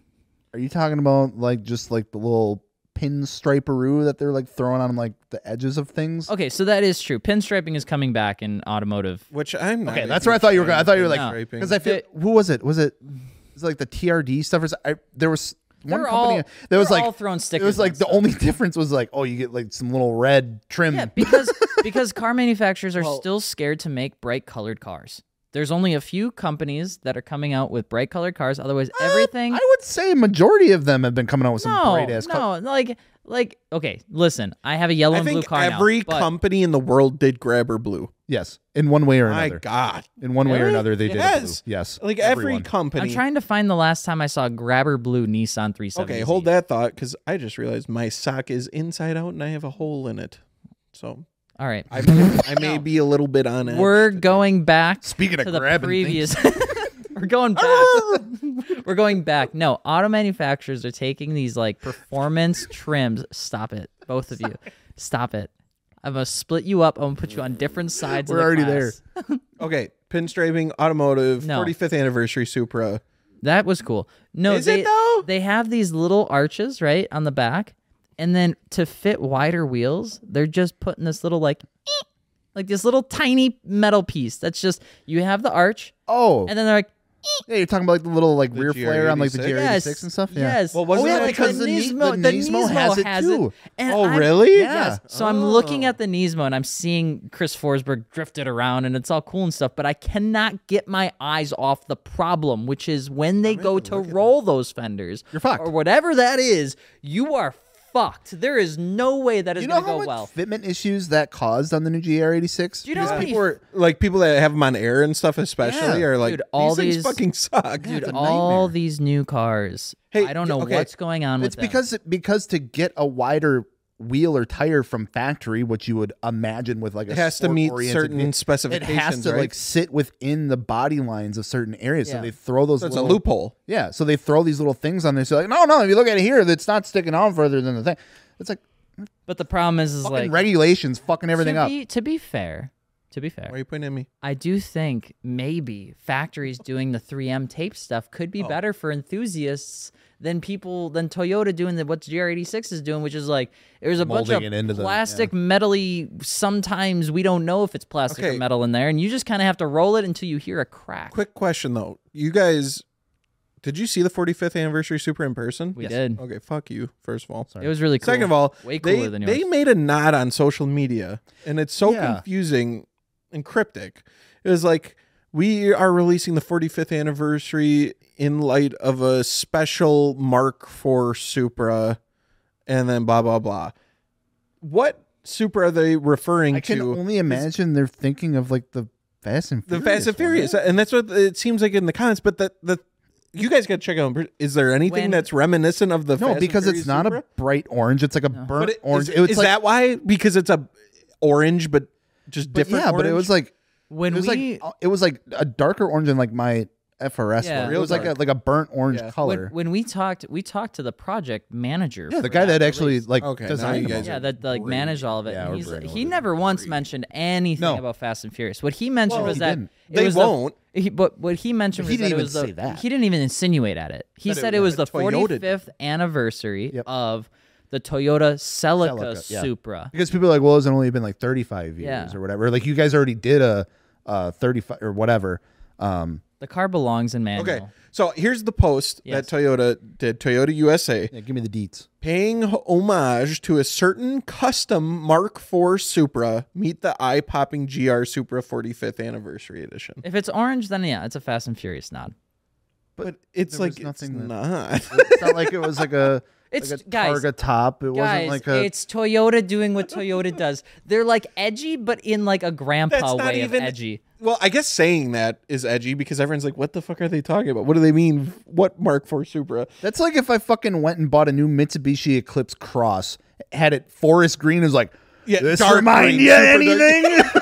[SPEAKER 3] Are you talking about like just like the little pinstriperoo that they're like throwing on like the edges of things?
[SPEAKER 1] okay so that is true pinstriping is coming back in automotive
[SPEAKER 2] Which I'm not
[SPEAKER 3] Okay,
[SPEAKER 2] a
[SPEAKER 3] that's
[SPEAKER 2] huge
[SPEAKER 3] where I thought you were
[SPEAKER 2] fan
[SPEAKER 3] going. I thought you were
[SPEAKER 2] of
[SPEAKER 1] No.
[SPEAKER 3] like
[SPEAKER 2] scraping.
[SPEAKER 3] because I feel who was it? Was it
[SPEAKER 1] <sighs>
[SPEAKER 3] was it like the TRD stuff? Or s- I, there was one
[SPEAKER 1] They're all-
[SPEAKER 3] company that was
[SPEAKER 1] they're
[SPEAKER 3] like
[SPEAKER 1] all throwing
[SPEAKER 3] It
[SPEAKER 1] stickers
[SPEAKER 3] was like
[SPEAKER 1] on
[SPEAKER 3] the
[SPEAKER 1] stuff.
[SPEAKER 3] only <laughs> difference was like oh you get like some little red trim.
[SPEAKER 1] yeah
[SPEAKER 3] <laughs>
[SPEAKER 1] because because car manufacturers are still scared to make bright colored cars there's only a few companies that are coming out with bright colored cars otherwise everything
[SPEAKER 3] Uh, I would say majority of them have been coming out with some
[SPEAKER 1] no,
[SPEAKER 3] bright ass.
[SPEAKER 1] no, like, like, okay, listen. I have a yellow
[SPEAKER 2] I
[SPEAKER 1] and blue
[SPEAKER 2] think
[SPEAKER 1] car now,
[SPEAKER 2] every
[SPEAKER 1] but-
[SPEAKER 2] company in the world did grab her blue.
[SPEAKER 3] yes, in one way or
[SPEAKER 2] My
[SPEAKER 3] another.
[SPEAKER 2] God,
[SPEAKER 3] In one way or
[SPEAKER 2] Really?
[SPEAKER 3] another, they did. it blue.
[SPEAKER 2] Yes.
[SPEAKER 3] Yes,
[SPEAKER 2] like every
[SPEAKER 3] everyone.
[SPEAKER 2] company.
[SPEAKER 1] I'm trying to find the last time I saw a grabber blue Nissan 370.
[SPEAKER 2] Okay, hold that thought because I just realized my sock is inside out and I have a hole in it. So
[SPEAKER 1] All right,
[SPEAKER 2] I, I may be a little bit on edge.
[SPEAKER 1] we're going back
[SPEAKER 3] Speaking of
[SPEAKER 1] to the
[SPEAKER 3] grabbing
[SPEAKER 1] previous. we're going back. we're going back. No, auto manufacturers are taking these like performance trims. Stop it, both of you. Stop it. I'm gonna split you up. I'm gonna put you on different sides.
[SPEAKER 3] We're
[SPEAKER 1] of the
[SPEAKER 3] already
[SPEAKER 1] class. there.
[SPEAKER 2] okay, pinstriping, automotive,
[SPEAKER 1] No.
[SPEAKER 2] 45th anniversary Supra.
[SPEAKER 1] That was cool. No,
[SPEAKER 2] Is
[SPEAKER 1] they,
[SPEAKER 2] it though?
[SPEAKER 1] They have these little arches right on the back, and then to fit wider wheels, they're just putting this little like, <clears throat> eek, like this little tiny metal piece. That's just you have the arch,
[SPEAKER 3] Oh,
[SPEAKER 1] and then they're like,
[SPEAKER 3] yeah, you're talking about like the little like
[SPEAKER 2] The
[SPEAKER 3] rear flare on like the
[SPEAKER 2] GR86?
[SPEAKER 3] GR86
[SPEAKER 1] yes,
[SPEAKER 3] and stuff. Yeah.
[SPEAKER 1] yes.
[SPEAKER 2] Well, wasn't
[SPEAKER 1] oh, yeah,
[SPEAKER 2] that
[SPEAKER 1] because the,
[SPEAKER 3] the Ni-
[SPEAKER 1] Nismo,
[SPEAKER 3] the
[SPEAKER 1] the Nismo
[SPEAKER 3] Nismo has it too.
[SPEAKER 1] and
[SPEAKER 2] Oh,
[SPEAKER 1] I'm-
[SPEAKER 2] really?
[SPEAKER 1] Yes. So I'm
[SPEAKER 3] Oh.
[SPEAKER 1] looking at the Nismo and I'm seeing Chris Forsberg drifted around, and it's all cool and stuff. But I cannot get my eyes off the problem, which is when they go to roll those fenders,
[SPEAKER 3] You're fucked.
[SPEAKER 1] or whatever that is. You are fucked. There is no way that is
[SPEAKER 3] You know
[SPEAKER 1] going to
[SPEAKER 3] how
[SPEAKER 1] go
[SPEAKER 3] much
[SPEAKER 1] well.
[SPEAKER 3] fitment issues that caused on the new GR86?
[SPEAKER 1] Do you know
[SPEAKER 3] Because
[SPEAKER 1] how many
[SPEAKER 3] people were
[SPEAKER 2] Like people that have them on air and stuff, especially,
[SPEAKER 3] Yeah.
[SPEAKER 2] are like,
[SPEAKER 1] Dude, all
[SPEAKER 2] these,
[SPEAKER 1] these-
[SPEAKER 2] things fucking suck.
[SPEAKER 1] Dude,
[SPEAKER 3] a
[SPEAKER 1] all
[SPEAKER 3] nightmare.
[SPEAKER 1] these new cars.
[SPEAKER 2] Hey,
[SPEAKER 1] I don't know
[SPEAKER 2] okay.
[SPEAKER 1] what's going on with
[SPEAKER 3] It's
[SPEAKER 1] them.
[SPEAKER 3] because because to get a wider wheel or tire from factory, what you would imagine with like a
[SPEAKER 2] it has to meet
[SPEAKER 3] sport-oriented
[SPEAKER 2] certain
[SPEAKER 3] vehicle, it
[SPEAKER 2] specifications.
[SPEAKER 3] has to
[SPEAKER 2] right?
[SPEAKER 3] like sit within the body lines of certain areas.
[SPEAKER 1] Yeah.
[SPEAKER 3] So they throw those.
[SPEAKER 2] so it's a
[SPEAKER 3] little,
[SPEAKER 2] loophole.
[SPEAKER 3] Yeah, so they throw these little things on there. So like, no, no. If you look at it here, it's not sticking on further than the thing. It's like
[SPEAKER 1] but the problem is, is
[SPEAKER 3] fucking
[SPEAKER 1] like
[SPEAKER 3] regulations, fucking everything
[SPEAKER 1] to
[SPEAKER 3] up.
[SPEAKER 1] Be, to be fair, to be fair,
[SPEAKER 2] Why are you pointing at me?
[SPEAKER 1] I do think maybe factories doing the 3M tape stuff could
[SPEAKER 3] Oh.
[SPEAKER 1] be better for enthusiasts than people than Toyota doing the what GR86 is doing, which is like there's a bunch
[SPEAKER 3] Molding
[SPEAKER 1] of
[SPEAKER 3] it into the-
[SPEAKER 1] plastic, metally. Sometimes we don't know if it's plastic
[SPEAKER 2] Okay.
[SPEAKER 1] or metal in there, and you just kind of have to roll it until you hear a crack.
[SPEAKER 2] Quick question though. You guys, did you see the 45th anniversary Supra in person?
[SPEAKER 1] we did.
[SPEAKER 2] Okay, fuck you, first of all.
[SPEAKER 1] It was really cool.
[SPEAKER 2] Second of all,
[SPEAKER 1] way cooler
[SPEAKER 2] they,
[SPEAKER 1] than yours.
[SPEAKER 2] they made a nod on social media, and it's so
[SPEAKER 3] Yeah.
[SPEAKER 2] confusing and cryptic. It was like we are releasing the 45th anniversary in light of a special mark for Supra, and then blah blah blah. What Supra are they referring
[SPEAKER 3] I can
[SPEAKER 2] to?
[SPEAKER 3] only imagine they're thinking of like the Fast and
[SPEAKER 2] the
[SPEAKER 3] Furious
[SPEAKER 2] Fast and
[SPEAKER 3] one.
[SPEAKER 2] Furious, and that's what it seems like in the comments. But the the you guys got to check out. Is there anything
[SPEAKER 1] When-
[SPEAKER 2] that's reminiscent of the
[SPEAKER 3] No,
[SPEAKER 2] Fast and
[SPEAKER 3] because
[SPEAKER 2] Furious
[SPEAKER 3] it's not
[SPEAKER 2] Supra?
[SPEAKER 3] a bright orange. It's like a burnt
[SPEAKER 2] But it,
[SPEAKER 3] orange.
[SPEAKER 2] Is,
[SPEAKER 3] it was
[SPEAKER 2] is
[SPEAKER 3] like,
[SPEAKER 2] that why? Because it's a orange, but just
[SPEAKER 3] but
[SPEAKER 2] different.
[SPEAKER 3] Yeah, but it
[SPEAKER 2] orange?
[SPEAKER 3] was like
[SPEAKER 1] when
[SPEAKER 3] it was
[SPEAKER 1] we
[SPEAKER 3] like uh, it was like a darker orange than like my FRS
[SPEAKER 1] Yeah.
[SPEAKER 3] one. It
[SPEAKER 2] Real
[SPEAKER 3] was like a
[SPEAKER 2] dark.
[SPEAKER 3] like a burnt orange
[SPEAKER 2] Yeah.
[SPEAKER 1] When,
[SPEAKER 3] color.
[SPEAKER 1] when we talked, we talked to the project manager.
[SPEAKER 3] yeah,
[SPEAKER 1] for
[SPEAKER 3] the guy that actually
[SPEAKER 1] release.
[SPEAKER 3] like
[SPEAKER 2] Okay, now
[SPEAKER 3] designed
[SPEAKER 2] you
[SPEAKER 3] them
[SPEAKER 2] guys
[SPEAKER 1] yeah,
[SPEAKER 3] all.
[SPEAKER 2] are
[SPEAKER 1] that like managed all of it.
[SPEAKER 3] Yeah,
[SPEAKER 1] and
[SPEAKER 3] we're
[SPEAKER 1] he's,
[SPEAKER 3] bringing all
[SPEAKER 1] he
[SPEAKER 3] of it.
[SPEAKER 1] never once mentioned anything
[SPEAKER 3] No.
[SPEAKER 1] about Fast and Furious. What he mentioned
[SPEAKER 3] Well,
[SPEAKER 1] was
[SPEAKER 3] he
[SPEAKER 1] that
[SPEAKER 3] didn't.
[SPEAKER 1] it
[SPEAKER 2] They
[SPEAKER 1] was the-
[SPEAKER 2] won't.
[SPEAKER 1] he, but what he mentioned
[SPEAKER 3] He
[SPEAKER 1] was
[SPEAKER 3] didn't
[SPEAKER 1] that it
[SPEAKER 3] even
[SPEAKER 1] was the,
[SPEAKER 3] say that.
[SPEAKER 1] he didn't even insinuate at it. He
[SPEAKER 2] That it
[SPEAKER 1] said
[SPEAKER 2] was
[SPEAKER 1] it was
[SPEAKER 2] the
[SPEAKER 1] the
[SPEAKER 2] Toyota did.
[SPEAKER 1] 45th anniversary
[SPEAKER 3] Yep.
[SPEAKER 1] of the Toyota Celica,
[SPEAKER 3] Celica, yeah.
[SPEAKER 1] Supra.
[SPEAKER 3] Because people are like, well, it's only been like 35 years
[SPEAKER 1] Yeah.
[SPEAKER 3] or whatever. Like you guys already did a, uh 35 or whatever. Um,
[SPEAKER 1] The car belongs in manual.
[SPEAKER 2] Okay. So here's the post
[SPEAKER 1] Yes.
[SPEAKER 2] that Toyota did. Toyota USA
[SPEAKER 3] yeah, give me the deets.
[SPEAKER 2] paying homage to a certain custom Mark IV Supra. Meet the eye-popping GR Supra 45th anniversary edition.
[SPEAKER 1] If it's orange, then yeah, it's a Fast and Furious nod.
[SPEAKER 2] But, it's
[SPEAKER 3] there
[SPEAKER 2] like
[SPEAKER 3] was
[SPEAKER 2] nothing
[SPEAKER 3] nothing that-
[SPEAKER 2] not.
[SPEAKER 3] <laughs> It's not like it was like a
[SPEAKER 1] It's-
[SPEAKER 3] like a
[SPEAKER 1] guys,
[SPEAKER 3] Targa top. It
[SPEAKER 1] Guys,
[SPEAKER 3] wasn't like a
[SPEAKER 1] it's Toyota doing what Toyota does. They're like edgy, but in like a
[SPEAKER 2] That's
[SPEAKER 1] grandpa
[SPEAKER 2] not
[SPEAKER 1] way
[SPEAKER 2] even-
[SPEAKER 1] of edgy.
[SPEAKER 2] well, I guess saying that is edgy because everyone's like, "What the fuck are they talking about? What do they mean? What Mark IV Supra?"
[SPEAKER 3] That's like if I fucking went and bought a new Mitsubishi Eclipse Cross, had it forest green, is like,
[SPEAKER 2] Yeah,
[SPEAKER 3] this
[SPEAKER 2] dark
[SPEAKER 3] remind
[SPEAKER 2] green,
[SPEAKER 3] you
[SPEAKER 2] super dark-
[SPEAKER 3] <laughs> anything?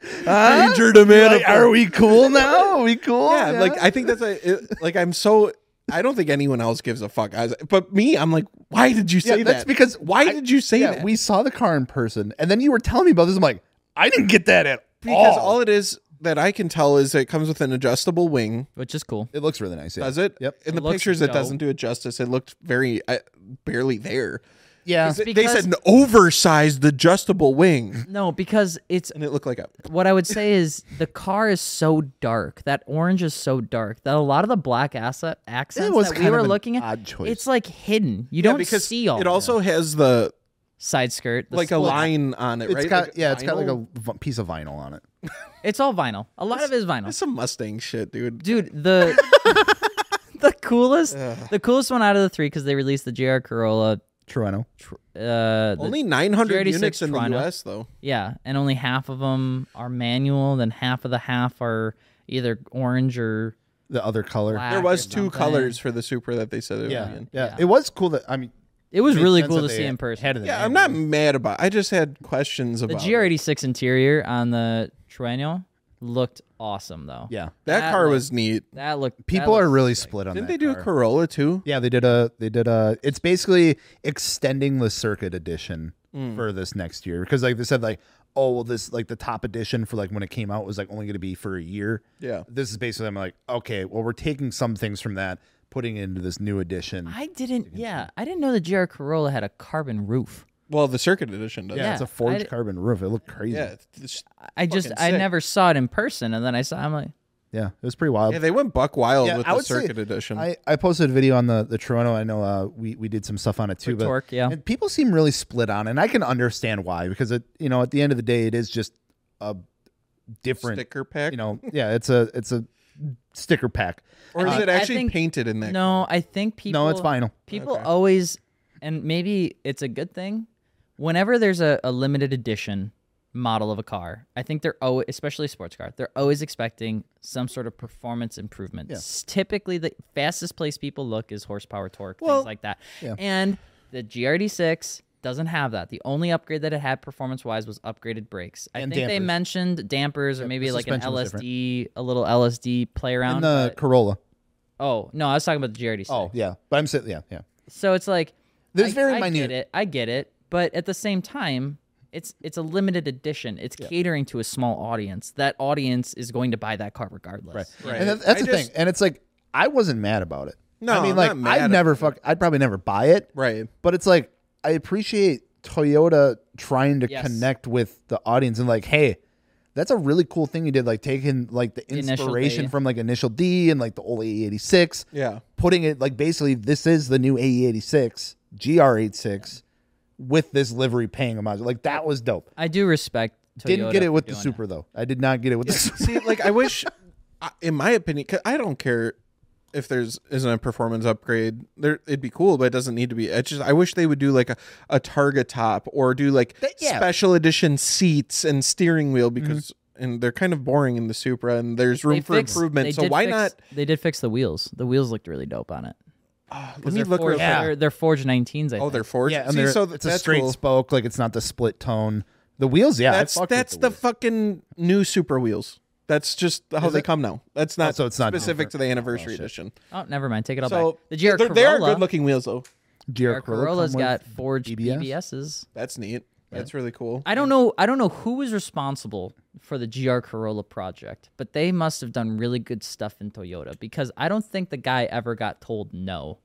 [SPEAKER 3] Huh?
[SPEAKER 2] Injured a man.
[SPEAKER 3] Like, are we cool now? Are we cool?
[SPEAKER 2] yeah, like I think that's a, it, like I'm so I don't think anyone else gives a fuck. I was, but me, I'm like, why did you
[SPEAKER 3] Yeah,
[SPEAKER 2] say
[SPEAKER 3] that's
[SPEAKER 2] that?
[SPEAKER 3] because
[SPEAKER 2] why
[SPEAKER 3] I-
[SPEAKER 2] did you say
[SPEAKER 3] yeah,
[SPEAKER 2] that?
[SPEAKER 3] We saw the car in person, and then you were telling me about this. I'm like, I didn't get that at
[SPEAKER 2] because
[SPEAKER 3] all.
[SPEAKER 2] all it is that I can tell is it comes with an adjustable wing.
[SPEAKER 1] Which is cool.
[SPEAKER 3] it looks really nice. Yeah.
[SPEAKER 2] Does it?
[SPEAKER 3] Yep.
[SPEAKER 2] In
[SPEAKER 1] It
[SPEAKER 2] the
[SPEAKER 1] looks
[SPEAKER 2] pictures, it
[SPEAKER 1] dope.
[SPEAKER 2] doesn't do it justice. It looked very I, barely there.
[SPEAKER 3] Yeah.
[SPEAKER 1] Is it-
[SPEAKER 2] they
[SPEAKER 1] Because-
[SPEAKER 2] said an oversized adjustable wing,
[SPEAKER 1] No, because it's
[SPEAKER 2] and it looked like a.
[SPEAKER 1] what I would say is the car is so dark. That orange is so dark that a lot of the black asset accents
[SPEAKER 3] was
[SPEAKER 1] that
[SPEAKER 3] kind
[SPEAKER 1] we
[SPEAKER 3] of
[SPEAKER 1] were
[SPEAKER 3] an
[SPEAKER 1] looking at,
[SPEAKER 3] odd choice.
[SPEAKER 1] it's like hidden. You
[SPEAKER 2] Yeah,
[SPEAKER 1] don't
[SPEAKER 2] because
[SPEAKER 1] see all
[SPEAKER 2] it
[SPEAKER 1] of
[SPEAKER 2] also has the
[SPEAKER 1] side skirt, the
[SPEAKER 2] like a
[SPEAKER 1] split.
[SPEAKER 2] line on it,
[SPEAKER 3] It's
[SPEAKER 2] right?
[SPEAKER 3] got
[SPEAKER 2] Like a
[SPEAKER 3] yeah, it's got like
[SPEAKER 2] vinyl?
[SPEAKER 3] a v- piece of vinyl on it.
[SPEAKER 1] It's all vinyl. A lot of it is vinyl.
[SPEAKER 2] That's some Mustang shit, dude.
[SPEAKER 1] dude the <laughs> the coolest the coolest one out of the three because they released the gr corolla
[SPEAKER 3] Toronto.
[SPEAKER 1] tr- uh the-
[SPEAKER 2] Only 900
[SPEAKER 1] 386
[SPEAKER 2] units in the
[SPEAKER 1] Toronto.
[SPEAKER 2] U.S. though.
[SPEAKER 1] yeah and only half of them are manual then half of the half are either orange or
[SPEAKER 3] The other color.
[SPEAKER 1] black
[SPEAKER 2] There
[SPEAKER 1] or
[SPEAKER 2] was two
[SPEAKER 1] something.
[SPEAKER 2] colors for the Supra that they said it would be
[SPEAKER 3] Yeah,
[SPEAKER 2] in.
[SPEAKER 3] yeah.
[SPEAKER 1] Yeah.
[SPEAKER 3] It was cool that I mean,
[SPEAKER 1] it was
[SPEAKER 3] Makes
[SPEAKER 1] really
[SPEAKER 3] sense
[SPEAKER 1] cool
[SPEAKER 3] that
[SPEAKER 1] to
[SPEAKER 3] they
[SPEAKER 1] see in person
[SPEAKER 3] had it in
[SPEAKER 2] Yeah,
[SPEAKER 3] the
[SPEAKER 2] I'm not mad about. I just had questions
[SPEAKER 1] the
[SPEAKER 2] about it.
[SPEAKER 1] gr86 interior on the Trueno looked awesome though
[SPEAKER 3] Yeah.
[SPEAKER 2] that,
[SPEAKER 1] that
[SPEAKER 2] car
[SPEAKER 1] looked-
[SPEAKER 2] was neat.
[SPEAKER 1] that looked that
[SPEAKER 3] People are
[SPEAKER 1] looked
[SPEAKER 3] really
[SPEAKER 1] sick.
[SPEAKER 3] split on
[SPEAKER 2] Didn't
[SPEAKER 3] that
[SPEAKER 2] they do
[SPEAKER 3] car.
[SPEAKER 2] a Corolla too?
[SPEAKER 3] Yeah, they did a they did a it's basically extending the circuit edition for this next year because like they said like oh well this like the top edition for like when it came out was like only going to be for a year.
[SPEAKER 2] Yeah.
[SPEAKER 3] This is basically I'm like okay, well we're taking some things from that putting it into this new edition.
[SPEAKER 1] I didn't yeah I didn't know the gr corolla had a carbon roof
[SPEAKER 2] Well, the Circuit Edition does.
[SPEAKER 3] yeah, it's
[SPEAKER 1] yeah,
[SPEAKER 3] a forged
[SPEAKER 1] I-
[SPEAKER 3] carbon roof. It looked crazy.
[SPEAKER 2] yeah.
[SPEAKER 3] Yeah,
[SPEAKER 2] it's-
[SPEAKER 1] I just
[SPEAKER 2] Fucking
[SPEAKER 1] I
[SPEAKER 2] sick.
[SPEAKER 1] never saw it in person and then I saw I'm like
[SPEAKER 3] it was pretty wild.
[SPEAKER 2] yeah, they went buck wild
[SPEAKER 3] Yeah,
[SPEAKER 2] with
[SPEAKER 3] I
[SPEAKER 2] the
[SPEAKER 3] would say
[SPEAKER 2] Circuit Edition.
[SPEAKER 3] I, I posted a video on the, the Toronto. I know uh, we, we did some stuff on it too, but
[SPEAKER 1] Torque, yeah.
[SPEAKER 3] and people seem really split on, it, and I can understand why because it you know at the end of the day it is just a different
[SPEAKER 2] sticker pack,
[SPEAKER 3] you know yeah it's a it's a sticker pack.
[SPEAKER 2] or is
[SPEAKER 1] I-
[SPEAKER 2] it
[SPEAKER 1] I
[SPEAKER 2] actually
[SPEAKER 1] think-
[SPEAKER 2] painted in that?
[SPEAKER 1] No, I think people.
[SPEAKER 3] no, it's vinyl.
[SPEAKER 1] People
[SPEAKER 2] Okay.
[SPEAKER 1] always, and maybe it's a good thing. Whenever there's a, a limited edition model of a car, I think they're always, especially a sports car, they're always expecting some sort of performance improvement. S- Typically, the fastest place people look is horsepower, torque,
[SPEAKER 2] Well,
[SPEAKER 1] things like that.
[SPEAKER 3] yeah.
[SPEAKER 1] And the GRD6 doesn't have that. The only upgrade that it had performance wise was upgraded brakes. I
[SPEAKER 3] And
[SPEAKER 1] think they
[SPEAKER 3] dampers.
[SPEAKER 1] mentioned dampers or maybe
[SPEAKER 3] the
[SPEAKER 1] like an
[SPEAKER 3] suspension was different.
[SPEAKER 1] LSD, a little LSD play around.
[SPEAKER 3] And the
[SPEAKER 1] but-
[SPEAKER 3] Corolla.
[SPEAKER 1] oh, no, I was talking about the GRD6.
[SPEAKER 3] Oh yeah, but I'm saying yeah yeah.
[SPEAKER 1] So it's like
[SPEAKER 3] There's
[SPEAKER 1] I,
[SPEAKER 3] very
[SPEAKER 1] I
[SPEAKER 3] minute-
[SPEAKER 1] Get it, I get it, but at the same time, it's it's a limited edition. It's catering to a small audience. That audience is going to buy that car regardless.
[SPEAKER 2] Right.
[SPEAKER 3] And that, that's
[SPEAKER 2] I
[SPEAKER 3] the
[SPEAKER 2] just-
[SPEAKER 3] thing, and it's like I wasn't mad about it.
[SPEAKER 2] No,
[SPEAKER 3] I mean
[SPEAKER 2] I'm
[SPEAKER 3] like
[SPEAKER 2] not mad
[SPEAKER 3] I'd never fuck. I'd probably never buy it.
[SPEAKER 2] right.
[SPEAKER 3] but it's like I appreciate Toyota trying to
[SPEAKER 1] Yes.
[SPEAKER 3] connect with the audience and like, hey, that's a really cool thing you did, like taking like the
[SPEAKER 1] Initial
[SPEAKER 3] inspiration
[SPEAKER 1] D.
[SPEAKER 3] from like Initial D and like the old AE86,
[SPEAKER 2] Yeah,
[SPEAKER 3] putting it like basically this is the new AE86 GR86 with this livery paying homage. Like that was dope.
[SPEAKER 1] I do respect. Toyota
[SPEAKER 3] Didn't get it
[SPEAKER 1] for
[SPEAKER 3] with the
[SPEAKER 1] doing
[SPEAKER 3] Super though. I did not get it with
[SPEAKER 2] <laughs>
[SPEAKER 3] the Super.
[SPEAKER 2] See, like I wish, I- in my opinion, 'cause I don't care if there's isn't a performance upgrade. There, it'd be cool, but it doesn't need to be. It's just I wish they would do like a, a Targa top or do like
[SPEAKER 3] Th- yeah. Mm-hmm.
[SPEAKER 2] special edition seats and steering wheel because and they're kind of boring in the Supra and there's
[SPEAKER 1] They
[SPEAKER 2] room for
[SPEAKER 1] fixed- they
[SPEAKER 2] improvement. So
[SPEAKER 1] did
[SPEAKER 2] why
[SPEAKER 1] fix-
[SPEAKER 2] not?
[SPEAKER 1] They did fix the wheels. The wheels looked really dope on it.
[SPEAKER 2] Let me
[SPEAKER 1] They're
[SPEAKER 2] look.
[SPEAKER 1] forged,
[SPEAKER 2] real quick.
[SPEAKER 1] they're, they're forged 19s. I
[SPEAKER 2] Oh,
[SPEAKER 1] think.
[SPEAKER 2] they're forged.
[SPEAKER 3] yeah, and
[SPEAKER 2] See,
[SPEAKER 3] they're,
[SPEAKER 2] so
[SPEAKER 3] it's a
[SPEAKER 2] that's
[SPEAKER 3] straight
[SPEAKER 2] cool.
[SPEAKER 3] spoke. Like it's not the split tone. The wheels, yeah, I
[SPEAKER 2] That's
[SPEAKER 3] fucked with
[SPEAKER 2] that's the
[SPEAKER 3] wheels.
[SPEAKER 2] fucking new Super wheels. That's just how
[SPEAKER 3] Is
[SPEAKER 2] they
[SPEAKER 3] it? Oh,
[SPEAKER 2] come now. That's not
[SPEAKER 3] so it's not
[SPEAKER 2] specific
[SPEAKER 3] different.
[SPEAKER 2] to the anniversary
[SPEAKER 3] Oh, shit.
[SPEAKER 2] edition.
[SPEAKER 1] Oh, never mind. Take it all
[SPEAKER 2] So
[SPEAKER 1] back. The GR
[SPEAKER 2] they're- they are
[SPEAKER 1] Corolla-
[SPEAKER 2] good looking wheels though.
[SPEAKER 1] GR Corolla's
[SPEAKER 3] come
[SPEAKER 1] got
[SPEAKER 3] with
[SPEAKER 1] forged
[SPEAKER 3] BBS?
[SPEAKER 1] BBSs.
[SPEAKER 2] That's neat. That's really cool.
[SPEAKER 1] I don't know. I don't know who was responsible for the GR Corolla project, but they must have done really good stuff in Toyota because I don't think the guy ever got told no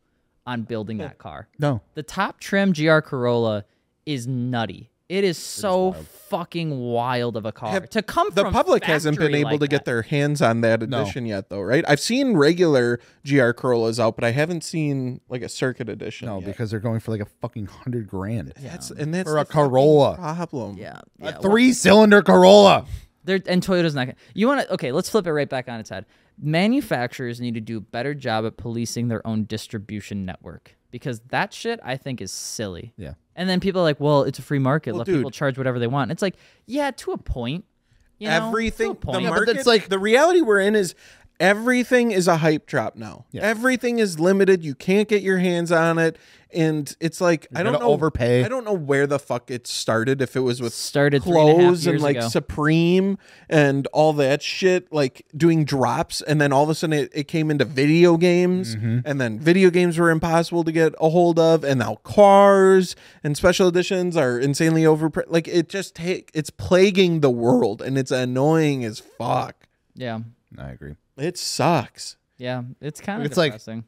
[SPEAKER 1] on building
[SPEAKER 2] <laughs>
[SPEAKER 1] that car.
[SPEAKER 3] No,
[SPEAKER 1] The top trim GR Corolla is nutty. It is so fucking wild of a car
[SPEAKER 2] Have-
[SPEAKER 1] to come
[SPEAKER 2] the
[SPEAKER 1] from
[SPEAKER 2] public hasn't been
[SPEAKER 1] factory
[SPEAKER 2] able
[SPEAKER 1] like
[SPEAKER 2] to get
[SPEAKER 1] that.
[SPEAKER 2] their hands on that
[SPEAKER 3] No.
[SPEAKER 2] edition yet though, right? I've seen regular GR Corollas out, but I haven't seen like a circuit edition.
[SPEAKER 3] no,
[SPEAKER 2] yet.
[SPEAKER 3] because they're going for like a fucking hundred grand
[SPEAKER 2] that's and that's
[SPEAKER 3] for a
[SPEAKER 2] the fucking
[SPEAKER 3] Corolla,
[SPEAKER 2] problem.
[SPEAKER 1] Yeah, yeah.
[SPEAKER 3] a three-cylinder Corolla.
[SPEAKER 1] They're, and Toyota's not. Gonna, you want to? Okay, let's flip it right back on its head. Manufacturers need to do a better job at policing their own distribution network because that shit I think is silly.
[SPEAKER 3] Yeah.
[SPEAKER 1] And then people are like, "Well, it's a free market. Let
[SPEAKER 2] dude.
[SPEAKER 1] people charge whatever they want." It's like, yeah, to a point. You know, to a
[SPEAKER 2] everything the
[SPEAKER 1] point.
[SPEAKER 2] market,
[SPEAKER 3] that's like-
[SPEAKER 2] the reality we're in is everything is a hype drop now. Everything is limited. You can't get your hands on it, and it's like I don't
[SPEAKER 3] gonna
[SPEAKER 2] know
[SPEAKER 3] overpay.
[SPEAKER 2] I don't know where the fuck it started. If it was with
[SPEAKER 1] Started three and a half
[SPEAKER 2] clothes and
[SPEAKER 1] years
[SPEAKER 2] like
[SPEAKER 1] ago.
[SPEAKER 2] Supreme and all that shit, like doing drops, and then all of a sudden it, it came into video games,
[SPEAKER 1] Mm-hmm.
[SPEAKER 2] and then video games were impossible to get a hold of, and now cars and special editions are insanely over. Like it just take it's plaguing the world, and it's annoying as fuck.
[SPEAKER 1] yeah,
[SPEAKER 3] I agree.
[SPEAKER 2] It sucks.
[SPEAKER 1] yeah. It's kind of
[SPEAKER 3] It's like-
[SPEAKER 1] depressing.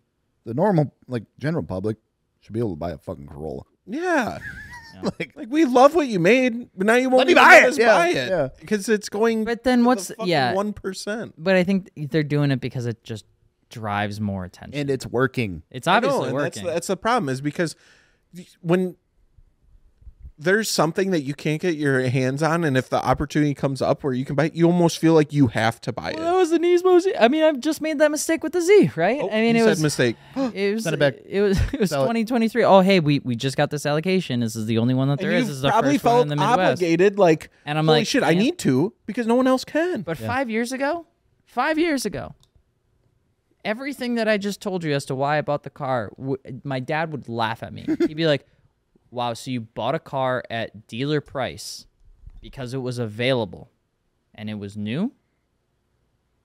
[SPEAKER 3] The normal, like general public, should be able to buy a fucking Corolla.
[SPEAKER 1] <laughs>
[SPEAKER 2] Yeah. <laughs>
[SPEAKER 3] Like,
[SPEAKER 2] Like we love what you made, but now you won't
[SPEAKER 3] me
[SPEAKER 2] even
[SPEAKER 3] buy
[SPEAKER 2] let
[SPEAKER 3] it.
[SPEAKER 2] us
[SPEAKER 3] Yeah,
[SPEAKER 2] buy it
[SPEAKER 3] yeah.
[SPEAKER 2] because it's going.
[SPEAKER 1] But then what's yeah?
[SPEAKER 2] one percent?
[SPEAKER 1] But I think they're doing it because it just drives more attention.
[SPEAKER 3] and it's working.
[SPEAKER 1] it's
[SPEAKER 2] I know,
[SPEAKER 1] obviously
[SPEAKER 2] and
[SPEAKER 1] working.
[SPEAKER 2] That's, that's the problem is because when there's something that you can't get your hands on, and if the opportunity comes up where you can buy it, you almost feel like you have to buy
[SPEAKER 1] That
[SPEAKER 2] it.
[SPEAKER 1] was the Nismo Z. I mean, I've just made that mistake with the Z, right? I mean,
[SPEAKER 2] Oh,
[SPEAKER 1] it
[SPEAKER 2] you said
[SPEAKER 1] was,
[SPEAKER 2] mistake.
[SPEAKER 1] it was
[SPEAKER 3] Send it back.
[SPEAKER 1] it was it was
[SPEAKER 3] Sell it.
[SPEAKER 1] 2023. Oh, hey, we we just got this allocation. This is the only one that <gasps> there
[SPEAKER 2] And
[SPEAKER 1] is.
[SPEAKER 2] you
[SPEAKER 1] This is the
[SPEAKER 2] probably
[SPEAKER 1] first one in
[SPEAKER 2] felt
[SPEAKER 1] the Midwest.
[SPEAKER 2] obligated, like,
[SPEAKER 1] And I'm
[SPEAKER 2] holy
[SPEAKER 1] like,
[SPEAKER 2] shit, I
[SPEAKER 1] man.
[SPEAKER 2] need to because no one else can.
[SPEAKER 1] But five years ago, five years ago, everything that I just told you as to why I bought the car, w- my dad would laugh
[SPEAKER 2] <laughs>
[SPEAKER 1] at me. He'd be like, "Wow, so you bought a car at dealer price because it was available and it was new."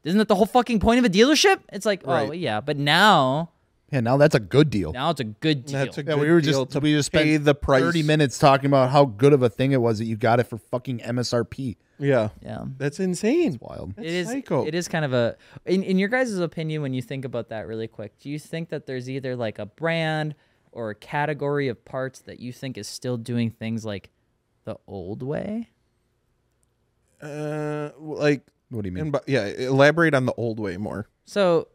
[SPEAKER 1] Isn't that the whole fucking point of a dealership? It's like, oh
[SPEAKER 2] Right.
[SPEAKER 1] yeah, but now
[SPEAKER 3] Yeah, now that's a good deal.
[SPEAKER 1] now it's a good deal.
[SPEAKER 2] That's a
[SPEAKER 3] Yeah,
[SPEAKER 2] good
[SPEAKER 3] we were
[SPEAKER 2] deal
[SPEAKER 3] just
[SPEAKER 2] to
[SPEAKER 3] we just
[SPEAKER 2] pay
[SPEAKER 3] spent
[SPEAKER 2] the price.
[SPEAKER 3] thirty minutes talking about how good of a thing it was that you got it for fucking MSRP.
[SPEAKER 2] Yeah,
[SPEAKER 1] yeah.
[SPEAKER 2] that's insane.
[SPEAKER 3] Wild.
[SPEAKER 1] it is
[SPEAKER 2] psycho.
[SPEAKER 1] it is kind of a in, in your guys' opinion when you think about that really quick do you think that there's either like a brand or a category of parts that you think is still doing things like the old way
[SPEAKER 2] Uh, like,
[SPEAKER 3] What do you mean?
[SPEAKER 2] and, but yeah, elaborate on the old way more.
[SPEAKER 1] so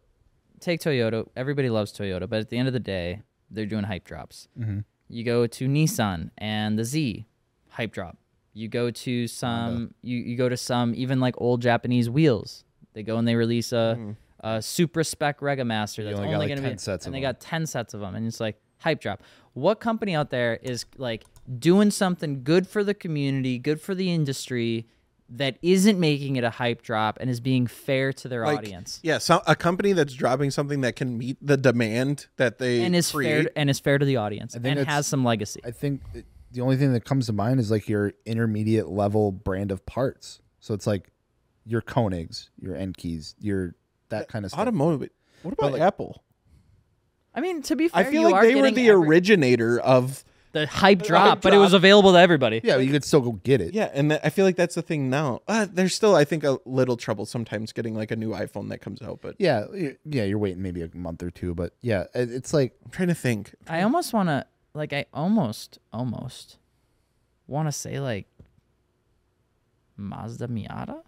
[SPEAKER 1] take toyota everybody loves toyota but at the end of the day they're doing hype drops
[SPEAKER 3] Mm-hmm.
[SPEAKER 1] you go to nissan and the z hype drop you go to some you, you go to some even like old japanese wheels they go and they release a a super spec Rega Master that's
[SPEAKER 3] only
[SPEAKER 1] only,
[SPEAKER 3] got,
[SPEAKER 1] going
[SPEAKER 3] like, 10
[SPEAKER 1] to be
[SPEAKER 3] sets
[SPEAKER 1] and
[SPEAKER 3] of
[SPEAKER 1] they
[SPEAKER 3] them.
[SPEAKER 1] got 10 sets of them and it's like hype drop what company out there is like doing something good for the community good for the industry that isn't making it a hype drop and is being fair to their
[SPEAKER 2] Like,
[SPEAKER 1] audience
[SPEAKER 2] Yeah, so a company that's dropping something that can meet the demand that they
[SPEAKER 1] and is
[SPEAKER 2] create.
[SPEAKER 1] fair and is fair to the audience
[SPEAKER 3] think
[SPEAKER 1] and
[SPEAKER 3] it's-
[SPEAKER 1] has some legacy.
[SPEAKER 3] I think it- the only thing that comes to mind is like your intermediate level brand of parts. So it's like your Koenigs, your Enkeys, your that kind of stuff.
[SPEAKER 2] automotive. What about
[SPEAKER 3] like-
[SPEAKER 2] Apple?
[SPEAKER 1] I mean, to be fair,
[SPEAKER 2] I feel
[SPEAKER 1] you
[SPEAKER 2] like
[SPEAKER 1] are
[SPEAKER 2] they were
[SPEAKER 1] getting
[SPEAKER 2] the
[SPEAKER 1] every-
[SPEAKER 2] originator of
[SPEAKER 1] the hype drop,
[SPEAKER 2] hype
[SPEAKER 1] but it was
[SPEAKER 2] drop.
[SPEAKER 1] available to everybody.
[SPEAKER 3] yeah, you could still go get it.
[SPEAKER 2] yeah, and that, I feel like that's the thing now. Uh, there's still, I think, a little trouble sometimes getting like a new iPhone that comes out. But
[SPEAKER 3] Yeah, y- yeah, you're waiting maybe a month or two, but yeah, it- it's like
[SPEAKER 2] I'm trying to think.
[SPEAKER 1] I almost want to like I almost almost want to say like Mazda Miata.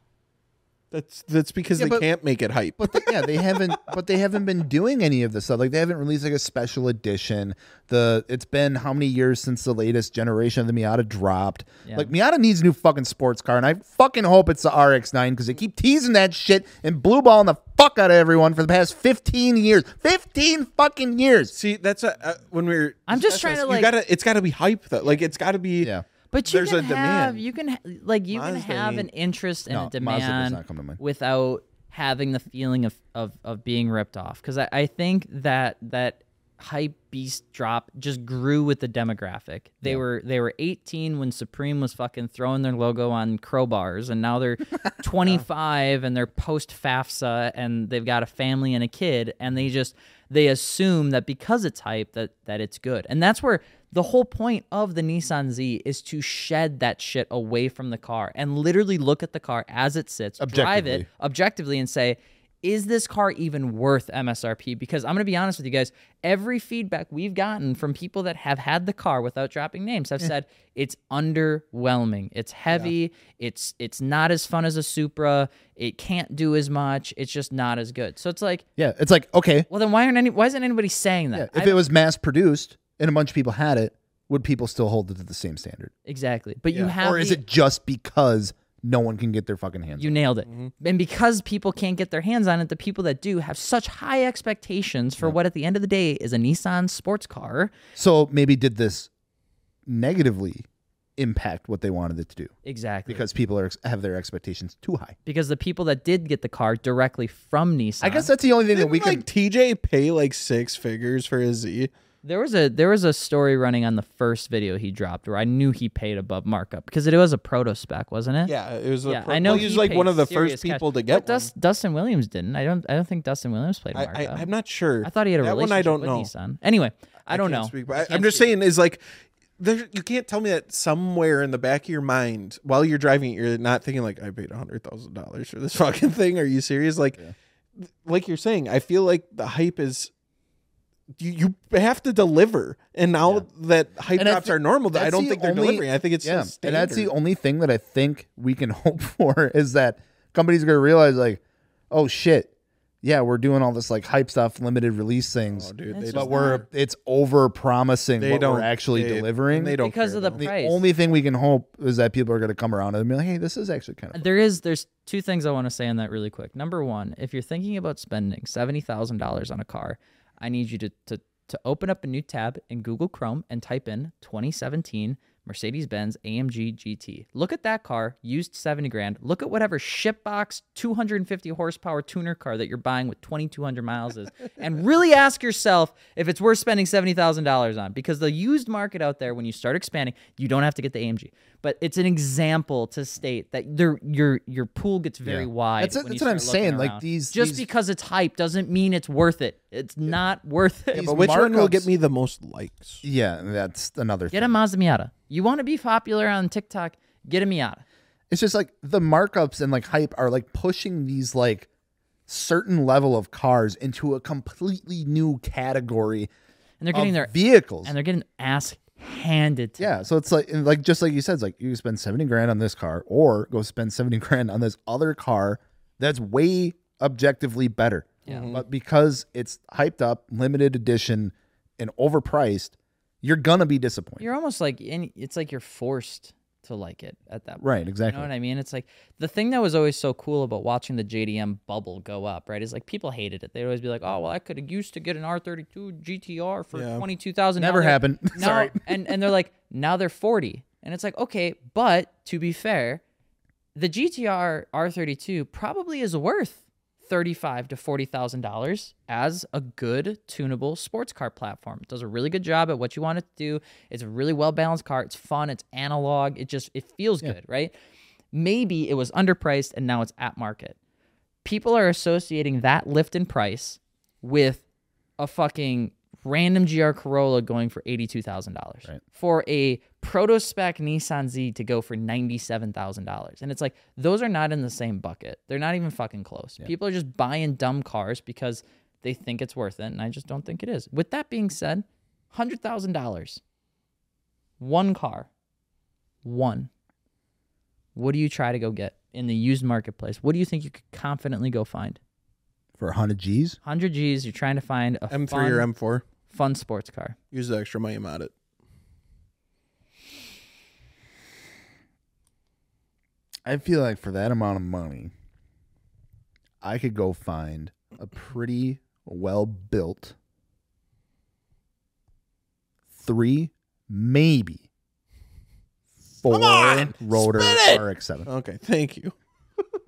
[SPEAKER 2] That's that's because
[SPEAKER 3] Yeah,
[SPEAKER 2] they
[SPEAKER 3] but-
[SPEAKER 2] can't make it hype.
[SPEAKER 3] But the- yeah, they haven't. But they haven't been doing any of this stuff. Like they haven't released like a special edition. The it's been how many years since the latest generation of the Miata dropped?
[SPEAKER 1] Yeah.
[SPEAKER 3] Like Miata needs a new fucking sports car, and I fucking hope it's the RX-9 because they keep teasing that shit and blue balling the fuck out of everyone for the past fifteen years. Fifteen fucking years.
[SPEAKER 2] See, that's a, uh, when we we're.
[SPEAKER 1] I'm just trying
[SPEAKER 2] discussing
[SPEAKER 1] to,
[SPEAKER 2] this,
[SPEAKER 1] like-
[SPEAKER 2] You gotta, it's got to be hype though. Like it's got to be.
[SPEAKER 3] Yeah.
[SPEAKER 1] But you
[SPEAKER 2] There's
[SPEAKER 1] can
[SPEAKER 2] a
[SPEAKER 1] have
[SPEAKER 2] demand.
[SPEAKER 1] you can ha- like you
[SPEAKER 2] Mazda
[SPEAKER 1] can have an
[SPEAKER 2] ain't-
[SPEAKER 1] interest and
[SPEAKER 3] No,
[SPEAKER 1] a
[SPEAKER 3] Mazda does
[SPEAKER 1] demand
[SPEAKER 3] not come
[SPEAKER 1] <laughs>
[SPEAKER 3] to mind.
[SPEAKER 1] without having the feeling of of, of being ripped off because I, I think that that hype beast drop just grew with the demographic. They were they were 18 when Supreme was fucking throwing their logo on crowbars, and now they're 25 and they're post FAFSA and they've got a family and a kid, and they just they assume that because it's hype that that it's good, and that's where the whole point of the Nissan Z is to shed that shit away from the car and literally look at the car as it sits, drive it objectively, and say is this car even worth MSRP? Because I'm going to be honest with you guys, every feedback we've gotten from people that have had the car without dropping names have said it's underwhelming. It's heavy, it's it's not as fun as a Supra, it can't do as much, it's just not as good. So it's like,
[SPEAKER 3] Yeah, it's like okay,
[SPEAKER 1] well then why aren't any why isn't anybody saying that?
[SPEAKER 3] if
[SPEAKER 1] I-
[SPEAKER 3] it was mass produced and a bunch of people had it, would people still hold it to the same standard,
[SPEAKER 1] exactly. But you
[SPEAKER 2] Yeah.
[SPEAKER 1] have
[SPEAKER 3] or is
[SPEAKER 1] the-
[SPEAKER 3] it just because no one can get their fucking
[SPEAKER 1] <laughs>
[SPEAKER 3] hands?
[SPEAKER 1] You nailed it.
[SPEAKER 3] Mm-hmm.
[SPEAKER 1] And because people can't get their hands on it, the people that do have such high expectations for what at the end of the day is a Nissan sports car.
[SPEAKER 3] on it? So maybe did this negatively impact what they wanted it to do
[SPEAKER 1] Exactly.
[SPEAKER 3] because people are ex- have their expectations too high.
[SPEAKER 1] because the people that did get the car directly from Nissan.
[SPEAKER 3] I guess that's the only thing that
[SPEAKER 2] Didn't
[SPEAKER 3] we
[SPEAKER 2] like
[SPEAKER 3] can.
[SPEAKER 2] TJ pay like six figures for his Z?
[SPEAKER 1] there was a there was a story running on the first video he dropped where I knew he paid above markup because it was a proto spec, wasn't it?
[SPEAKER 2] Yeah, it was.
[SPEAKER 1] Yeah,
[SPEAKER 2] a pro-
[SPEAKER 1] I know
[SPEAKER 2] He was
[SPEAKER 1] he
[SPEAKER 2] like
[SPEAKER 1] paid
[SPEAKER 2] one of the
[SPEAKER 1] serious
[SPEAKER 2] first
[SPEAKER 1] cash.
[SPEAKER 2] people to
[SPEAKER 1] But
[SPEAKER 2] get one.
[SPEAKER 1] Dust, Dustin Williams didn't. I don't I don't think Dustin Williams played markup.
[SPEAKER 2] I, I, I'm not sure.
[SPEAKER 1] I thought he had a
[SPEAKER 2] that one.
[SPEAKER 1] relationship
[SPEAKER 2] I don't
[SPEAKER 1] with
[SPEAKER 2] know.
[SPEAKER 1] Nissan. Anyway, I, don't
[SPEAKER 2] can't
[SPEAKER 1] know.
[SPEAKER 2] speak,
[SPEAKER 1] I
[SPEAKER 2] but I,
[SPEAKER 1] can't
[SPEAKER 2] am just
[SPEAKER 1] speak.
[SPEAKER 2] saying is like there you can't tell me that somewhere in the back of your mind while you're driving it, you're not thinking like I paid hundred thousand dollars for this <laughs> fucking thing. Are you serious? Like th- like you're saying, I feel like the hype is you, you have to deliver. And now that hype
[SPEAKER 3] And I
[SPEAKER 2] drops
[SPEAKER 3] thi-
[SPEAKER 2] are normal, I
[SPEAKER 3] that's
[SPEAKER 2] don't
[SPEAKER 3] the
[SPEAKER 2] think they're
[SPEAKER 3] only-
[SPEAKER 2] delivering. I think it's
[SPEAKER 3] Yeah,
[SPEAKER 2] just
[SPEAKER 3] and that's the
[SPEAKER 2] standard.
[SPEAKER 3] only thing that I think we can <laughs> hope for is that companies are going to realize like, oh shit, yeah, we're doing all this like hype stuff, limited release things,
[SPEAKER 2] Oh, dude,
[SPEAKER 1] That's
[SPEAKER 2] they
[SPEAKER 1] just
[SPEAKER 3] but
[SPEAKER 2] don't-
[SPEAKER 3] we're it's over promising
[SPEAKER 2] they
[SPEAKER 3] what
[SPEAKER 2] don't
[SPEAKER 3] we're actually
[SPEAKER 2] they-
[SPEAKER 3] delivering.
[SPEAKER 2] They don't
[SPEAKER 1] Because
[SPEAKER 2] care,
[SPEAKER 1] of the
[SPEAKER 2] though.
[SPEAKER 3] the
[SPEAKER 1] price.
[SPEAKER 3] only thing we can hope is that people are going to come around and be like, hey, this is actually kind of.
[SPEAKER 1] There is there's two things I want to say on that really quick. Number one, if you're thinking about spending seventy thousand dollars on a car, I need you to, to to open up a new tab in Google Chrome and type in 2017 Mercedes-Benz AMG GT. Look at that car, used 70 grand. Look at whatever shipbox 250 horsepower tuner car that you're buying with 2200 miles is and really ask yourself if it's worth spending $70,000 on because the used market out there when you start expanding, you don't have to get the AMG. But it's an example to state that there your your pool gets very wide.
[SPEAKER 3] That's it-
[SPEAKER 1] when you
[SPEAKER 3] that's what I'm
[SPEAKER 1] start looking
[SPEAKER 3] saying, like,
[SPEAKER 1] around.
[SPEAKER 3] these-
[SPEAKER 1] just
[SPEAKER 3] these-
[SPEAKER 1] because it's hype doesn't mean it's worth it. It's not worth it.
[SPEAKER 3] these
[SPEAKER 2] But which one will
[SPEAKER 3] markups-
[SPEAKER 2] get me the most likes?
[SPEAKER 3] Yeah, that's another
[SPEAKER 1] Get
[SPEAKER 3] thing.
[SPEAKER 1] a Mazda Miata. You want to be popular on TikTok? Get a Miata.
[SPEAKER 3] It's just like the markups and like hype are like pushing these like certain level of cars into a completely new category
[SPEAKER 1] And they're
[SPEAKER 3] of
[SPEAKER 1] getting their
[SPEAKER 3] vehicles.
[SPEAKER 1] and they're getting ass handed to. them.
[SPEAKER 3] Yeah, so it's like and like just like you said, it's like you spend seventy grand on this car, or go spend seventy <laughs> grand on this other car that's way objectively better. Yeah. But because it's hyped up, limited edition, and overpriced, you're gonna be disappointed.
[SPEAKER 1] You're almost like in, it's like you're forced to like it at that point.
[SPEAKER 3] right,
[SPEAKER 1] You
[SPEAKER 3] exactly.
[SPEAKER 1] know what I mean? It's like the thing that was always so cool about watching the JDM bubble go up, right? Is like people hated it. They'd always be like, "Oh, well, I could have used to get an R32 GTR for
[SPEAKER 2] Yeah.
[SPEAKER 1] twenty two thousand.
[SPEAKER 3] Never happened. <laughs>
[SPEAKER 1] Now,
[SPEAKER 3] Sorry.
[SPEAKER 1] and and they're like, now they're forty, and it's like, okay, but to be fair, the GTR R32 probably is worth thirty-five to forty thousand dollars as a good tunable sports car platform. It does a really good job at what you want it to do. It's a really well balanced car. It's fun. It's analog. It just it feels good, right? Maybe it was underpriced and now it's at market. People are associating that lift in price with a fucking random GR Corolla going for eighty-two thousand dollars for a proto spec Nissan Z to go for ninety-seven thousand dollars, and it's like those are not in the same bucket. They're not even fucking close. People are just buying dumb cars because they think it's worth it, and I just don't think it is. With that being said, hundred thousand dollars, one car, one. What do you try to go get in the used marketplace? What do you think you could confidently go find?
[SPEAKER 3] For hundred G's,
[SPEAKER 1] 100 G's, you're trying to find a
[SPEAKER 2] M3
[SPEAKER 1] fun,
[SPEAKER 2] or M4?
[SPEAKER 1] fun sports car.
[SPEAKER 2] Use the extra money I'm at it.
[SPEAKER 3] I feel like for that amount of money, I could go find a pretty well built three, maybe four
[SPEAKER 2] on,
[SPEAKER 3] rotor
[SPEAKER 2] spin it!
[SPEAKER 3] RX7.
[SPEAKER 2] Okay, <laughs> thank you.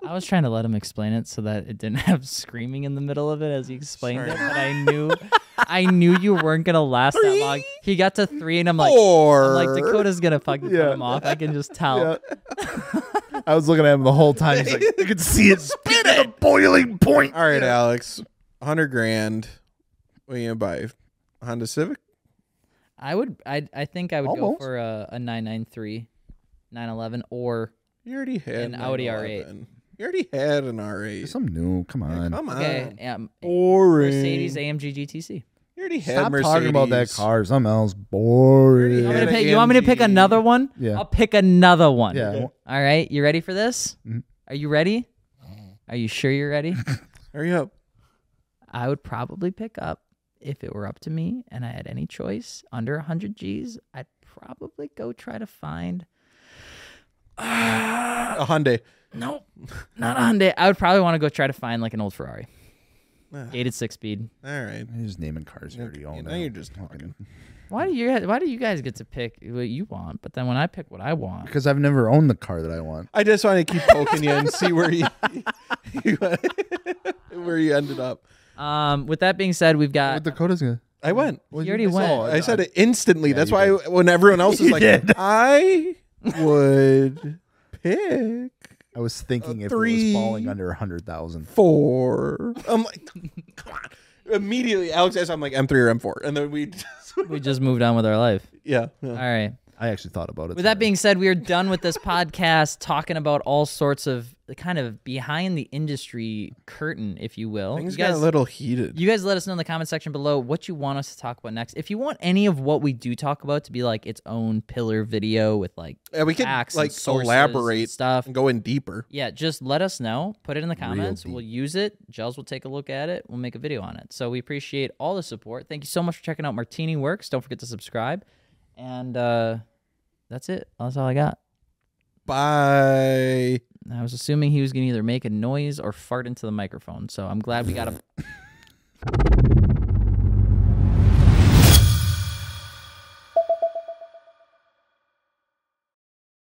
[SPEAKER 1] I was <laughs> trying to let him explain it so that it didn't have screaming in the middle of it as he explained it,
[SPEAKER 2] Sorry.
[SPEAKER 1] but I knew I knew you weren't gonna last that
[SPEAKER 3] <laughs>
[SPEAKER 1] long. He got to three, and I'm like, I'm
[SPEAKER 2] Or
[SPEAKER 1] like Dakota's gonna fucking cut
[SPEAKER 3] Yeah.
[SPEAKER 1] him off. I can just tell.
[SPEAKER 3] Yeah. I was looking at him the whole time. He's like, I could see it spin at a boiling point.
[SPEAKER 2] All right, Alex, hundred grand. What are you gonna buy? Honda Civic.
[SPEAKER 1] I would. I I think I would go
[SPEAKER 3] Almost.
[SPEAKER 1] for a, a 993, 911, or
[SPEAKER 2] You already had
[SPEAKER 1] An Audi
[SPEAKER 2] 911. You already had an R8.
[SPEAKER 3] Something new. Come on.
[SPEAKER 2] Come on.
[SPEAKER 1] okay, um,
[SPEAKER 2] Boring.
[SPEAKER 1] Mercedes
[SPEAKER 3] mm.
[SPEAKER 1] AMG GTC.
[SPEAKER 2] You already had
[SPEAKER 3] Stop talking about that
[SPEAKER 2] Mercedes.
[SPEAKER 3] car. Something else boring.
[SPEAKER 1] You want, me to
[SPEAKER 2] Yeah,
[SPEAKER 1] pick,
[SPEAKER 2] the
[SPEAKER 1] you want me to pick
[SPEAKER 2] AMG.
[SPEAKER 1] another one?
[SPEAKER 3] Yeah.
[SPEAKER 1] I'll pick another one.
[SPEAKER 3] Yeah.
[SPEAKER 1] All right. You ready for this?
[SPEAKER 3] Mhm.
[SPEAKER 1] Are you ready? Are you sure you're ready?
[SPEAKER 3] <laughs>
[SPEAKER 2] Hurry up.
[SPEAKER 1] I would probably pick up if it were up to me and I had any choice under 100 G's. I'd probably go try to find.
[SPEAKER 2] A Hyundai.
[SPEAKER 1] Nope, not a Hyundai. I would probably want to go try to find like an old Ferrari,
[SPEAKER 2] Ah.
[SPEAKER 1] gated six speed.
[SPEAKER 2] All right.
[SPEAKER 3] You're just naming cars you already own.
[SPEAKER 2] now
[SPEAKER 3] I
[SPEAKER 2] you're
[SPEAKER 3] don't
[SPEAKER 2] just
[SPEAKER 3] fucking-
[SPEAKER 1] Why do you Why do you guys get to pick what you want? But then when I pick what I want,
[SPEAKER 3] Because I've never owned the car that I want.
[SPEAKER 2] I just want to keep poking you and see where you, <laughs> you <laughs> where you ended up.
[SPEAKER 1] um, with that being said, we've got
[SPEAKER 3] What Dakota's gonna?
[SPEAKER 2] I went.
[SPEAKER 1] you already went.
[SPEAKER 2] I said it instantly. That's
[SPEAKER 3] you
[SPEAKER 2] why I- when everyone
[SPEAKER 1] <laughs>
[SPEAKER 2] else is
[SPEAKER 3] You
[SPEAKER 2] like,
[SPEAKER 3] did.
[SPEAKER 2] I would pick
[SPEAKER 3] I was thinking if it
[SPEAKER 2] three.
[SPEAKER 3] was falling under a hundred thousand.
[SPEAKER 2] four. I'm like, come on. Immediately, Alex asked, I'm like, M3 or M4. And then we <laughs> just,
[SPEAKER 1] we just moved on with our life.
[SPEAKER 2] yeah. yeah.
[SPEAKER 1] All right.
[SPEAKER 3] I actually thought about it.
[SPEAKER 1] With that
[SPEAKER 3] tonight.
[SPEAKER 1] being said, we are done with this podcast talking about all sorts of the kind of behind the industry curtain, if you will.
[SPEAKER 2] Things
[SPEAKER 1] you guys,
[SPEAKER 2] got a little heated.
[SPEAKER 1] you guys let us know in the comment section below what you want us to talk about next. If you want any of what we do talk about to be like its own pillar video with like
[SPEAKER 2] yeah, we could
[SPEAKER 1] facts and
[SPEAKER 2] like
[SPEAKER 1] sources and
[SPEAKER 2] elaborate
[SPEAKER 1] stuff.
[SPEAKER 2] and go in deeper.
[SPEAKER 1] Yeah, just let us know. Put it in the comments. We'll use it. Gels will take a look at it. We'll make a video on it. So we appreciate all the support. Thank you so much for checking out Martini Works. Don't forget to subscribe. And uh, that's it. That's all I got.
[SPEAKER 2] Bye.
[SPEAKER 1] I was assuming he was going to either make a noise or fart into the microphone. So I'm glad we got a